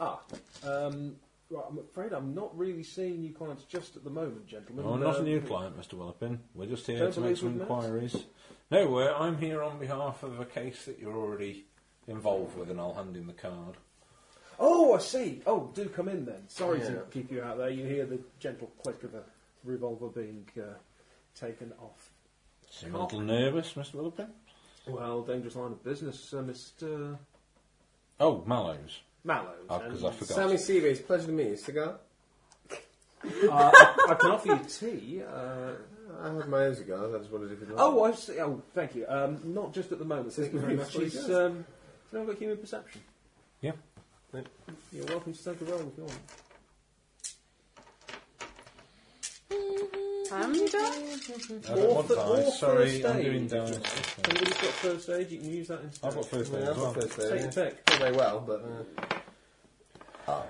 ah, um, right, I'm afraid I'm not really seeing you clients just at the moment, gentlemen.
No, Oh, not a
Um,
new client, Mr. Willopin. We're just here
Don't
to
believe
make some
we've met.
inquiries. No, we're, I'm here on behalf of a case that you're already involved with, and I'll hand him the card.
Oh, I see. Oh, do come in then. Sorry
Yeah.
to keep you out there. You hear the gentle click of a revolver being uh, taken off.
Seem a little nervous, Mr. Willopin?
Well, dangerous line of business, uh, Mr.
Oh, Mallows.
Mallows.
Oh, 'cause
And
I forgot.
Sammy Seabees, pleasure to meet you. Cigar?
uh, I, I can offer you tea. Uh,
I have my own cigars, I just wondered if you'd like
oh,
them.
I see. Oh, thank you. Um, not just at the moment. Thank you very much. She's, um, she's now got human perception.
Yeah.
You're welcome to take a roll if you want.
How many dice?
I don't want
Author-
dice.
author
Sorry, I'm
stage.
doing dice.
Anybody's got first aid, you can use that instead.
I've got first aid as
Yeah, I've got
well.
first
Take
aid,
your
yeah.
pick.
Not very well, but uh,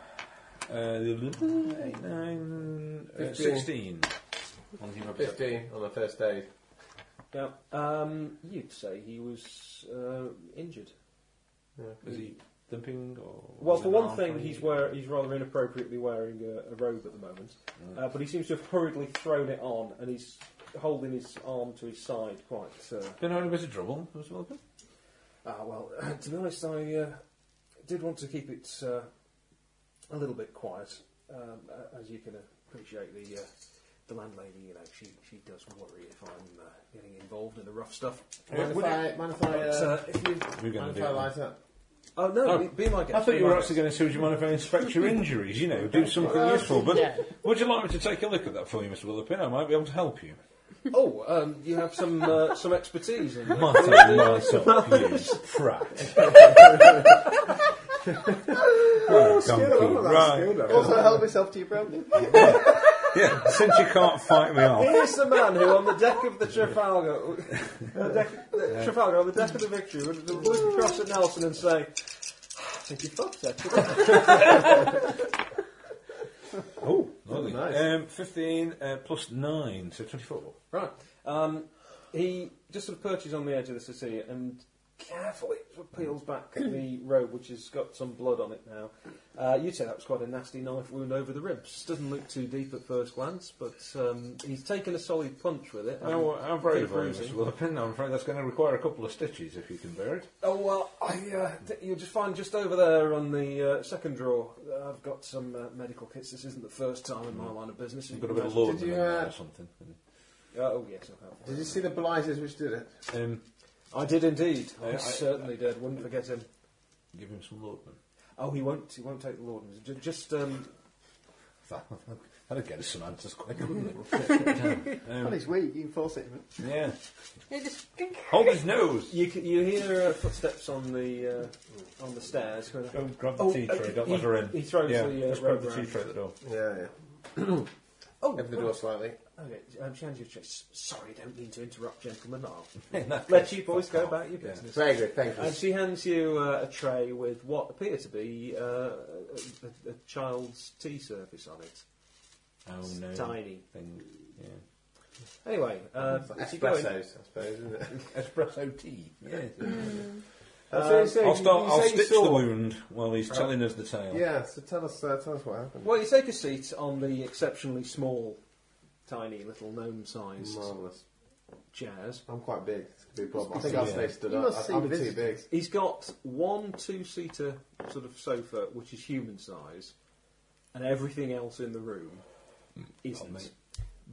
Uh, eight, nine, uh, 16. On human perception.
15 on the first aid.
Yeah. Um, you'd say he was uh, injured.
Yeah.
Is he
Thumping or.
Well,
is
for
it
one
arm
thing,
free?
he's wear, he's rather inappropriately wearing a, a robe at the moment, uh, but he seems to have hurriedly thrown it on, and he's holding his arm to his side quite. Uh,
Been having a bit of trouble, Mr. Wilkins?
ah, well, to be honest, I uh, did want to keep it uh, a little bit quiet, um, a- as you can appreciate. The uh, the landlady, you know, she she does worry if I'm uh, getting involved in the rough stuff.
Mind if I, mind if I,
But,
uh,
uh, if you,
We're going
mind
to
if
do
I
it.
light up?
oh no,
Oh,
be, be my guest.
I thought
be
you
my
were
guest.
actually going to say, would you mind if I inspect your injuries? You know, do something useful. But
Yeah.
would you like me to take a look at that for you, Mr. Willopin? I might be able to help you.
Oh, um, you have some uh, some expertise in.
Might I light up you prat? oh, donkey.
I'm not that skilled at
Right.
it.
Also, help yourself to your brandy.
Yeah, since you can't fight me off.
Here's the man who, on the deck of the Trafalgar, on the deck, uh, Trafalgar, on the deck of the Victory, would would look across at Nelson and say, "Ah, "I think you fucked that."
Oh, lovely.
nice.
Um, 15 uh, plus 9, so 24.
right. Um, he just sort of perches on the edge of the city and carefully sort of peels back the robe, which has got some blood on it now. Uh, you'd say that was quite a nasty knife wound over the ribs. Doesn't look too deep at first glance, but um, he's taken a solid punch with it.
How, how brave
Bit
are
of
you, Mr.
bruising.
Willopin? I'm afraid that's going to require a couple of stitches if you can bear it.
Oh well, I, uh, th- you'll just find just over there on the uh, second drawer. Uh, I've got some uh, medical kits. This isn't the first time in my line of business.
Mm. You've got a bit of
Uh,
laudanum
you,
in there
uh,
or something.
oh yes, I have.
Did you see the blighters which did it?
Um,
I did indeed. I,
I- I-
certainly did. Wouldn't forget him.
give him some laudanum.
Oh, he won't. He won't take the laudanum. J- Just um,
That'd get us some answers quick, wouldn't it?
Well,
um,
he's weak. You can force it.
yeah.
It just
Hold his nose!
you c- you hear uh, footsteps on the uh, on the stairs. Going,
Go and grab the
Oh,
tea tray,
okay,
don't
he-
let her in.
he throws
yeah,
the, uh,
Just grab
robe
the tea
round.
tray at the door.
Yeah, yeah.
oh,
Open the door slightly.
Okay, um, change your chase. Sorry, don't mean to interrupt, gentlemen. I'll
No,
let you boys go
off.
about your
Yeah.
business.
Very good, thank you.
And she hands you uh, a tray with what appear to be uh, a, a child's tea surface on it.
Oh
It's
no.
Tiny.
Thing. Yeah.
Anyway, uh,
It's like
if you go in- Mm.
Espressos, I suppose, isn't it?
Espresso tea. Yes.
Uh, so you say-
I'll start.
you
I'll
say you
stitch
saw-
the wound while he's telling us the tale.
Yeah, so tell us, uh, tell us what happened.
well, you take a seat on the exceptionally small, tiny little gnome-sized
Mm.
Marvellous.
chairs.
I'm quite big. It's going to be a problem. I think I'll
Yeah.
stay stood
You
up.
must
I've,
see
I've been too
visitors.
big.
He's got one two-seater sort of sofa, which is human size, and everything else in the room
Mm. Oh,
isn't.
mate.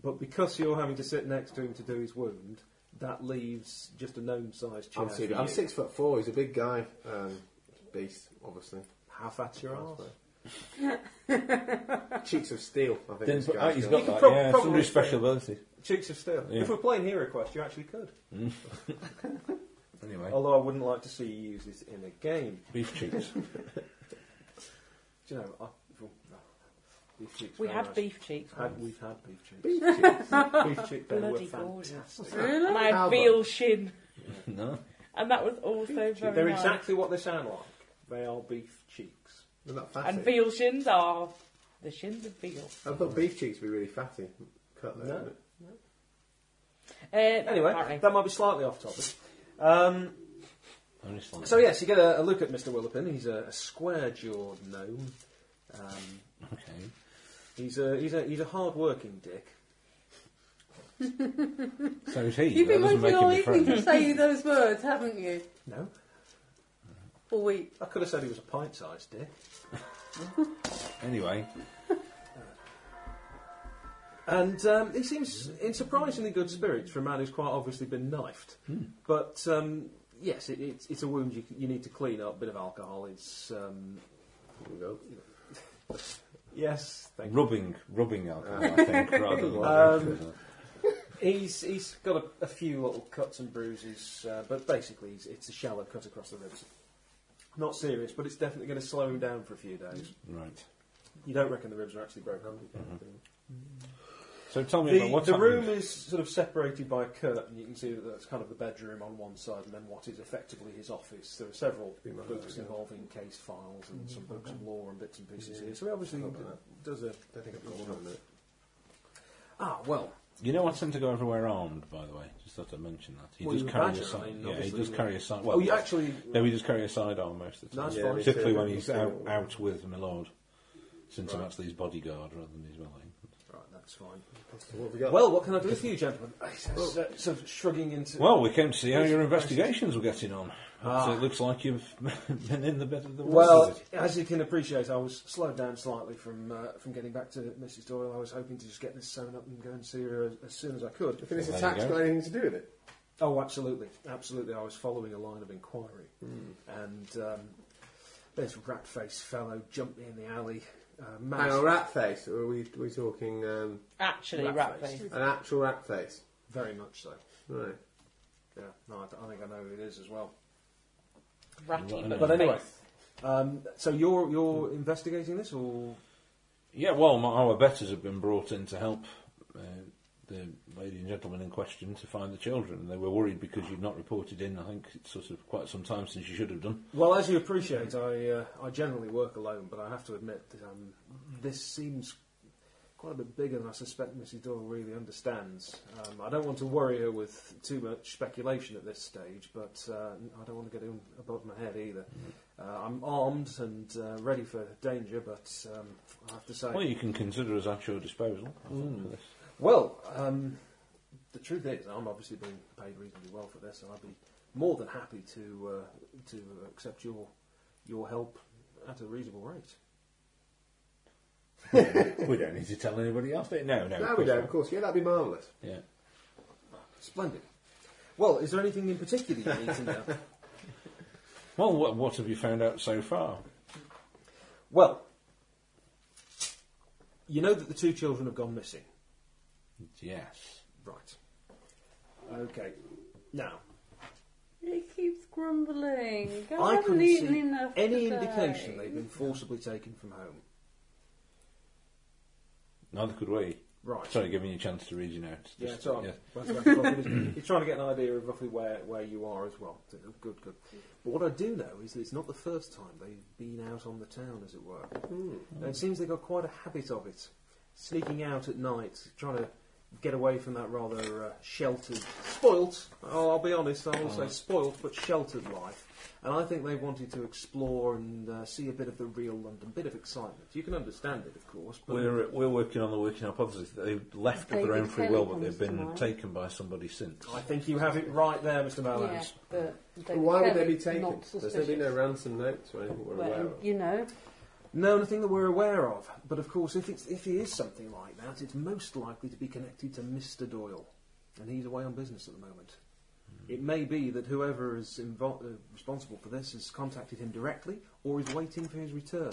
but because you're having to sit next to him to do his wound, that leaves just a gnome-sized chair.
I'm too
for
big. I'm
you.
six foot four. He's a big guy. Um, beast, obviously.
How fat's your arse?
Cheeks of steel, I think.
Then,
this
but,
guy's
ah, he's got
got.
can
that.
prob-
yeah,
probably-
somebody's special ability.
Cheeks of steel.
Yeah.
If we're playing Hero Quest, you actually could.
Anyway,
Although I wouldn't like to see you use this in a game.
beef cheeks.
Do you know, I, well, no. beef cheeks.
We
very
had
nice.
beef cheeks.
Had- we've had beef cheeks.
Beef cheeks.
beef cheeks. They were
Bloody gorgeous.
fantastic.
And I had
Albert.
veal shin.
no,
And that was also very
They're
nice.
exactly what they sound like. They are beef cheeks.
They're not fatty.
And veal shins are the shins of veal.
I thought beef cheeks would be really fatty. Cut that.
No.
wouldn't it?
Uh,
Anyway,
apparently.
that might be slightly off topic. Um,
only slightly.
so yes, you get a, a look at Mr. Willopin. He's a, a square-jawed gnome. Um,
Okay.
he's a he's a he's a hard-working dick.
So is he.
You've
that
been
doesn't
waiting
make
all
him a
evening to
friend.
say those words, haven't you?
No,
For weeks.
I could have said he was a pint-sized dick.
Anyway,
And um, he seems in surprisingly good spirits for a man who's quite obviously been knifed.
Hmm.
But um, yes, it, it's, it's a wound you, you need to clean up. Bit of alcohol. It's um,
There we go.
yes. Thank you.
rubbing, rubbing alcohol. I think rather than
Um, He's he's got a, a few little cuts and bruises, uh, but basically he's, it's a shallow cut across the ribs. Not serious, but it's definitely going to slow him down for a few days.
right.
You don't reckon the ribs are actually broken?
So tell me about
The,
Mm-hmm. what's
the
happened.
room is sort of separated by a curtain. You can see that that's kind of the bedroom on one side, and then what is effectively his office. There are several books involving case files and some books of law and
Mm-hmm.
bits and pieces here. So he obviously
Not bad.
does a
I don't think I've got one on it.
ah well.
You know, I tend to go everywhere armed. By the way, just thought I'd mention that. He
Well,
does
you
carry
badger,
a
I
side.
mean,
yeah, he
obviously,
does
yeah.
carry a side. Well,
Oh, you actually-
No, he does carry a sidearm most of the time.
That's Yeah, fine. me
particularly
too.
when he's
Yeah.
out, out with my lord, since I'm
Right.
actually his bodyguard rather than his valet.
Right, that's fine.
what have we
Well, what can I do for you, gentlemen? So, so shrugging into.
Well, we came to see how your investigations were getting on.
Ah.
So it looks like you've been in the bed of the
Well,
wolves.
as you can appreciate, I was slowed down slightly from uh, from getting back to Mrs. Doyle. I was hoping to just get this sewn up and go and see her as, as soon as I could.
Do you think this
Well, there you
attack's
go.
got anything to do with it?
Oh, absolutely, absolutely. I was following a line of inquiry, and um, this rat-faced fellow jumped me in the alley. Uh,
Hang
managed-
on, rat face. Or are we, are we talking um,
Actually,
Rat
rat
face.
face.
an actual rat face?
Very much so.
Right.
Yeah, no, I, th- I think I know who it is as well.
Ratty.
Right.
But anyway, um, so you're you're investigating this, or
Yeah, well, my, our betters have been brought in to help uh, the lady and gentleman in question to find the children. They were worried because you've not reported in. I think it's sort of quite some time since you should have done.
Well, as you appreciate, I uh, I generally work alone, but I have to admit that um, this seems quite a bit bigger than I suspect Mrs. Doyle really understands. Um, I don't want to worry her with too much speculation at this stage, but uh, I don't want to get in above my head either. Uh, I'm armed and uh, ready for danger, but um, I have to say,
Well, you can consider us at your disposal. I think, for this.
well, um, the truth is, I'm obviously being paid reasonably well for this, and I'd be more than happy to uh, to accept your your help at a reasonable rate.
we don't need to tell anybody else. do we? No, no, of
No, we
course
don't,
not.
of course. Yeah, that'd be marvellous.
Yeah.
Splendid. Well, is there anything in particular you need to know?
Well, what, what have you found out so far?
well, you know that the two children have gone missing,
Yes.
right? Okay. Now,
It keeps grumbling. I,
I
haven't
couldn't
eaten
see
enough.
any
today.
indication they've been forcibly taken from home.
Neither could we.
Right.
Sorry, giving you a chance to read your notes.
Yeah,
Just-
so I'm-
yeah.
that's- that's roughly- you're trying to get an idea of roughly where, where you are as well. So, Good, good. But what I do know is that it's not the first time they've been out on the town, as it were.
Hmm.
And it seems they've got quite a habit of it, sneaking out at night, trying to get away from that rather uh, sheltered, spoilt. I'll, I'll be honest, I will
Oh.
say spoilt, but sheltered life. And I think they wanted to explore and uh, see a bit of the real London, bit of excitement. You can understand it, of course, but
We're, we're working on the working hypothesis that they left of their
David
own free
Kelly
will, but
comes
they've been
tomorrow.
taken by somebody since.
I think you have it right there, Mr. Mallowes.
Yeah, but
But why would they be
they're
taken?
not
There's there been no
suspicious.
ransom notes or anything we're
Well,
aware of.
you know,
No, nothing that we're aware of. But of course, if, it's, if it is something like that, it's most likely to be connected to Mr. Doyle. And he's away on business at the moment.
Hmm.
It may be that whoever is invo- uh, responsible for this has contacted him directly or is waiting for his return.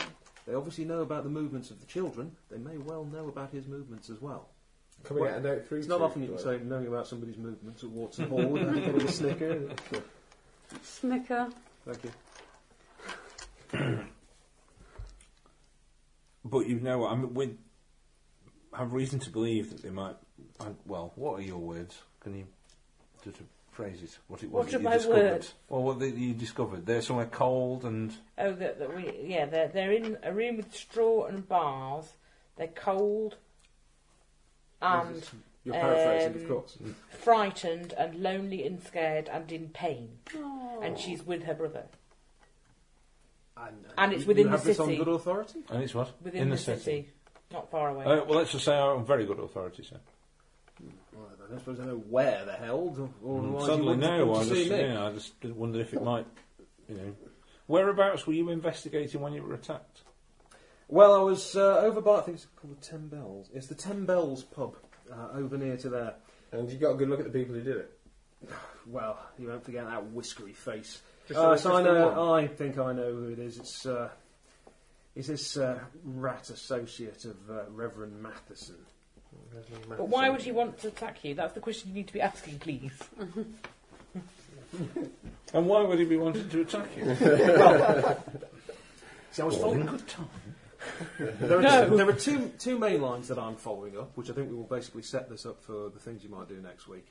They obviously know about the movements of the children, they may well know about his movements as well.
Can we
Well,
get a note through?
It's not
to
often you can
Doyle?
say knowing about somebody's movements at Watson Hall without a bit of a snicker.
snicker.
Thank you.
But you know, I mean, we have reason to believe that they might. I, well, what are your words? Can you sort of phrase it? What it was
What
that
are
you
my
discovered?
words?
Well, what that you discovered? They're somewhere cold and
Oh, that, that we yeah, they're they're in a room with straw and bars. They're cold and
You're paraphrasing,
um,
of course.
frightened and lonely and scared and in pain. And she's with her brother
And, uh,
And it's
you-
within
you
the
have this on
city.
good authority?
and it's what
within
in
the, city. not far away.
Uh, well, let's just say I'm very good authority, sir.
Well, I don't suppose I know where they're held. Or otherwise you
Hmm. Suddenly,
wouldn't
no.
come
I
to see
just,
me.
yeah, I just wondered if it might, you know, whereabouts were you investigating when you were attacked?
Well, I was uh, over by, I think it's called the Ten Bells. It's the Ten Bells pub uh, over near to there.
And you got a good look at the people who did it.
Well, you won't forget that whiskery face.
Just
Uh,
the-
so
just
I
the
know, I think I know who it is. It's, uh, it's this uh, rat associate of uh, Reverend Matheson.
But why would she want to attack you? That's the question you need to be asking, please.
And why would he be wanting to attack you?
See, I was
All
following.
in good time.
There are,
No.
two, there are two, two main lines that I'm following up, which I think we will basically set this up for the things you might do next week.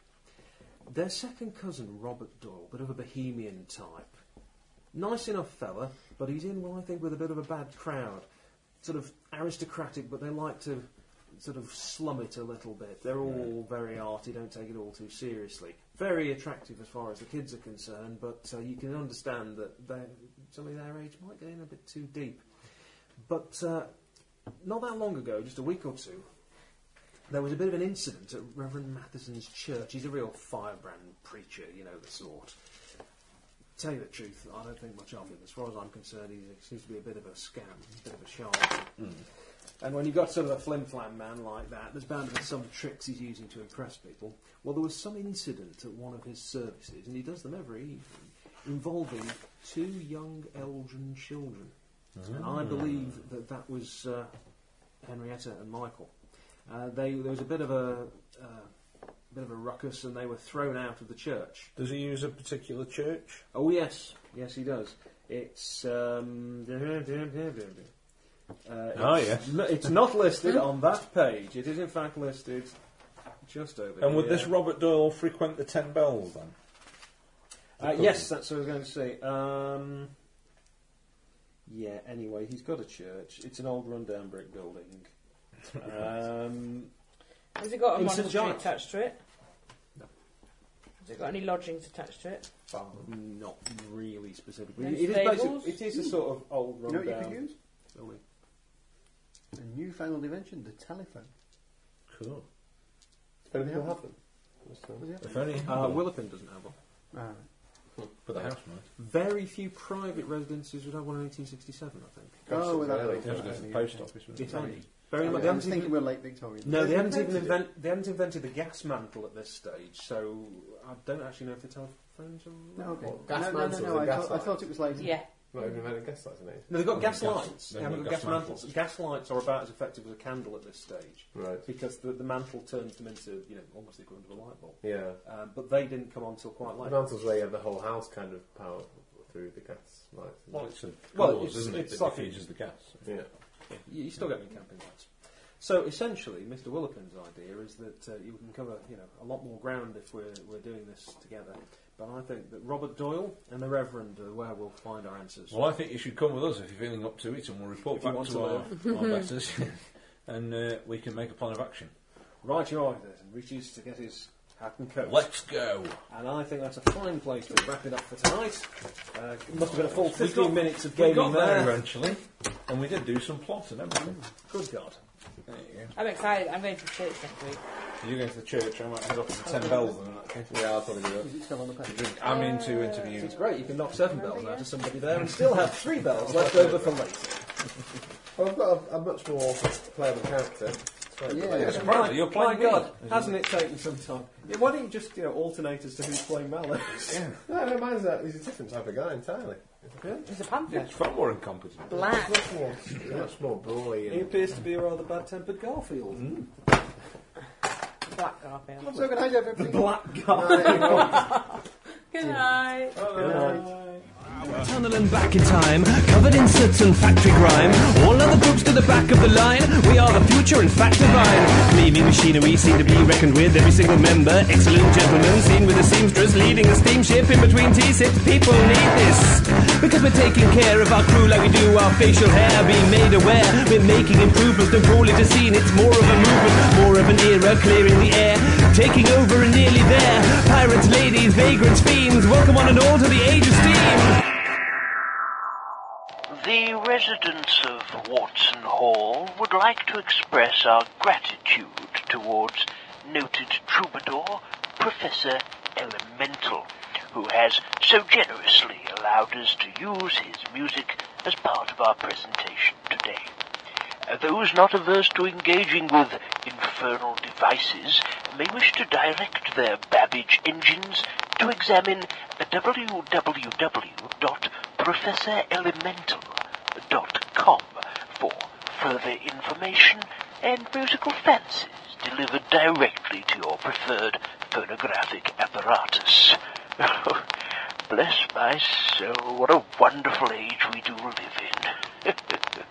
Their second cousin, Robert Doyle, bit of a bohemian type. Nice enough fella, but he's in, well, I think, with a bit of a bad crowd. Sort of aristocratic, but they like to sort of slum it a little bit. They're all very arty, don't take it all too seriously. Very attractive as far as the kids are concerned, but uh, you can understand that they're- somebody their age might get in a bit too deep. But uh, not that long ago, just a week or two, there was a bit of an incident at Reverend Matheson's church. He's a real firebrand preacher, you know, the sort. Tell you the truth, I don't think much of him. As far as I'm concerned, he seems to be a bit of a scam, a bit of a charlatan. And when you've got sort of a flim-flam man like that, there's bound to be some tricks he's using to impress people. Well, there was some incident at one of his services, and he does them every evening, involving two young Elgin children. And I believe that that was uh, Henrietta and Michael. Uh, they, there was a bit of a uh, bit of a ruckus, and they were thrown out of the church.
Does he use a particular church?
Oh yes, yes he does. It's um, uh,
Oh,
it's- no, it's not listed on that page. It is in fact listed just over.
And would
here.
this Robert Doyle frequent the Ten Bells then?
Uh, yes, that's what I was going to say. Um, yeah. Anyway, he's got a church. It's an old rundown brick building. Um,
Has it got a
In St.
monastery
Giles.
attached to it?
No.
Has it got any lodgings attached to it?
Not really specifically.
No
it, is basic,
stables?
it is a sort of old
You know what you
rundown Uh,
could use?
building.
A newfangled invention, the telephone.
Cool.
If any people have them.
Was it?
If only.
Uh,
Mm-hmm.
Willopin doesn't have one.
Alright.
but the house might.
Very few private residences would have one in 1867, I think.
Oh,
Gosh,
without
really?
It
it.
has to go to the post office. wouldn't
It's
it?
only very much.
I
They
was
haven't
thinking
even,
we're late Victorian.
no, they haven't even
invented it.
invent, they haven't invented the gas mantle at this stage, so I don't actually know if the telephones are.
No, okay.
What, gas
no, no, no,
mantles
no, I,
and gas
thought, I
lights?
thought it was later.
Yeah.
Not even invented gas lights, haven't
No, they've got
Oh,
gas,
gas-
lights. They
they've got
haven't got
gas
gas mantles. Gas lights are about as effective as a candle at this stage
they? Right.
because the, the mantle turns them into, you know, almost the equivalent of a light bulb.
Yeah.
Um, but they didn't come on till quite
The
late.
mantles where you have the whole house kind of powered through the gas lights. isn't
Well,
it?
It's a
Well,
cause,
it's-
isn't it?
it's
that
like a-
diffuses the gas.
Yeah.
You, you still get me camping lights. So essentially, Mr. Willopin's idea is that uh, you can cover you know a lot more ground if we're, we're doing this together. But I think that Robert Doyle and the Reverend are where we'll find our answers.
Well, I think you should come with us if you're feeling up to it, and we'll report
If you
back
want
to,
to
our, our betters, and uh, we can make a plan of action.
Right, you are then, and reaches to get his hat and coat.
Let's go.
And I think that's a fine place to wrap it up for tonight. Uh, it must have been a full
We
15
got-
minutes of
We
gaming
got there
there.
eventually, and we did do some plot and everything.
Good God.
There you
I'm excited. I'm going to church next week.
go. You go to the church. I might head off to ten bells. in that case.
Yeah, I'll probably do that.
Is it still on the page?
Drink. I'm into interviewing.
It's great, you can knock seven bells out of somebody there and still have three bells left over for later.
Well, I've got a, a much more playable character. It's very
Yeah.
playable.
Yes.
Right, you're
My
playing
God,
me.
hasn't it taken some time? Yeah, why don't you just you know, alternate as to who's playing Mallows?
No, no, mine's a, he's a different type of guy entirely.
It's a panther.
It's far more incompetent.
Black.
Much more, much more brawly.
He
And,
appears to be a rather bad-tempered Garfield.
Black Garfield.
So good night, everybody.
Black Garfield.
Good night.
Tunneling back in time, covered in soot and factory grime. All other groups to the back of the line. We are the future, in fact, divine. Gleaming machinery seem to be reckoned with. Every single member, excellent gentleman, seen with a seamstress leading a steamship in between T6. People need this because we're taking care of our crew like we do our facial hair. Being made aware, we're making improvements. Don't call it a scene. It's more of a movement, more of an era, clearing the air, taking over and nearly there. Pirates, ladies, vagrants, fiends. Welcome on and all to the age of steam.
The residents of Watson Hall would like to express our gratitude towards noted troubadour Professor Elemental, who has so generously allowed us to use his music as part of our presentation today. Uh, Those not averse to engaging with infernal devices may wish to direct their Babbage engines to examine www.professorelemental.com for further information and musical fancies delivered directly to your preferred phonographic apparatus. Bless my soul, what a wonderful age we do live in.